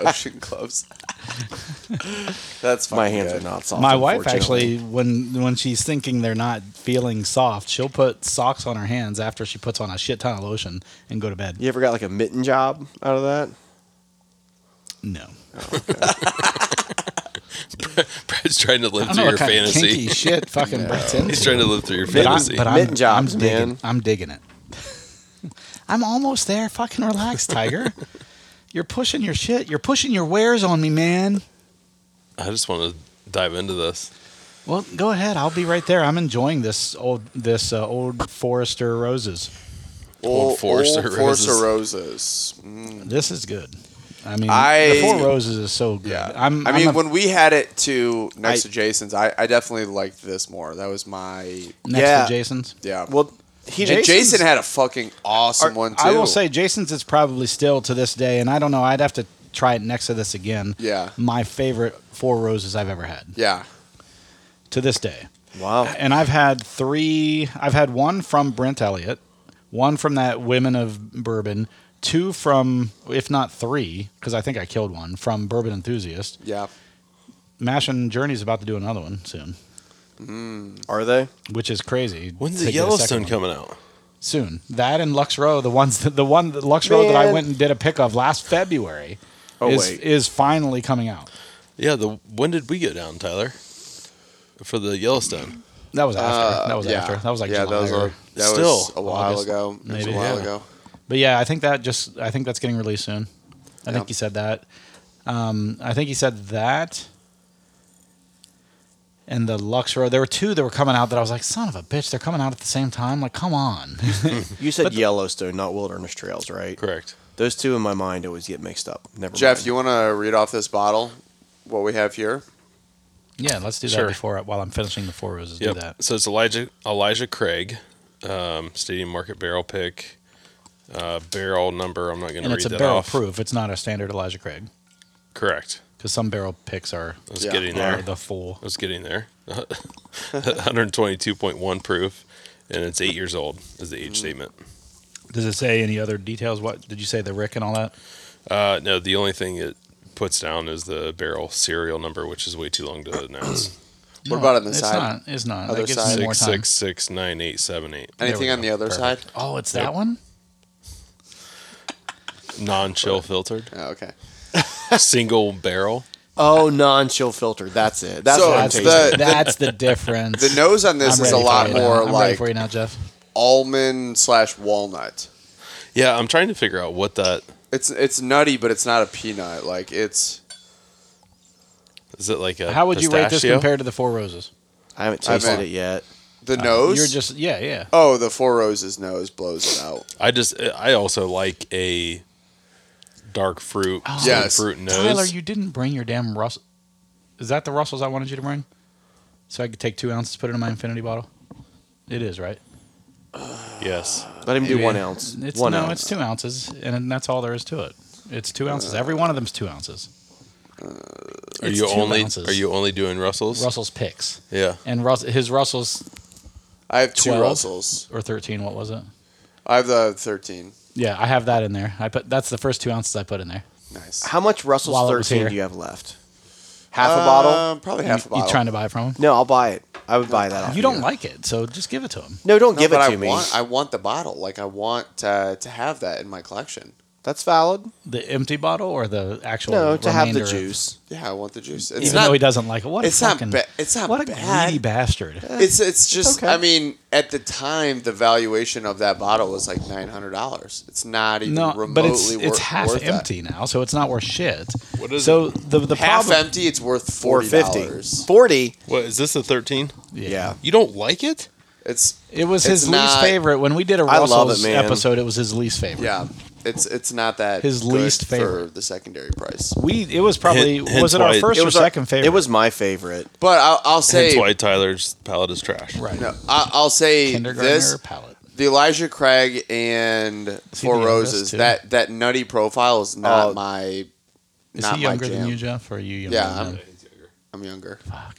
Speaker 2: ocean gloves. [laughs] That's
Speaker 3: My
Speaker 2: fucking
Speaker 3: hands
Speaker 2: good.
Speaker 3: are not soft.
Speaker 1: My wife
Speaker 3: unfortunately.
Speaker 1: actually, when when she's thinking they're not feeling soft, she'll put socks on her hands after she puts on a shit ton of lotion and go to bed.
Speaker 3: You ever got like a mitten job out of that?
Speaker 1: No,
Speaker 4: [laughs] Brett's trying to
Speaker 1: I
Speaker 4: live
Speaker 1: don't
Speaker 4: through
Speaker 1: know
Speaker 4: your
Speaker 1: what kind of
Speaker 4: fantasy.
Speaker 1: kinky shit
Speaker 4: [laughs]
Speaker 1: fucking Brett's into.
Speaker 4: He's trying to live through your
Speaker 1: but I'm,
Speaker 4: fantasy.
Speaker 1: but I'm,
Speaker 3: Mitten
Speaker 1: I'm
Speaker 3: jobs,
Speaker 1: digging,
Speaker 3: man.
Speaker 1: I'm digging it. [laughs] I'm almost there. Fucking relax, Tiger. [laughs] You're pushing your shit. You're pushing your wares on me, man.
Speaker 4: I just want to dive into this.
Speaker 1: Well, go ahead. I'll be right there. I'm enjoying this old this uh, old Forester roses.
Speaker 2: Old,
Speaker 4: Old Forester
Speaker 2: old Forester roses.
Speaker 4: roses.
Speaker 2: Mm,
Speaker 1: This is good. I mean,
Speaker 2: I-
Speaker 1: the four roses is so good.
Speaker 2: yeah,
Speaker 1: I'm,
Speaker 2: i
Speaker 1: I'm
Speaker 2: mean,
Speaker 1: a-
Speaker 2: when we had it to next to
Speaker 3: I-
Speaker 2: Jason's, I, I definitely liked this more. That was my
Speaker 1: next
Speaker 3: Yeah.
Speaker 1: to Jason's.
Speaker 2: yeah.
Speaker 3: Well, he
Speaker 2: And
Speaker 3: just
Speaker 2: Jason had a fucking awesome one too.
Speaker 1: I will say Jason's is probably still to this day, and I don't know. I'd have to try it next to this again.
Speaker 2: Yeah.
Speaker 1: my favorite four roses I've ever had
Speaker 2: yeah,
Speaker 1: to this day,
Speaker 3: Wow.
Speaker 1: and I've had three. I've had one from Brent Elliott, one from that Women of Bourbon, two from, if not three, because I think I killed one from Bourbon Enthusiast,
Speaker 2: yeah.
Speaker 1: Mash and Journey's about to do another one soon,
Speaker 3: Are they?
Speaker 1: which is crazy.
Speaker 4: When's
Speaker 1: to
Speaker 4: the
Speaker 1: get a second
Speaker 4: Yellowstone
Speaker 1: one.
Speaker 4: coming out?
Speaker 1: Soon. That and Lux Row, the ones that, the one that Lux Row that I
Speaker 3: Man.
Speaker 1: went and did a pick of last February,
Speaker 3: Oh,
Speaker 1: is
Speaker 3: wait.
Speaker 1: is finally coming out.
Speaker 4: Yeah, the when did we go down, Tyler? For the Yellowstone.
Speaker 1: That was after.
Speaker 2: Uh,
Speaker 1: that was
Speaker 2: yeah.
Speaker 1: after. That was like
Speaker 2: yeah,
Speaker 1: July.
Speaker 2: that was
Speaker 1: or-
Speaker 2: a, that was
Speaker 4: Still,
Speaker 2: a while
Speaker 1: August,
Speaker 2: ago. It was a
Speaker 1: maybe,
Speaker 2: while
Speaker 4: yeah.
Speaker 2: ago.
Speaker 1: But yeah, I think that just I think that's getting released soon. I
Speaker 2: Yeah.
Speaker 1: think he said that. Um, I think he said that. And the Lux Row, there were two that were coming out that I was like, son of a bitch, they're coming out at the same time. Like, come on. [laughs]
Speaker 3: You said Yellowstone, not Wilderness Trails, right?
Speaker 4: Correct.
Speaker 3: Those two in my mind always get mixed up. Never
Speaker 2: Jeff,
Speaker 3: mind.
Speaker 2: you want to read off this bottle? What we have here?
Speaker 1: yeah, let's do that
Speaker 4: Sure.
Speaker 1: before while I'm finishing the four roses.
Speaker 4: Yep.
Speaker 1: Do that.
Speaker 4: So it's Elijah Elijah Craig, um, Stadium Market barrel pick, uh, barrel number. I'm not going to
Speaker 1: And
Speaker 4: read
Speaker 1: it's a
Speaker 4: that
Speaker 1: barrel
Speaker 4: off.
Speaker 1: proof. It's not a standard Elijah Craig
Speaker 4: Correct.
Speaker 1: because some barrel picks are
Speaker 4: I was
Speaker 2: Yeah.
Speaker 4: getting
Speaker 1: are
Speaker 4: there.
Speaker 1: the full.
Speaker 4: I was getting there. [laughs] 122.1 proof, and it's eight years old is the age statement.
Speaker 1: Does it say any other details? What did you say? The Rick and all that?
Speaker 4: Uh, no, the only thing it puts down is the barrel serial number, which is way too long to
Speaker 1: [clears throat]
Speaker 4: announce.
Speaker 2: What about on the
Speaker 1: it's
Speaker 2: side?
Speaker 1: Not, it's not.
Speaker 2: Other
Speaker 1: that gives
Speaker 2: side?
Speaker 1: me more
Speaker 4: Six
Speaker 1: time.
Speaker 4: six six nine eight seven eight.
Speaker 1: we
Speaker 2: Anything on
Speaker 1: go.
Speaker 2: the other
Speaker 1: Perfect.
Speaker 2: side?
Speaker 1: Oh, it's
Speaker 4: Yep.
Speaker 1: that one?
Speaker 4: Non-chill filtered,
Speaker 2: Oh, okay.
Speaker 4: single barrel.
Speaker 3: Oh, non-chill filter. That's it. That's
Speaker 2: So
Speaker 3: what I'm
Speaker 2: Oh, it's
Speaker 3: tasting.
Speaker 2: the-
Speaker 1: That's the difference.
Speaker 2: [laughs] The nose on this
Speaker 1: I'm
Speaker 2: is a
Speaker 1: ready for
Speaker 2: lot
Speaker 1: you now.
Speaker 2: more
Speaker 1: I'm ready
Speaker 2: like
Speaker 1: for you now, Jeff.
Speaker 2: almond slash walnut.
Speaker 4: Yeah, I'm trying to figure out what that
Speaker 2: It's it's nutty, but it's not a peanut. Like it's
Speaker 4: is. It like a
Speaker 1: How would you rate this
Speaker 4: pistachio?
Speaker 1: compared to the Four Roses?
Speaker 3: I haven't
Speaker 2: I
Speaker 3: tasted
Speaker 2: haven't-
Speaker 3: it yet.
Speaker 2: the nose.
Speaker 1: Uh, You're just yeah, yeah.
Speaker 2: oh, the four roses nose blows it out.
Speaker 4: I just I also like a dark fruit, sweet
Speaker 2: Yes.
Speaker 4: fruit nose.
Speaker 1: Oh. Tyler, you didn't bring your damn Russell. Is that the Russells I wanted you to bring? So I could take two ounces, put it in my infinity bottle. It is right.
Speaker 4: yes,
Speaker 3: Let him do
Speaker 1: Yeah.
Speaker 3: one ounce.
Speaker 1: It's
Speaker 3: one
Speaker 1: no,
Speaker 3: ounce.
Speaker 1: it's two ounces, and then that's all there is to it. It's two ounces. Every one of them's two ounces.
Speaker 2: Uh,
Speaker 4: are
Speaker 1: It's
Speaker 4: you
Speaker 1: two
Speaker 4: only
Speaker 1: ounces.
Speaker 4: are you only doing Russells?
Speaker 1: Russell's picks
Speaker 4: Yeah,
Speaker 1: and Rus- his Russells
Speaker 2: I have two
Speaker 1: 12?
Speaker 2: Russells.
Speaker 1: or thirteen. What was it?
Speaker 2: I have the thirteen.
Speaker 1: Yeah, I have that in there. I put that's the first two ounces I put in there.
Speaker 2: Nice.
Speaker 3: How much Russell's
Speaker 1: While it was
Speaker 3: 13
Speaker 1: here.
Speaker 3: do you have left? Half a bottle?
Speaker 2: Uh, Probably half a
Speaker 1: you,
Speaker 2: bottle.
Speaker 1: you trying to buy it from him?
Speaker 3: No, I'll buy it. I would buy that. off
Speaker 1: You
Speaker 3: of
Speaker 1: don't like it, so just give it to him.
Speaker 3: No, don't
Speaker 2: No,
Speaker 3: give it
Speaker 2: but
Speaker 3: to
Speaker 2: I
Speaker 3: me.
Speaker 2: Want, I want the bottle. Like I want uh, to have that in my collection.
Speaker 3: That's valid.
Speaker 1: The empty bottle or the actual?
Speaker 3: No, to have the
Speaker 1: remainder of-
Speaker 3: juice.
Speaker 2: Yeah, I want the juice. It's
Speaker 1: Even
Speaker 2: not.
Speaker 1: though he doesn't like it, what
Speaker 2: it's
Speaker 1: a
Speaker 2: not
Speaker 1: fucking,
Speaker 2: ba- it's not
Speaker 1: what a
Speaker 2: bad.
Speaker 1: greedy bastard.
Speaker 2: It's it's just.
Speaker 3: Okay.
Speaker 2: I mean, at the time, the valuation of that bottle was like nine hundred dollars. It's not even
Speaker 1: No,
Speaker 2: remotely
Speaker 1: but it's
Speaker 2: wor-
Speaker 1: it's half
Speaker 2: worth that.
Speaker 1: empty now, so it's not worth shit.
Speaker 4: What is
Speaker 1: so the the
Speaker 2: Half
Speaker 1: problem?
Speaker 2: empty. It's worth forty
Speaker 3: 450.
Speaker 2: dollars.
Speaker 3: 40?
Speaker 4: What is this a thirteen?
Speaker 3: Yeah.
Speaker 4: You don't like it?
Speaker 2: It's
Speaker 1: It was
Speaker 2: It's
Speaker 1: his
Speaker 2: not-
Speaker 1: least favorite when we did a
Speaker 3: I love it,
Speaker 1: Russell's
Speaker 3: man.
Speaker 1: episode. It was his least favorite.
Speaker 2: yeah. It's it's not that
Speaker 1: His
Speaker 2: good
Speaker 1: least
Speaker 2: for
Speaker 1: favorite.
Speaker 2: the secondary price.
Speaker 1: we it was probably
Speaker 4: Hence-
Speaker 1: was it
Speaker 4: hence
Speaker 1: our
Speaker 4: why-
Speaker 1: first
Speaker 3: It
Speaker 1: or
Speaker 3: was our-
Speaker 1: second favorite?
Speaker 3: It was my favorite.
Speaker 2: But I'll, I'll say
Speaker 4: Hence why Tyler's palate is trash.
Speaker 1: right.
Speaker 2: no, I, I'll say
Speaker 1: Kindergartner
Speaker 2: this:
Speaker 1: palate.
Speaker 2: the Elijah Craig and
Speaker 1: he the
Speaker 2: Four
Speaker 1: youngest,
Speaker 2: Roses.
Speaker 1: too?
Speaker 2: That that nutty profile is not
Speaker 3: Oh.
Speaker 2: my.
Speaker 1: Is
Speaker 2: not
Speaker 1: he
Speaker 2: my
Speaker 1: younger than
Speaker 2: jam.
Speaker 1: you, Jeff, or are you younger?
Speaker 2: Yeah,
Speaker 1: than
Speaker 2: I'm-
Speaker 1: him?
Speaker 2: I'm younger.
Speaker 1: Fuck.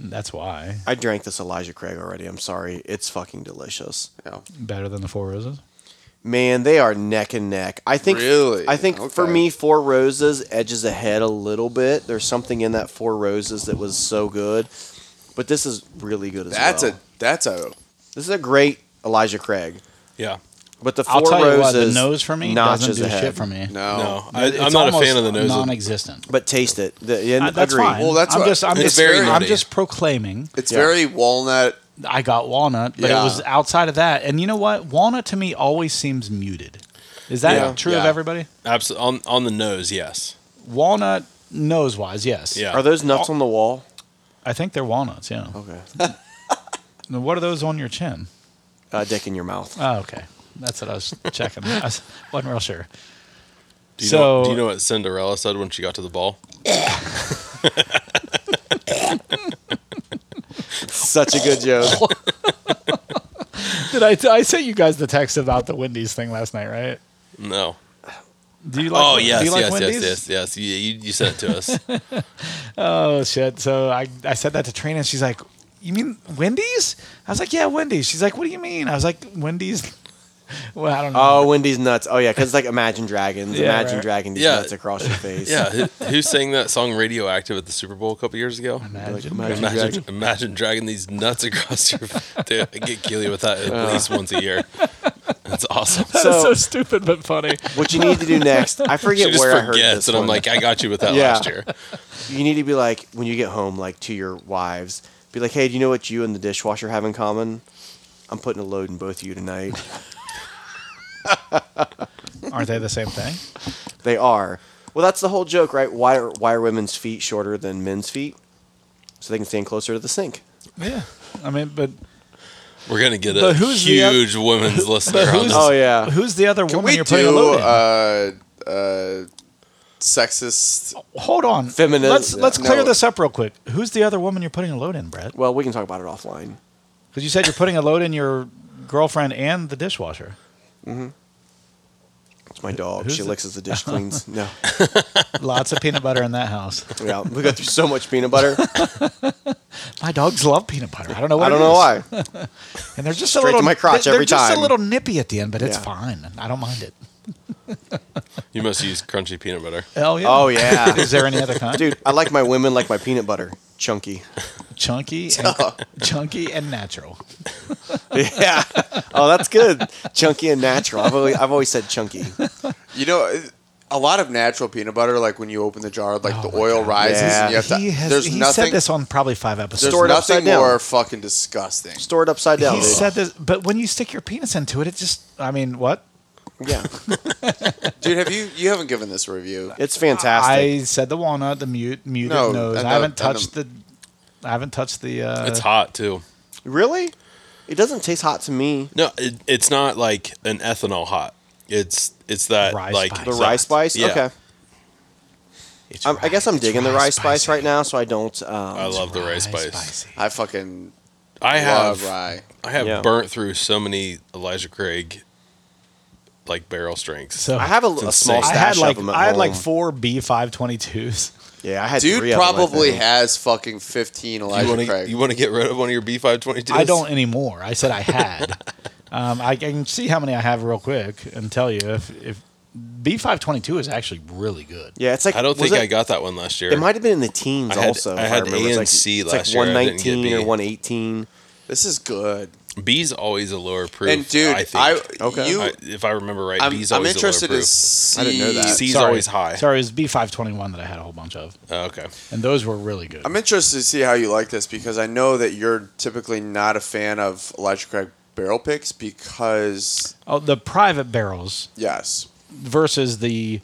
Speaker 1: That's why.
Speaker 3: I drank this Elijah Craig already. I'm sorry. It's fucking delicious.
Speaker 2: Yeah.
Speaker 1: Better than the Four Roses?
Speaker 3: Man, they are neck and neck. I think
Speaker 2: Really?
Speaker 3: I think for
Speaker 2: Okay.
Speaker 3: me Four Roses edges ahead a little bit. There's something in that Four Roses that was so good. But this is really good as
Speaker 2: That's
Speaker 3: well.
Speaker 2: a that's a
Speaker 3: This is a great Elijah Craig.
Speaker 4: Yeah.
Speaker 3: But the 4
Speaker 1: I'll tell you what,
Speaker 3: roses
Speaker 1: the nose for me doesn't
Speaker 3: notches
Speaker 1: do
Speaker 3: ahead.
Speaker 1: shit for me.
Speaker 2: no.
Speaker 4: No, I,
Speaker 1: It's
Speaker 4: I'm not a
Speaker 1: almost
Speaker 4: fan of the nose. of-
Speaker 1: Non-existent.
Speaker 3: But taste it. The, yeah,
Speaker 1: Uh, that's
Speaker 3: agreed.
Speaker 1: fine.
Speaker 2: Well, that's
Speaker 1: I'm
Speaker 2: what-
Speaker 1: just I'm
Speaker 4: it's
Speaker 1: just
Speaker 4: very
Speaker 1: I'm
Speaker 4: nutty.
Speaker 1: just proclaiming
Speaker 2: It's
Speaker 3: Yeah.
Speaker 2: very walnut.
Speaker 1: I got walnut, but
Speaker 2: Yeah.
Speaker 1: it was outside of that. And you know what? Walnut to me always seems muted. Is that
Speaker 2: Yeah.
Speaker 1: true of
Speaker 2: Yeah.
Speaker 1: everybody?
Speaker 4: Absol- on on the nose, yes.
Speaker 1: Walnut nose wise, yes.
Speaker 4: Yeah.
Speaker 3: Are those nuts on the wall?
Speaker 1: I think they're walnuts, yeah.
Speaker 3: Okay.
Speaker 1: Now, What are those on your chin?
Speaker 3: Uh, dick in your mouth. [laughs]
Speaker 1: Oh, okay. That's what I
Speaker 4: [laughs]
Speaker 1: was checking. I was, wasn't real sure.
Speaker 4: Do you,
Speaker 1: so
Speaker 4: know, do you know what Cinderella said when she got to the ball?
Speaker 3: Such a good joke.
Speaker 1: did I, I sent you guys the text about the Wendy's thing last night, right?
Speaker 4: No.
Speaker 1: Do you like?
Speaker 4: oh
Speaker 1: do
Speaker 4: yes,
Speaker 1: you like
Speaker 4: yes, yes,
Speaker 1: Wendy's?
Speaker 4: yes, yes. You, you, you sent it to
Speaker 1: [laughs]
Speaker 4: us.
Speaker 1: Oh shit! So I, I said that to Trina, and she's like, "You mean Wendy's?" [laughs] I was like, "Yeah, Wendy's." She's like, "What do you mean?" I was like, "Wendy's." Well, I don't know.
Speaker 3: Oh, Wendy's nuts. Oh yeah, because like Imagine Dragons,
Speaker 1: Yeah,
Speaker 3: Imagine
Speaker 1: right.
Speaker 3: Dragon these
Speaker 4: Yeah.
Speaker 3: nuts across
Speaker 4: [laughs]
Speaker 3: your face.
Speaker 4: Yeah, who, who sang that song "Radioactive" at the Super Bowl a couple years ago?
Speaker 3: Like,
Speaker 1: Imagine.
Speaker 3: imagine,
Speaker 4: Imagine,
Speaker 3: Dragon.
Speaker 4: imagine dragging these nuts across your. Dude, I get Keely with that at
Speaker 1: Uh.
Speaker 4: least once a year. That's
Speaker 1: [laughs]
Speaker 4: awesome.
Speaker 1: That is
Speaker 3: So-
Speaker 1: so stupid but funny.
Speaker 3: What you need to do next? I
Speaker 4: [laughs] She
Speaker 3: forget
Speaker 4: just
Speaker 3: where I heard
Speaker 4: forgets,
Speaker 3: this.
Speaker 4: and I'm
Speaker 3: one.
Speaker 4: like, I got
Speaker 1: [laughs]
Speaker 4: you with that
Speaker 3: Yeah.
Speaker 4: last year.
Speaker 3: you need to be like when you get home, like to your wives, be like, hey, do you know what you and the dishwasher have in common? I'm putting a load in both of you
Speaker 4: [laughs]
Speaker 3: tonight.
Speaker 1: [laughs] Aren't they the same thing?
Speaker 3: They are. Well, that's the whole joke, right? Why are, why are women's feet shorter than men's feet? So they can stand closer to the sink.
Speaker 1: Yeah. I mean, but
Speaker 4: We're gonna get a
Speaker 1: But who's the [laughs]
Speaker 4: huge women's listener on
Speaker 1: who's-
Speaker 4: this.
Speaker 3: Oh yeah.
Speaker 1: who's the other
Speaker 2: Can
Speaker 1: woman
Speaker 2: we
Speaker 1: you're putting a
Speaker 2: do
Speaker 1: load in?
Speaker 2: uh, uh, sexist?
Speaker 1: Hold on.
Speaker 3: Feminist-
Speaker 1: Let's let's
Speaker 2: No.
Speaker 1: clear this up real quick. Who's the other woman you're putting a load in, Brett?
Speaker 3: Well, we can talk about it offline.
Speaker 1: Because you said you're putting a load in your girlfriend and the dishwasher.
Speaker 3: It's my dog.
Speaker 1: Who's
Speaker 3: she
Speaker 1: it?
Speaker 3: licks as the
Speaker 4: [laughs]
Speaker 3: dish cleans. No.
Speaker 1: Lots of peanut butter in that house.
Speaker 3: Yeah, we go through so much peanut
Speaker 4: [laughs]
Speaker 3: butter.
Speaker 1: My dogs love peanut butter. I don't know why.
Speaker 3: I don't know why.
Speaker 1: And they're just a
Speaker 3: Straight to
Speaker 1: little
Speaker 3: my crotch
Speaker 1: they- they're
Speaker 3: every
Speaker 1: just
Speaker 3: time.
Speaker 1: a little nippy at the end, but it's
Speaker 3: Yeah.
Speaker 1: fine. I don't mind it.
Speaker 4: You must use crunchy peanut butter.
Speaker 1: Hell yeah.
Speaker 3: Oh yeah.
Speaker 1: Is there any other kind?
Speaker 3: [laughs] Dude, I like my women like my peanut butter.
Speaker 4: [laughs]
Speaker 3: Chunky.
Speaker 1: chunky,
Speaker 3: [laughs]
Speaker 1: and, chunky and natural.
Speaker 3: Yeah. Oh, that's good. Chunky and natural. I've always, I've always said chunky.
Speaker 2: You know, a lot of natural peanut butter, like when you open the jar, like
Speaker 1: Oh
Speaker 2: the
Speaker 1: my
Speaker 2: oil
Speaker 1: God.
Speaker 2: rises.
Speaker 3: Yeah.
Speaker 2: And you have to,
Speaker 1: he has.
Speaker 2: there's
Speaker 1: he
Speaker 2: nothing.
Speaker 1: said this on probably five episodes.
Speaker 2: there's
Speaker 3: Store it
Speaker 2: nothing
Speaker 3: upside down.
Speaker 2: more fucking disgusting.
Speaker 3: Store it upside down.
Speaker 1: he
Speaker 3: dude.
Speaker 1: said this, but when you stick your penis into it, it just—I mean, what?
Speaker 3: yeah.
Speaker 2: Dude, have you? You haven't given this a
Speaker 3: [laughs]
Speaker 2: review.
Speaker 3: It's fantastic.
Speaker 1: I said the walnut, the mute, muted
Speaker 2: No,
Speaker 1: nose.
Speaker 2: and
Speaker 1: I haven't
Speaker 2: the- and
Speaker 1: touched the. I haven't touched the. Uh,
Speaker 4: It's hot too.
Speaker 3: really? It doesn't taste hot to me.
Speaker 4: No, it, it's not like an ethanol hot. It's it's that
Speaker 1: Rice
Speaker 4: like
Speaker 1: spice.
Speaker 3: The
Speaker 4: that-
Speaker 3: rice spice?
Speaker 4: Yeah.
Speaker 3: Okay.
Speaker 1: it's
Speaker 3: I'm, I guess I'm
Speaker 1: it's
Speaker 3: digging the rice spice,
Speaker 1: spicy.
Speaker 3: right now, so I don't. Um,
Speaker 4: I love the rice spice.
Speaker 1: spicy.
Speaker 2: I fucking
Speaker 4: I
Speaker 2: love
Speaker 4: have
Speaker 2: rye.
Speaker 4: I have
Speaker 3: Yeah.
Speaker 4: burnt through so many Elijah Craig like barrel strengths.
Speaker 1: So
Speaker 3: I have a, a
Speaker 4: It's
Speaker 3: small
Speaker 4: insane.
Speaker 3: stash
Speaker 1: I had like
Speaker 3: of them at
Speaker 1: I had like
Speaker 3: home.
Speaker 1: four B five twenty
Speaker 3: [laughs]
Speaker 1: twos.
Speaker 3: Yeah, I had three
Speaker 2: Dude
Speaker 3: of them, I
Speaker 2: probably
Speaker 3: think.
Speaker 2: has fucking 15 Elijah
Speaker 4: you want to
Speaker 2: Craig.
Speaker 4: you want to get rid of one of your B five twenty two?
Speaker 1: I don't anymore. I
Speaker 3: [laughs]
Speaker 1: said I had. um, I can see how many I have real quick and tell you if, if B five twenty two is actually really good.
Speaker 3: Yeah, it's like
Speaker 4: I don't
Speaker 3: was
Speaker 4: think
Speaker 3: it-
Speaker 4: I got that one last year.
Speaker 3: It might have been in the teens
Speaker 4: I had-
Speaker 3: also.
Speaker 4: I
Speaker 3: if
Speaker 4: had
Speaker 3: remember.
Speaker 4: A
Speaker 3: It's
Speaker 4: and
Speaker 3: like,
Speaker 4: C
Speaker 3: it's
Speaker 4: last
Speaker 3: like
Speaker 4: year, I didn't get
Speaker 3: 119 or
Speaker 4: B.
Speaker 3: 118.
Speaker 2: this is good.
Speaker 4: B's always a lower proof.
Speaker 2: And dude,
Speaker 4: I, think.
Speaker 2: I,
Speaker 3: Okay.
Speaker 2: you,
Speaker 4: I- if I remember right,
Speaker 2: I'm,
Speaker 4: B's
Speaker 2: I'm
Speaker 4: always
Speaker 2: interested
Speaker 4: a
Speaker 2: to
Speaker 4: lower proof.
Speaker 2: see.
Speaker 3: I didn't know that.
Speaker 4: C's always high.
Speaker 1: Sorry, it was B five twenty one that I had a whole bunch of,
Speaker 4: Oh, okay.
Speaker 1: and those were really good.
Speaker 2: I'm interested to see how you like this because I know that you're typically not a fan of Elijah Craig barrel picks because
Speaker 1: oh, the private barrels
Speaker 2: yes,
Speaker 1: versus the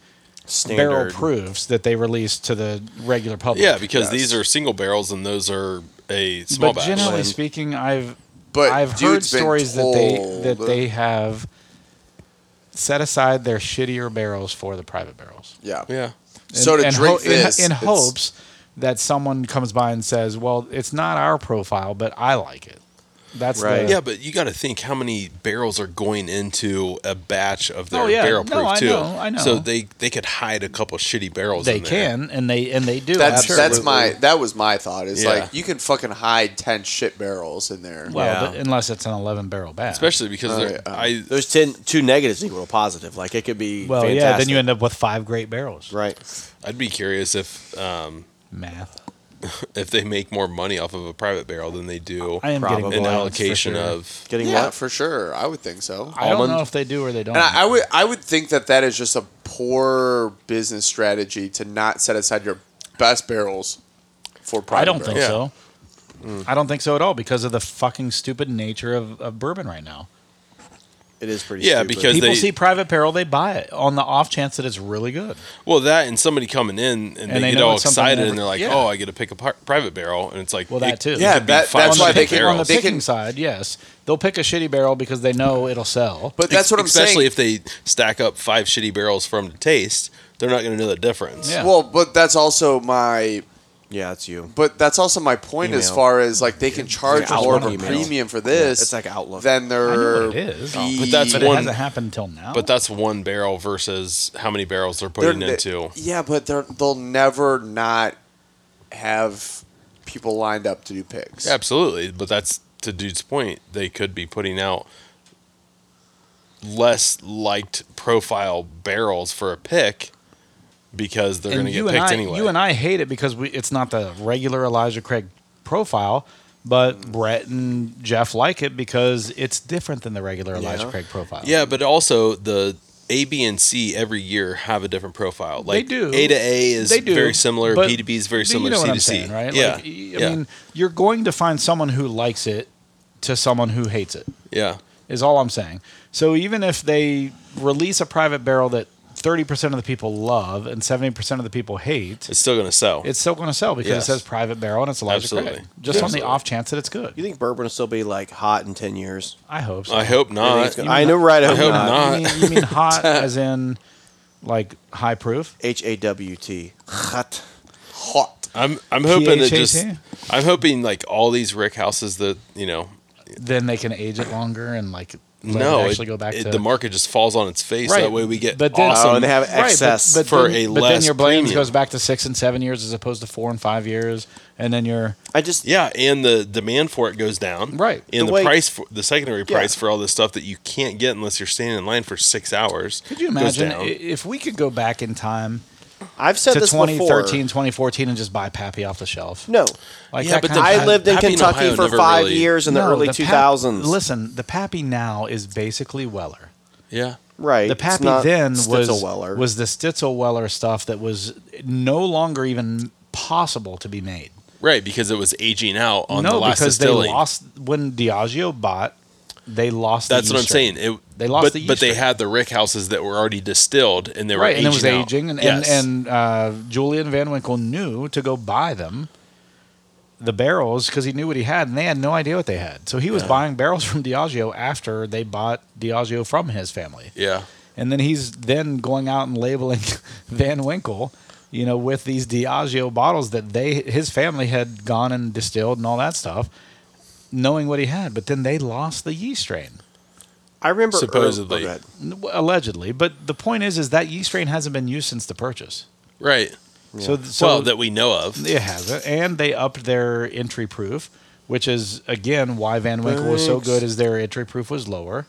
Speaker 3: Standard.
Speaker 1: barrel proofs that they release to the regular public.
Speaker 4: Yeah, because
Speaker 2: Yes.
Speaker 4: these are single barrels and those are a small
Speaker 1: but
Speaker 4: batch.
Speaker 1: generally
Speaker 3: Blend.
Speaker 1: speaking, I've
Speaker 2: But
Speaker 1: I've heard
Speaker 2: dude's been
Speaker 1: stories that they
Speaker 2: told-
Speaker 1: that they have set aside their shittier barrels for the private barrels.
Speaker 2: yeah,
Speaker 4: yeah.
Speaker 2: So to drink
Speaker 1: in-
Speaker 2: this,
Speaker 1: in,
Speaker 2: it's-
Speaker 1: hopes that someone comes by and says, "Well, it's not our profile, but I like it." That's
Speaker 3: Right.
Speaker 1: The,
Speaker 4: Yeah, but you got to think how many barrels are going into a batch of their
Speaker 1: Oh, yeah.
Speaker 4: barrel
Speaker 1: No,
Speaker 4: proof
Speaker 1: I
Speaker 4: too.
Speaker 1: know, I know.
Speaker 4: So they they could hide a couple shitty barrels.
Speaker 1: they
Speaker 4: in there.
Speaker 1: can and they and they do.
Speaker 2: That's
Speaker 1: I'm sure.
Speaker 2: that's my that was my thought. Is
Speaker 4: Yeah.
Speaker 2: like you can fucking hide ten shit barrels in there.
Speaker 1: well,
Speaker 4: Yeah.
Speaker 1: but unless it's an eleven barrel batch.
Speaker 4: especially
Speaker 1: Oh,
Speaker 4: because they're
Speaker 2: yeah.
Speaker 4: I
Speaker 3: Those 10, two negatives equal a positive. Like it could be.
Speaker 1: well, yeah. Then
Speaker 3: fantastic.
Speaker 1: you end up with five great barrels.
Speaker 3: Right.
Speaker 4: I'd be curious if um,
Speaker 1: Math.
Speaker 4: if they make more money off of a private barrel than they do
Speaker 1: I am
Speaker 3: Probably.
Speaker 1: getting
Speaker 4: an
Speaker 1: boiled, for
Speaker 4: allocation
Speaker 1: sure.
Speaker 4: of.
Speaker 3: Getting
Speaker 2: yeah,
Speaker 3: what?
Speaker 2: for sure. I would think so.
Speaker 1: I don't
Speaker 3: almond.
Speaker 1: know if they do or they don't.
Speaker 2: And I, I would I would think that that is just a poor business strategy to not set aside your best barrels for private.
Speaker 1: I don't think
Speaker 2: barrels.
Speaker 1: so. I don't think so at all because of the fucking stupid nature of, of bourbon right now.
Speaker 3: It is pretty.
Speaker 4: Yeah,
Speaker 3: stupid.
Speaker 4: because-
Speaker 1: People
Speaker 4: they-
Speaker 1: see private barrel, they buy it on the off chance that it's really good.
Speaker 4: Well, that and somebody coming in and, they,
Speaker 1: they
Speaker 4: get
Speaker 1: know
Speaker 4: all
Speaker 1: it's something
Speaker 4: excited
Speaker 1: every-
Speaker 4: and they're like,
Speaker 1: yeah.
Speaker 4: "Oh, I get to pick a par- private barrel," and it's like,
Speaker 1: Well, that
Speaker 4: it-
Speaker 1: too.
Speaker 4: it
Speaker 2: Yeah,
Speaker 4: could be
Speaker 2: that-
Speaker 4: five
Speaker 2: that's
Speaker 1: on
Speaker 2: why
Speaker 1: the,
Speaker 4: shitty
Speaker 2: they
Speaker 1: picking,
Speaker 2: can-
Speaker 1: on the
Speaker 4: barrels.
Speaker 2: they
Speaker 1: picking
Speaker 2: can-
Speaker 1: side, yes, they'll pick a shitty barrel because they know it'll sell.
Speaker 2: But that's what I'm
Speaker 4: Especially
Speaker 2: saying.
Speaker 4: if they stack up five shitty barrels from to taste, they're not going to know the difference.
Speaker 1: Yeah.
Speaker 2: well, but that's also my
Speaker 3: yeah, it's you.
Speaker 2: But that's also my point as
Speaker 3: Email.
Speaker 2: far as like they can charge
Speaker 3: Yeah,
Speaker 2: more of a
Speaker 3: Outlook email.
Speaker 2: premium for this.
Speaker 3: Yeah, it's like Outlook.
Speaker 1: I
Speaker 2: Than
Speaker 1: know
Speaker 2: their
Speaker 1: what it is,
Speaker 2: fee-
Speaker 4: But that's
Speaker 1: but it
Speaker 4: one-
Speaker 1: hasn't happened until now.
Speaker 4: But that's one barrel versus how many barrels they're
Speaker 2: they're-
Speaker 4: putting into.
Speaker 2: Yeah, but they're, they'll never not have people lined up to do picks.
Speaker 4: Absolutely, but that's to dude's point. They could be putting out less liked profile barrels for a pick because they're going to get picked
Speaker 1: and I,
Speaker 4: anyway.
Speaker 1: You and I hate it because we, it's not the regular Elijah Craig profile, but
Speaker 4: Mm.
Speaker 1: Brett and Jeff like it because it's different than the regular Elijah
Speaker 3: Yeah.
Speaker 1: Craig profile.
Speaker 4: Yeah, but also the A, B, and C every year have a different profile. Like
Speaker 1: do.
Speaker 4: A to A is
Speaker 1: They do,
Speaker 4: very similar.
Speaker 1: but-
Speaker 4: B to B is very
Speaker 1: But
Speaker 4: similar.
Speaker 1: You know
Speaker 4: C
Speaker 1: what
Speaker 4: to
Speaker 1: I'm
Speaker 4: C,
Speaker 1: saying, right?
Speaker 4: Yeah,
Speaker 1: Like, y- I
Speaker 4: yeah,
Speaker 1: mean, you're going to find someone who likes it to someone who hates it.
Speaker 4: yeah.
Speaker 1: Is all I'm saying. So even if they release a private barrel that 30% of the people love and 70% of the people hate,
Speaker 4: It's still going to sell.
Speaker 1: it's still going to sell because
Speaker 4: Yes.
Speaker 1: it says private barrel and it's Elijah
Speaker 4: Absolutely.
Speaker 1: Craig. Just on
Speaker 4: Absolutely.
Speaker 1: the off chance that it's good.
Speaker 3: You think bourbon will still be like hot in ten years?
Speaker 1: I hope so.
Speaker 4: I hope
Speaker 3: I,
Speaker 4: not.
Speaker 3: think it's gonna- I know, right? I hope,
Speaker 4: hope
Speaker 3: not.
Speaker 4: not.
Speaker 1: You mean, you
Speaker 4: [laughs]
Speaker 1: mean hot as in like high proof?
Speaker 3: H a w t. Hot.
Speaker 2: Hot.
Speaker 4: I'm I'm hoping that
Speaker 1: PHAT?
Speaker 4: just I'm hoping like all these rick houses that you know
Speaker 1: Then they can age it longer and like let
Speaker 4: no
Speaker 1: it
Speaker 4: it-
Speaker 1: actually go back
Speaker 4: it-
Speaker 1: to
Speaker 4: the market just falls on its face
Speaker 1: Right.
Speaker 4: that way we get
Speaker 1: But then-
Speaker 4: awesome
Speaker 3: Oh, and they have excess.
Speaker 1: but, but
Speaker 4: for
Speaker 1: then,
Speaker 4: a
Speaker 1: but then
Speaker 4: less
Speaker 1: your blend
Speaker 4: premium.
Speaker 1: goes back to six and seven years as opposed to four and five years, and then you're
Speaker 3: I just
Speaker 4: yeah and the demand for it goes down
Speaker 1: Right.
Speaker 4: and
Speaker 3: The
Speaker 4: the,
Speaker 3: way-
Speaker 4: price for the secondary
Speaker 3: Yeah.
Speaker 4: price for all this stuff that you can't get unless you're standing in line for six hours
Speaker 1: could you
Speaker 4: goes
Speaker 1: imagine i-
Speaker 4: down.
Speaker 1: if we could go back in time
Speaker 3: I've said
Speaker 1: to
Speaker 3: this
Speaker 1: 2013,
Speaker 3: before.
Speaker 1: 2014 and just buy Pappy off the shelf?
Speaker 3: No,
Speaker 1: Like
Speaker 4: Yeah,
Speaker 1: that
Speaker 4: but
Speaker 1: kind
Speaker 4: the
Speaker 1: of-
Speaker 3: I
Speaker 4: Pap-
Speaker 3: lived in
Speaker 4: Pappy in
Speaker 3: Kentucky
Speaker 4: Ohio
Speaker 3: for
Speaker 4: never
Speaker 3: five
Speaker 4: really-
Speaker 3: years in the
Speaker 1: No,
Speaker 3: early
Speaker 1: Pap-
Speaker 3: two thousands.
Speaker 1: listen, the Pappy now is basically Weller.
Speaker 4: yeah
Speaker 3: right?
Speaker 1: The
Speaker 3: it's
Speaker 1: Pappy
Speaker 3: not
Speaker 1: then was
Speaker 3: Stitzelweller.
Speaker 1: was the Stitzelweller stuff that was no longer even possible to be made.
Speaker 4: right because it was aging out on
Speaker 1: no,
Speaker 4: the last
Speaker 1: because
Speaker 4: distilling
Speaker 1: they lost when Diageo bought. They lost. the
Speaker 4: that's what I'm
Speaker 1: yeast strain.
Speaker 4: saying it
Speaker 1: They lost
Speaker 4: but,
Speaker 1: the yeast
Speaker 4: but they
Speaker 1: strain.
Speaker 4: had the rick houses that were already distilled and they were
Speaker 1: right, and
Speaker 4: aging
Speaker 1: it was
Speaker 4: out.
Speaker 1: aging, and
Speaker 4: Yes.
Speaker 1: and, and uh, Julian Van Winkle knew to go buy them. The barrels, because he knew what he had, and they had no idea what they had. So he was buying barrels from Diageo after they bought Diageo from his family.
Speaker 4: yeah
Speaker 1: And then he's then going out and labeling [laughs] Van Winkle, you know, with these Diageo bottles that they his family had gone and distilled and all that stuff, knowing what he had. But then they lost the yeast strain,
Speaker 3: I remember ear-
Speaker 4: Supposedly.
Speaker 3: oh, go ahead.
Speaker 1: n- allegedly. But the point is, is that yeast strain hasn't been used since the purchase.
Speaker 4: right
Speaker 1: So, th- so
Speaker 4: well that we know of
Speaker 1: it hasn't, and they upped their entry proof, which is again why Van Winkle was so
Speaker 3: Thanks.
Speaker 1: good, is their entry proof was lower.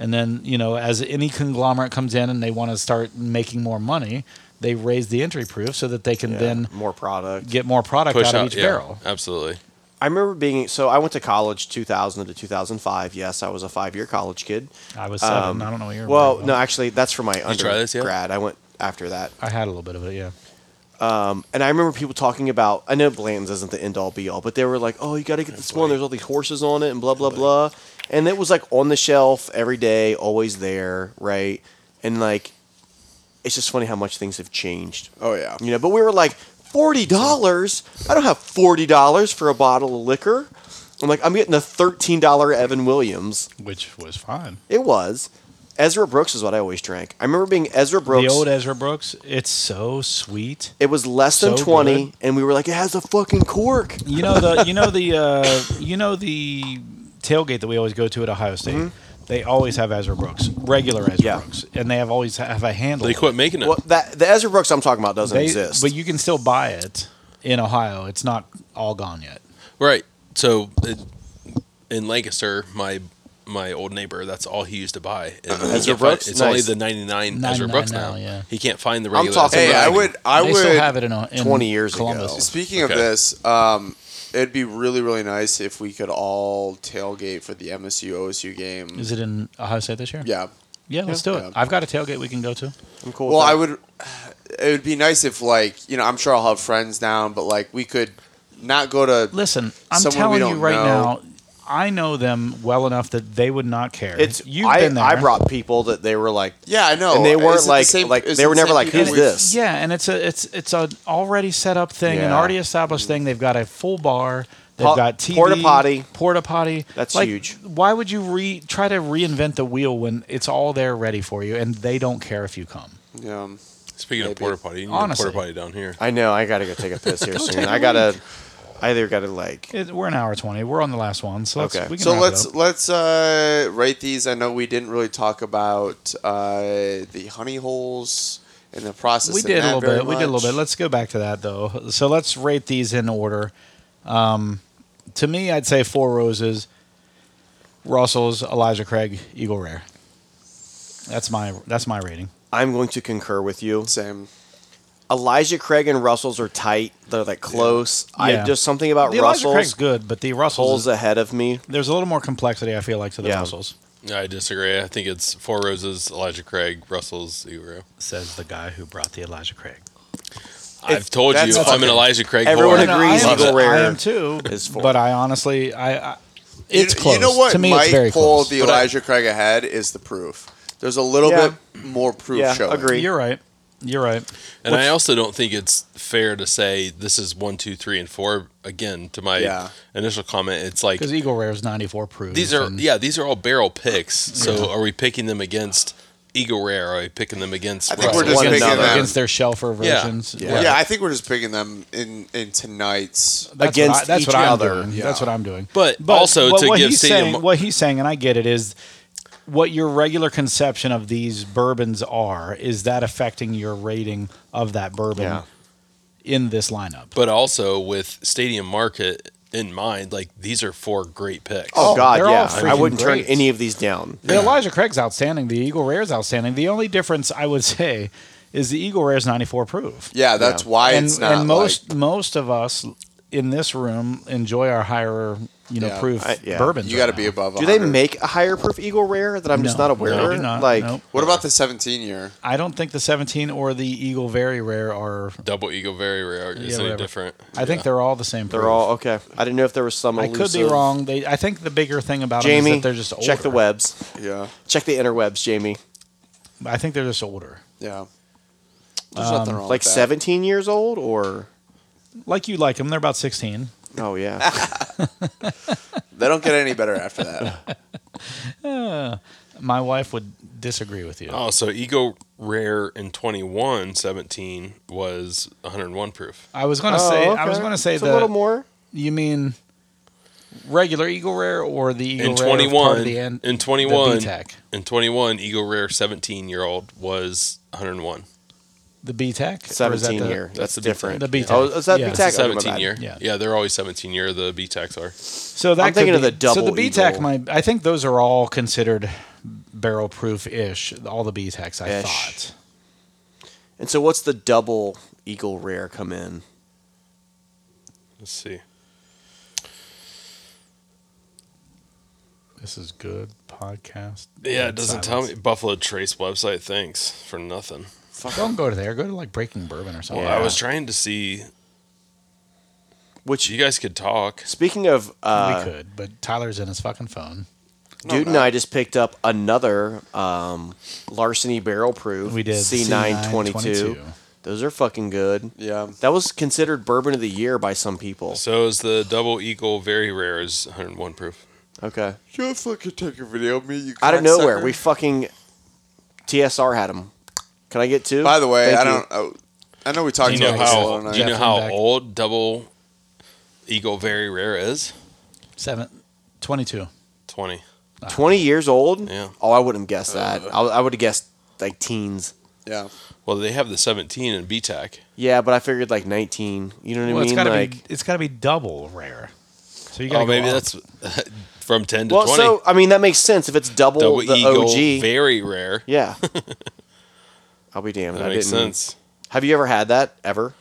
Speaker 1: And then you know, as any conglomerate comes in and they want to start making more money, they raise the entry proof so that they can
Speaker 3: Yeah,
Speaker 1: then
Speaker 3: more product.
Speaker 1: get more product
Speaker 4: push
Speaker 1: out,
Speaker 4: out
Speaker 1: of each
Speaker 4: yeah,
Speaker 1: barrel.
Speaker 4: absolutely
Speaker 3: I remember being so I went to college 2000 to 2005. Yes, I was a five year college kid. Um,
Speaker 1: I was seven. I don't know what you're.
Speaker 3: Well, no, actually, that's for my
Speaker 4: you try this yet?
Speaker 3: undergrad. I went after that,
Speaker 1: I had a little bit of it. Yeah,
Speaker 3: and I remember people talking about. I know Blanton's isn't the end all be all, but they were like, "Oh, you got to get this one. There's all these horses on it, and blah blah blah," and it was like on the shelf every day, always there, right? And like, it's just funny how much things have changed.
Speaker 2: Oh yeah.
Speaker 3: You know, but we were like forty dollars. I don't have forty dollars for a bottle of liquor. I'm like, I'm getting a thirteen dollar Evan Williams.
Speaker 1: which was fine.
Speaker 3: It was Ezra Brooks is what I always drank. I remember being Ezra Brooks.
Speaker 1: The old Ezra Brooks, it's so sweet.
Speaker 3: it was less than
Speaker 1: so
Speaker 3: twenty,
Speaker 1: good.
Speaker 3: and we were like, it has a fucking cork.
Speaker 1: You know the you know the uh, you know the tailgate that we always go to at Ohio State.
Speaker 2: Mm-hmm.
Speaker 1: They always have Ezra Brooks, regular Ezra
Speaker 3: Yeah.
Speaker 1: Brooks, and they have always have a handle.
Speaker 4: they quit making it
Speaker 3: Well, that the Ezra Brooks I'm talking about doesn't
Speaker 1: They-
Speaker 3: exist.
Speaker 1: but you can still buy it in Ohio. It's not all gone yet.
Speaker 4: Right. So it, in Lancaster, my my old neighbor, that's all he used to buy. And he
Speaker 3: Ezra
Speaker 4: can't find-
Speaker 3: Brooks?
Speaker 4: It's
Speaker 3: Nice.
Speaker 4: only the 99 Ezra
Speaker 1: 99
Speaker 4: Brooks
Speaker 1: now,
Speaker 4: now.
Speaker 1: yeah.
Speaker 4: He can't find the regular.
Speaker 3: talking
Speaker 4: Ezra
Speaker 2: Hey,
Speaker 4: Brooks.
Speaker 2: I would. I
Speaker 1: they
Speaker 2: would.
Speaker 1: still have it in, O- in
Speaker 3: 20 years ago.
Speaker 1: Columbus.
Speaker 2: Speaking of
Speaker 4: Okay.
Speaker 2: this, um, it'd be really, really nice if we could all tailgate for the MSU OSU game.
Speaker 1: Is it in Ohio State this year?
Speaker 2: yeah.
Speaker 1: yeah. Let's do it.
Speaker 2: Yeah.
Speaker 1: I've got a tailgate we can go to.
Speaker 3: I'm cool with
Speaker 2: Well,
Speaker 3: that.
Speaker 2: I would. It would be nice if, like, you know, I'm sure I'll have friends down, but like, we could not go to.
Speaker 1: Listen, I'm
Speaker 2: Someone
Speaker 1: telling
Speaker 2: we
Speaker 1: you
Speaker 2: don't
Speaker 1: right
Speaker 2: know.
Speaker 1: now, I know them well enough that they would not care.
Speaker 3: It's
Speaker 1: you've
Speaker 3: I,
Speaker 1: been there.
Speaker 3: I brought people that they were like,
Speaker 2: Yeah, I know.
Speaker 3: And they weren't
Speaker 2: Is it the
Speaker 3: like-
Speaker 2: same-
Speaker 3: like,
Speaker 2: is
Speaker 3: they
Speaker 2: it
Speaker 3: were
Speaker 2: the
Speaker 3: never
Speaker 2: same
Speaker 3: like,
Speaker 2: people
Speaker 3: who's
Speaker 2: we-
Speaker 3: this?
Speaker 1: Yeah, and it's a it's it's an already set up thing, an
Speaker 3: Yeah.
Speaker 1: already established thing. They've got a full bar. They've
Speaker 3: Po-
Speaker 1: got TV,
Speaker 3: porta potty.
Speaker 1: porta potty.
Speaker 3: That's huge.
Speaker 1: Why would you re try to reinvent the wheel when it's all there ready for you and they don't care if you come?
Speaker 2: Yeah.
Speaker 4: Speaking
Speaker 2: Maybe.
Speaker 4: of porta potty, you need
Speaker 1: Honestly.
Speaker 4: a porta potty down here.
Speaker 3: I know I gotta go take a
Speaker 1: [laughs]
Speaker 3: piss here soon. I gotta, I either gotta like,
Speaker 1: It, we're an hour twenty. We're on the last one, so let's,
Speaker 3: Okay.
Speaker 1: we can
Speaker 2: So
Speaker 1: wrap it
Speaker 2: let's
Speaker 1: up.
Speaker 2: let's uh, rate these. I know we didn't really talk about uh, the honey holes and the process.
Speaker 1: We
Speaker 2: in
Speaker 1: did a
Speaker 2: that
Speaker 1: little
Speaker 2: very
Speaker 1: bit. We did a little
Speaker 2: much.
Speaker 1: bit. Let's go back to that though. So let's rate these in order. Um, to me, I'd say Four Roses, Russell's, Elijah Craig, Eagle Rare. That's my that's my rating.
Speaker 3: I'm going to concur with you.
Speaker 2: Same.
Speaker 3: Elijah Craig and Russell's are tight. They're like close.
Speaker 1: Yeah.
Speaker 3: I just something
Speaker 2: Uh,
Speaker 3: about
Speaker 1: The Elijah
Speaker 3: Russell's
Speaker 1: Craig's good, but the Russells
Speaker 3: pulls ahead of me.
Speaker 1: there's a little more complexity I feel like to the
Speaker 3: Yeah.
Speaker 1: Russells.
Speaker 4: I disagree. I think it's Four Roses, Elijah Craig, Russell's Zero.
Speaker 1: Says the guy who brought the Elijah Craig.
Speaker 4: I've told you,
Speaker 2: that's
Speaker 4: I'm an Elijah Craig.
Speaker 3: Everyone
Speaker 4: whore.
Speaker 1: No,
Speaker 3: agrees,
Speaker 1: I am,
Speaker 3: Eagle
Speaker 1: too-
Speaker 3: Rare
Speaker 1: I am too,
Speaker 3: is four.
Speaker 1: but I honestly I, I it's
Speaker 2: you,
Speaker 1: close.
Speaker 2: You know what
Speaker 1: to me,
Speaker 2: might
Speaker 1: it's very
Speaker 2: pull
Speaker 1: close.
Speaker 2: the
Speaker 4: But I-
Speaker 2: Elijah Craig ahead is the proof. There's a little
Speaker 3: Yeah.
Speaker 2: bit more proof
Speaker 3: Yeah,
Speaker 2: showing.
Speaker 3: agree.
Speaker 1: You're right. You're right.
Speaker 4: And I also don't think it's fair to say this is one, two, three, and four. Again, to my
Speaker 2: Yeah.
Speaker 4: initial comment, it's like
Speaker 1: Because Eagle Rare is 94 proof.
Speaker 4: these are
Speaker 1: and-
Speaker 4: yeah, these are all barrel picks. So are we picking them against Eagle Rare? Are we picking them against?
Speaker 2: I think we're
Speaker 4: Russell's?
Speaker 2: just
Speaker 3: One
Speaker 2: picking
Speaker 3: another.
Speaker 2: them.
Speaker 1: against their Shelfer
Speaker 4: Yeah.
Speaker 1: versions.
Speaker 4: Yeah.
Speaker 2: yeah.
Speaker 4: Yeah.
Speaker 2: I think we're just picking them in in tonight's.
Speaker 1: That's
Speaker 3: Against
Speaker 1: what I, that's
Speaker 3: each
Speaker 1: what I'm
Speaker 3: other.
Speaker 1: Doing.
Speaker 2: Yeah.
Speaker 1: That's what I'm doing.
Speaker 4: But also
Speaker 1: what-
Speaker 4: to
Speaker 1: what
Speaker 4: give
Speaker 1: he's
Speaker 4: Stadium-
Speaker 1: saying, what he's saying, and I get it, is what your regular conception of these bourbons are. Is that affecting your rating of that bourbon
Speaker 3: Yeah.
Speaker 1: in this lineup?
Speaker 4: But also with Stadium Market in mind, like these are four great picks.
Speaker 3: Oh,
Speaker 1: Oh,
Speaker 3: God,
Speaker 1: they're all
Speaker 3: yeah.
Speaker 1: freaking
Speaker 3: I wouldn't
Speaker 1: great.
Speaker 3: turn any of these down.
Speaker 1: The Elijah Craig's outstanding. The Eagle Rare's outstanding. The only difference I would [laughs] say is the Eagle Rare's 94 proof.
Speaker 2: Yeah, that's why
Speaker 1: and,
Speaker 2: it's not
Speaker 1: and
Speaker 2: most.
Speaker 1: most most of us in this room enjoy our higher you know
Speaker 2: Yeah.
Speaker 1: proof
Speaker 3: I- yeah.
Speaker 1: bourbons.
Speaker 2: you got to
Speaker 1: right
Speaker 2: be
Speaker 1: now.
Speaker 2: above.
Speaker 3: Do they
Speaker 2: 100.
Speaker 3: make a higher proof Eagle Rare that I'm just
Speaker 1: No.
Speaker 3: not aware
Speaker 1: No,
Speaker 3: of?
Speaker 1: they do not.
Speaker 3: like,
Speaker 1: Nope.
Speaker 2: What about the 17 year?
Speaker 1: I don't think the 17 or the Eagle Very Rare are.
Speaker 4: Double Eagle Very Rare is
Speaker 1: Yeah,
Speaker 4: any
Speaker 1: whatever.
Speaker 4: different.
Speaker 1: I think they're all the same.
Speaker 3: they're
Speaker 1: proof.
Speaker 3: all okay. I didn't know if there was some.
Speaker 1: I could be
Speaker 3: elusive-
Speaker 1: wrong. They. I think the bigger thing about them
Speaker 3: Jamie,
Speaker 1: is that they're just older.
Speaker 3: check the webs.
Speaker 2: Yeah,
Speaker 3: Check the interwebs, Jamie.
Speaker 1: I think they're just older.
Speaker 2: yeah. There's
Speaker 1: Um,
Speaker 2: nothing wrong.
Speaker 3: Like
Speaker 2: with that.
Speaker 3: 17 years old, or
Speaker 1: Like you like them. They're about 16. [laughs]
Speaker 3: oh yeah.
Speaker 2: They don't get any better after
Speaker 1: [laughs]
Speaker 2: that.
Speaker 1: My wife would disagree with you.
Speaker 4: Oh, so Eagle Rare in 21, 17 was 101 proof.
Speaker 1: I was gonna
Speaker 3: Oh,
Speaker 1: say. I
Speaker 3: okay.
Speaker 1: was gonna say
Speaker 3: It's
Speaker 1: that
Speaker 3: a little more.
Speaker 1: you mean regular Eagle Rare or the Eagle
Speaker 4: in
Speaker 1: Rare part of
Speaker 4: 21,
Speaker 1: the an-
Speaker 4: in
Speaker 1: the
Speaker 4: 21,
Speaker 1: B-Tech?
Speaker 4: in 21, Eagle Rare 17 year old was 101.
Speaker 1: The B Tech.
Speaker 3: 17 year.
Speaker 4: that's
Speaker 3: That's,
Speaker 4: the big
Speaker 3: different.
Speaker 1: The B Tech.
Speaker 3: Oh, is that
Speaker 1: yeah.
Speaker 3: B-Tech? Okay, my
Speaker 4: 17
Speaker 3: bad.
Speaker 4: year.
Speaker 1: Yeah.
Speaker 4: Yeah. they're always 17 year. The BTECs are.
Speaker 1: So that
Speaker 3: I'm
Speaker 1: could
Speaker 3: thinking of
Speaker 1: be-
Speaker 3: the double
Speaker 1: So the BTAC,
Speaker 3: eagle.
Speaker 1: my I think those are all considered barrel proof ish. All the BTACs, I
Speaker 3: Ish.
Speaker 1: thought.
Speaker 3: And so, what's the double Eagle Rare come in?
Speaker 4: Let's see.
Speaker 1: This is good podcast.
Speaker 4: Yeah, it doesn't tell me. Buffalo Trace website, thanks for nothing.
Speaker 1: Don't go to there. Go to like Breaking Bourbon or something.
Speaker 4: Well, I was trying to see.
Speaker 3: Which-
Speaker 4: you guys could talk.
Speaker 3: Speaking of, uh,
Speaker 1: we could, but Tyler's in his fucking phone.
Speaker 3: Dude and I just picked up another um, larceny barrel proof.
Speaker 1: We did
Speaker 3: C nine twenty two. Those are fucking good.
Speaker 2: Yeah.
Speaker 3: That was considered bourbon of the year by some people.
Speaker 4: So is the double eagle very rare is 101 proof.
Speaker 3: Okay,
Speaker 2: You fucking take a video of me. You
Speaker 3: out of nowhere
Speaker 2: cocksucker.
Speaker 3: we fucking TSR had them. Can I get two?
Speaker 2: By the way,
Speaker 3: Thank
Speaker 2: I
Speaker 3: you.
Speaker 2: don't. oh, I know we talked
Speaker 4: Do you
Speaker 2: about
Speaker 4: know
Speaker 2: this
Speaker 1: Jeff-
Speaker 2: a little
Speaker 4: how?
Speaker 2: night.
Speaker 4: Do you know
Speaker 1: Jeff
Speaker 4: how
Speaker 1: Lindbeck.
Speaker 4: old double eagle very rare is?
Speaker 1: Seven twenty two.
Speaker 4: 20.
Speaker 3: Twenty years old.
Speaker 4: Yeah.
Speaker 3: Oh, I wouldn't have guessed
Speaker 2: Uh,
Speaker 3: that. I, would have guessed like teens.
Speaker 2: Yeah.
Speaker 4: Well, they have the 17 in BTAC.
Speaker 3: Yeah, but I figured like nineteen. You know what
Speaker 1: Well,
Speaker 3: I
Speaker 1: it's
Speaker 3: mean?
Speaker 1: gotta
Speaker 3: like,
Speaker 1: be. It's gotta be double rare. So you gotta
Speaker 4: Oh,
Speaker 1: go
Speaker 4: maybe
Speaker 1: up.
Speaker 4: that's [laughs] from 10 to
Speaker 3: well,
Speaker 4: 20.
Speaker 3: so I mean that makes sense if it's double,
Speaker 4: double
Speaker 3: the
Speaker 4: eagle
Speaker 3: OG.
Speaker 4: very rare.
Speaker 1: [laughs]
Speaker 3: yeah. I'll be damned.
Speaker 4: That
Speaker 3: I
Speaker 4: makes
Speaker 3: didn't.
Speaker 4: sense.
Speaker 3: Have you ever had that ever?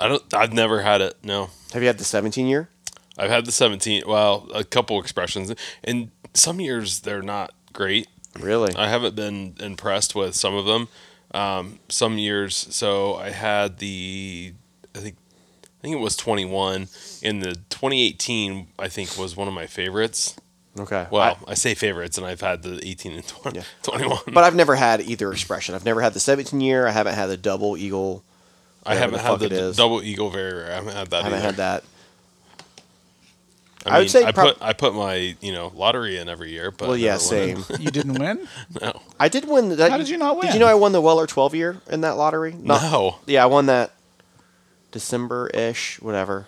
Speaker 4: I don't. I've never had it. No.
Speaker 3: Have you had the 17 year?
Speaker 4: I've had the 17. Well, a couple expressions, and some years they're not great.
Speaker 3: Really?
Speaker 4: I haven't been impressed with some of them. Um, some years, so I had the, I think, I think it was 21. In the 2018, I think was one of my favorites.
Speaker 3: okay.
Speaker 4: Well, I, say favorites, and I've had the 18 and 20,
Speaker 3: Yeah.
Speaker 4: 21.
Speaker 3: I- but I've never had either expression. I've never had the 17 year. I haven't had the double eagle.
Speaker 4: I haven't
Speaker 3: whatever the
Speaker 4: had
Speaker 3: fuck
Speaker 4: the
Speaker 3: it is.
Speaker 4: double eagle very rare. I haven't had that.
Speaker 3: I haven't
Speaker 4: either.
Speaker 3: had that.
Speaker 4: I,
Speaker 3: I would
Speaker 4: mean,
Speaker 3: say
Speaker 4: I
Speaker 3: prob-
Speaker 4: put I put my you know lottery in every year, but
Speaker 3: well, yeah,
Speaker 4: never won [laughs] it.
Speaker 3: same.
Speaker 1: You didn't win.
Speaker 4: No,
Speaker 3: I did win. That,
Speaker 1: How did you not
Speaker 3: Did
Speaker 1: win?
Speaker 3: you know I won the Weller 12 year in that lottery? Not-
Speaker 4: no.
Speaker 3: Yeah, I won that December ish, whatever.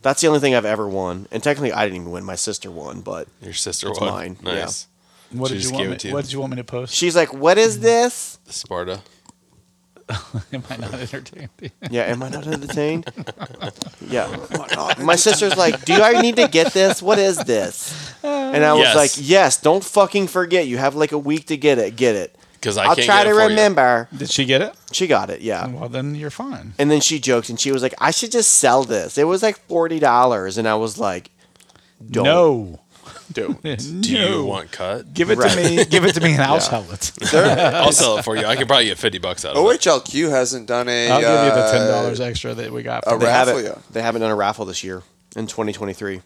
Speaker 3: That's the only thing I've ever won. And technically, I didn't even win. My sister won, but
Speaker 4: Your sister
Speaker 3: It's
Speaker 4: won.
Speaker 3: mine, yeah.
Speaker 4: Nice.
Speaker 1: What
Speaker 4: She
Speaker 1: did
Speaker 4: just
Speaker 1: you want?
Speaker 4: gave
Speaker 1: Me,
Speaker 4: it to you.
Speaker 1: What did you want me to post? [laughs]
Speaker 3: she's like, What is this?
Speaker 4: Sparta.
Speaker 1: Am I not entertained?
Speaker 3: Yeah, am I
Speaker 2: [laughs]
Speaker 3: not entertained? yeah. My sister's like, Do I need to get this? What is this? And I was
Speaker 4: Yes.
Speaker 3: like, yes, don't fucking forget. You have like a week to get it. Get it.
Speaker 4: 'Cause I
Speaker 3: I'll
Speaker 4: can't
Speaker 3: try
Speaker 4: get it
Speaker 3: to
Speaker 4: for you."
Speaker 3: remember.
Speaker 1: Did she get it?
Speaker 3: She got it, yeah.
Speaker 1: Well, then you're fine.
Speaker 3: And then she joked and she was like, I should just sell this. It was like forty dollars. And I was like, Don't
Speaker 1: No.
Speaker 2: Dude,
Speaker 4: Do you want cut?
Speaker 1: Give it
Speaker 3: Right.
Speaker 1: to me. Give it to me,
Speaker 3: [laughs]
Speaker 1: and I'll sell it.
Speaker 4: I'll sell it for you. I can probably get fifty bucks
Speaker 3: Oh,
Speaker 4: out of it.
Speaker 2: OHLQ hasn't done a.
Speaker 1: I'll give you the
Speaker 2: uh,
Speaker 1: ten dollars extra that we got.
Speaker 2: a
Speaker 1: For
Speaker 3: they
Speaker 1: that.
Speaker 2: wrap.
Speaker 3: haven't
Speaker 2: Raffle, yeah.
Speaker 3: they haven't done a raffle this year in twenty twenty three.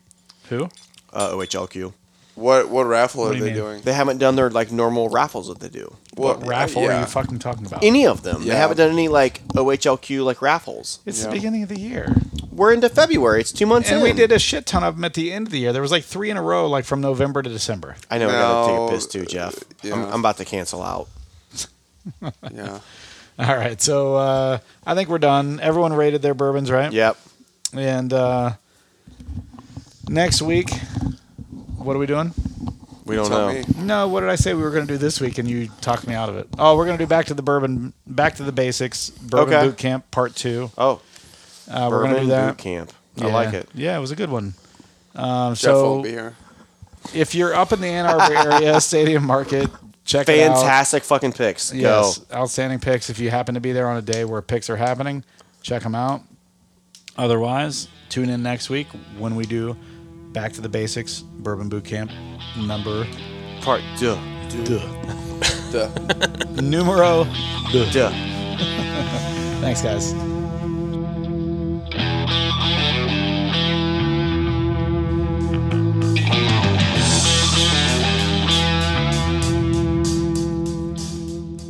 Speaker 1: Who?
Speaker 3: Uh, OHLQ.
Speaker 2: What what raffle
Speaker 1: What
Speaker 2: are
Speaker 1: do you
Speaker 2: they
Speaker 1: mean?
Speaker 2: doing?
Speaker 3: They haven't done their like normal raffles that they do.
Speaker 1: What
Speaker 2: Well,
Speaker 1: raffle
Speaker 2: yeah.
Speaker 1: are you fucking talking about?
Speaker 3: Any of them. They
Speaker 2: Oh. Yeah.
Speaker 3: haven't done any like OHLQ like raffles.
Speaker 1: it's
Speaker 2: Yeah.
Speaker 1: the beginning of the year,
Speaker 3: We're into February. It's two months
Speaker 1: and
Speaker 3: in.
Speaker 1: we did a shit ton of them at the end of the year. There was like three in a row, like from November to December. [laughs]
Speaker 3: I know I gotta
Speaker 2: No,
Speaker 3: take a piss too, Jeff.
Speaker 2: yeah.
Speaker 3: I'm, I'm about to cancel out.
Speaker 2: Yeah.
Speaker 1: All right, so uh, I think we're done. Everyone rated their bourbons, right?
Speaker 3: Yep.
Speaker 1: And uh, next week, what are we doing?
Speaker 3: We don't
Speaker 2: Tell
Speaker 3: know.
Speaker 2: me.
Speaker 1: No, what did I say we were going to do this week, and you talked me out of it? Oh, we're going to do back to the bourbon, back to the basics, bourbon
Speaker 3: Okay.
Speaker 1: boot camp part two.
Speaker 3: Oh,
Speaker 1: Uh, we're going to
Speaker 3: Bourbon
Speaker 1: do that.
Speaker 3: Boot Camp. I
Speaker 1: Yeah.
Speaker 3: like it.
Speaker 1: Yeah, it was a good one. Um,
Speaker 2: Jeff
Speaker 1: so
Speaker 2: won't be here.
Speaker 1: if you're up in the Ann Arbor
Speaker 3: [laughs]
Speaker 1: area, Stadium Market, check it out.
Speaker 3: Fantastic fucking picks.
Speaker 1: Yes,
Speaker 3: Go.
Speaker 1: outstanding picks. If you happen to be there on a day where picks are happening, check them out. Otherwise, tune in next week when we do Back to the Basics Bourbon Boot Camp number
Speaker 3: Part duh.
Speaker 1: duh.
Speaker 2: Duh.
Speaker 1: numero. duh.
Speaker 3: Duh.
Speaker 1: Thanks, guys.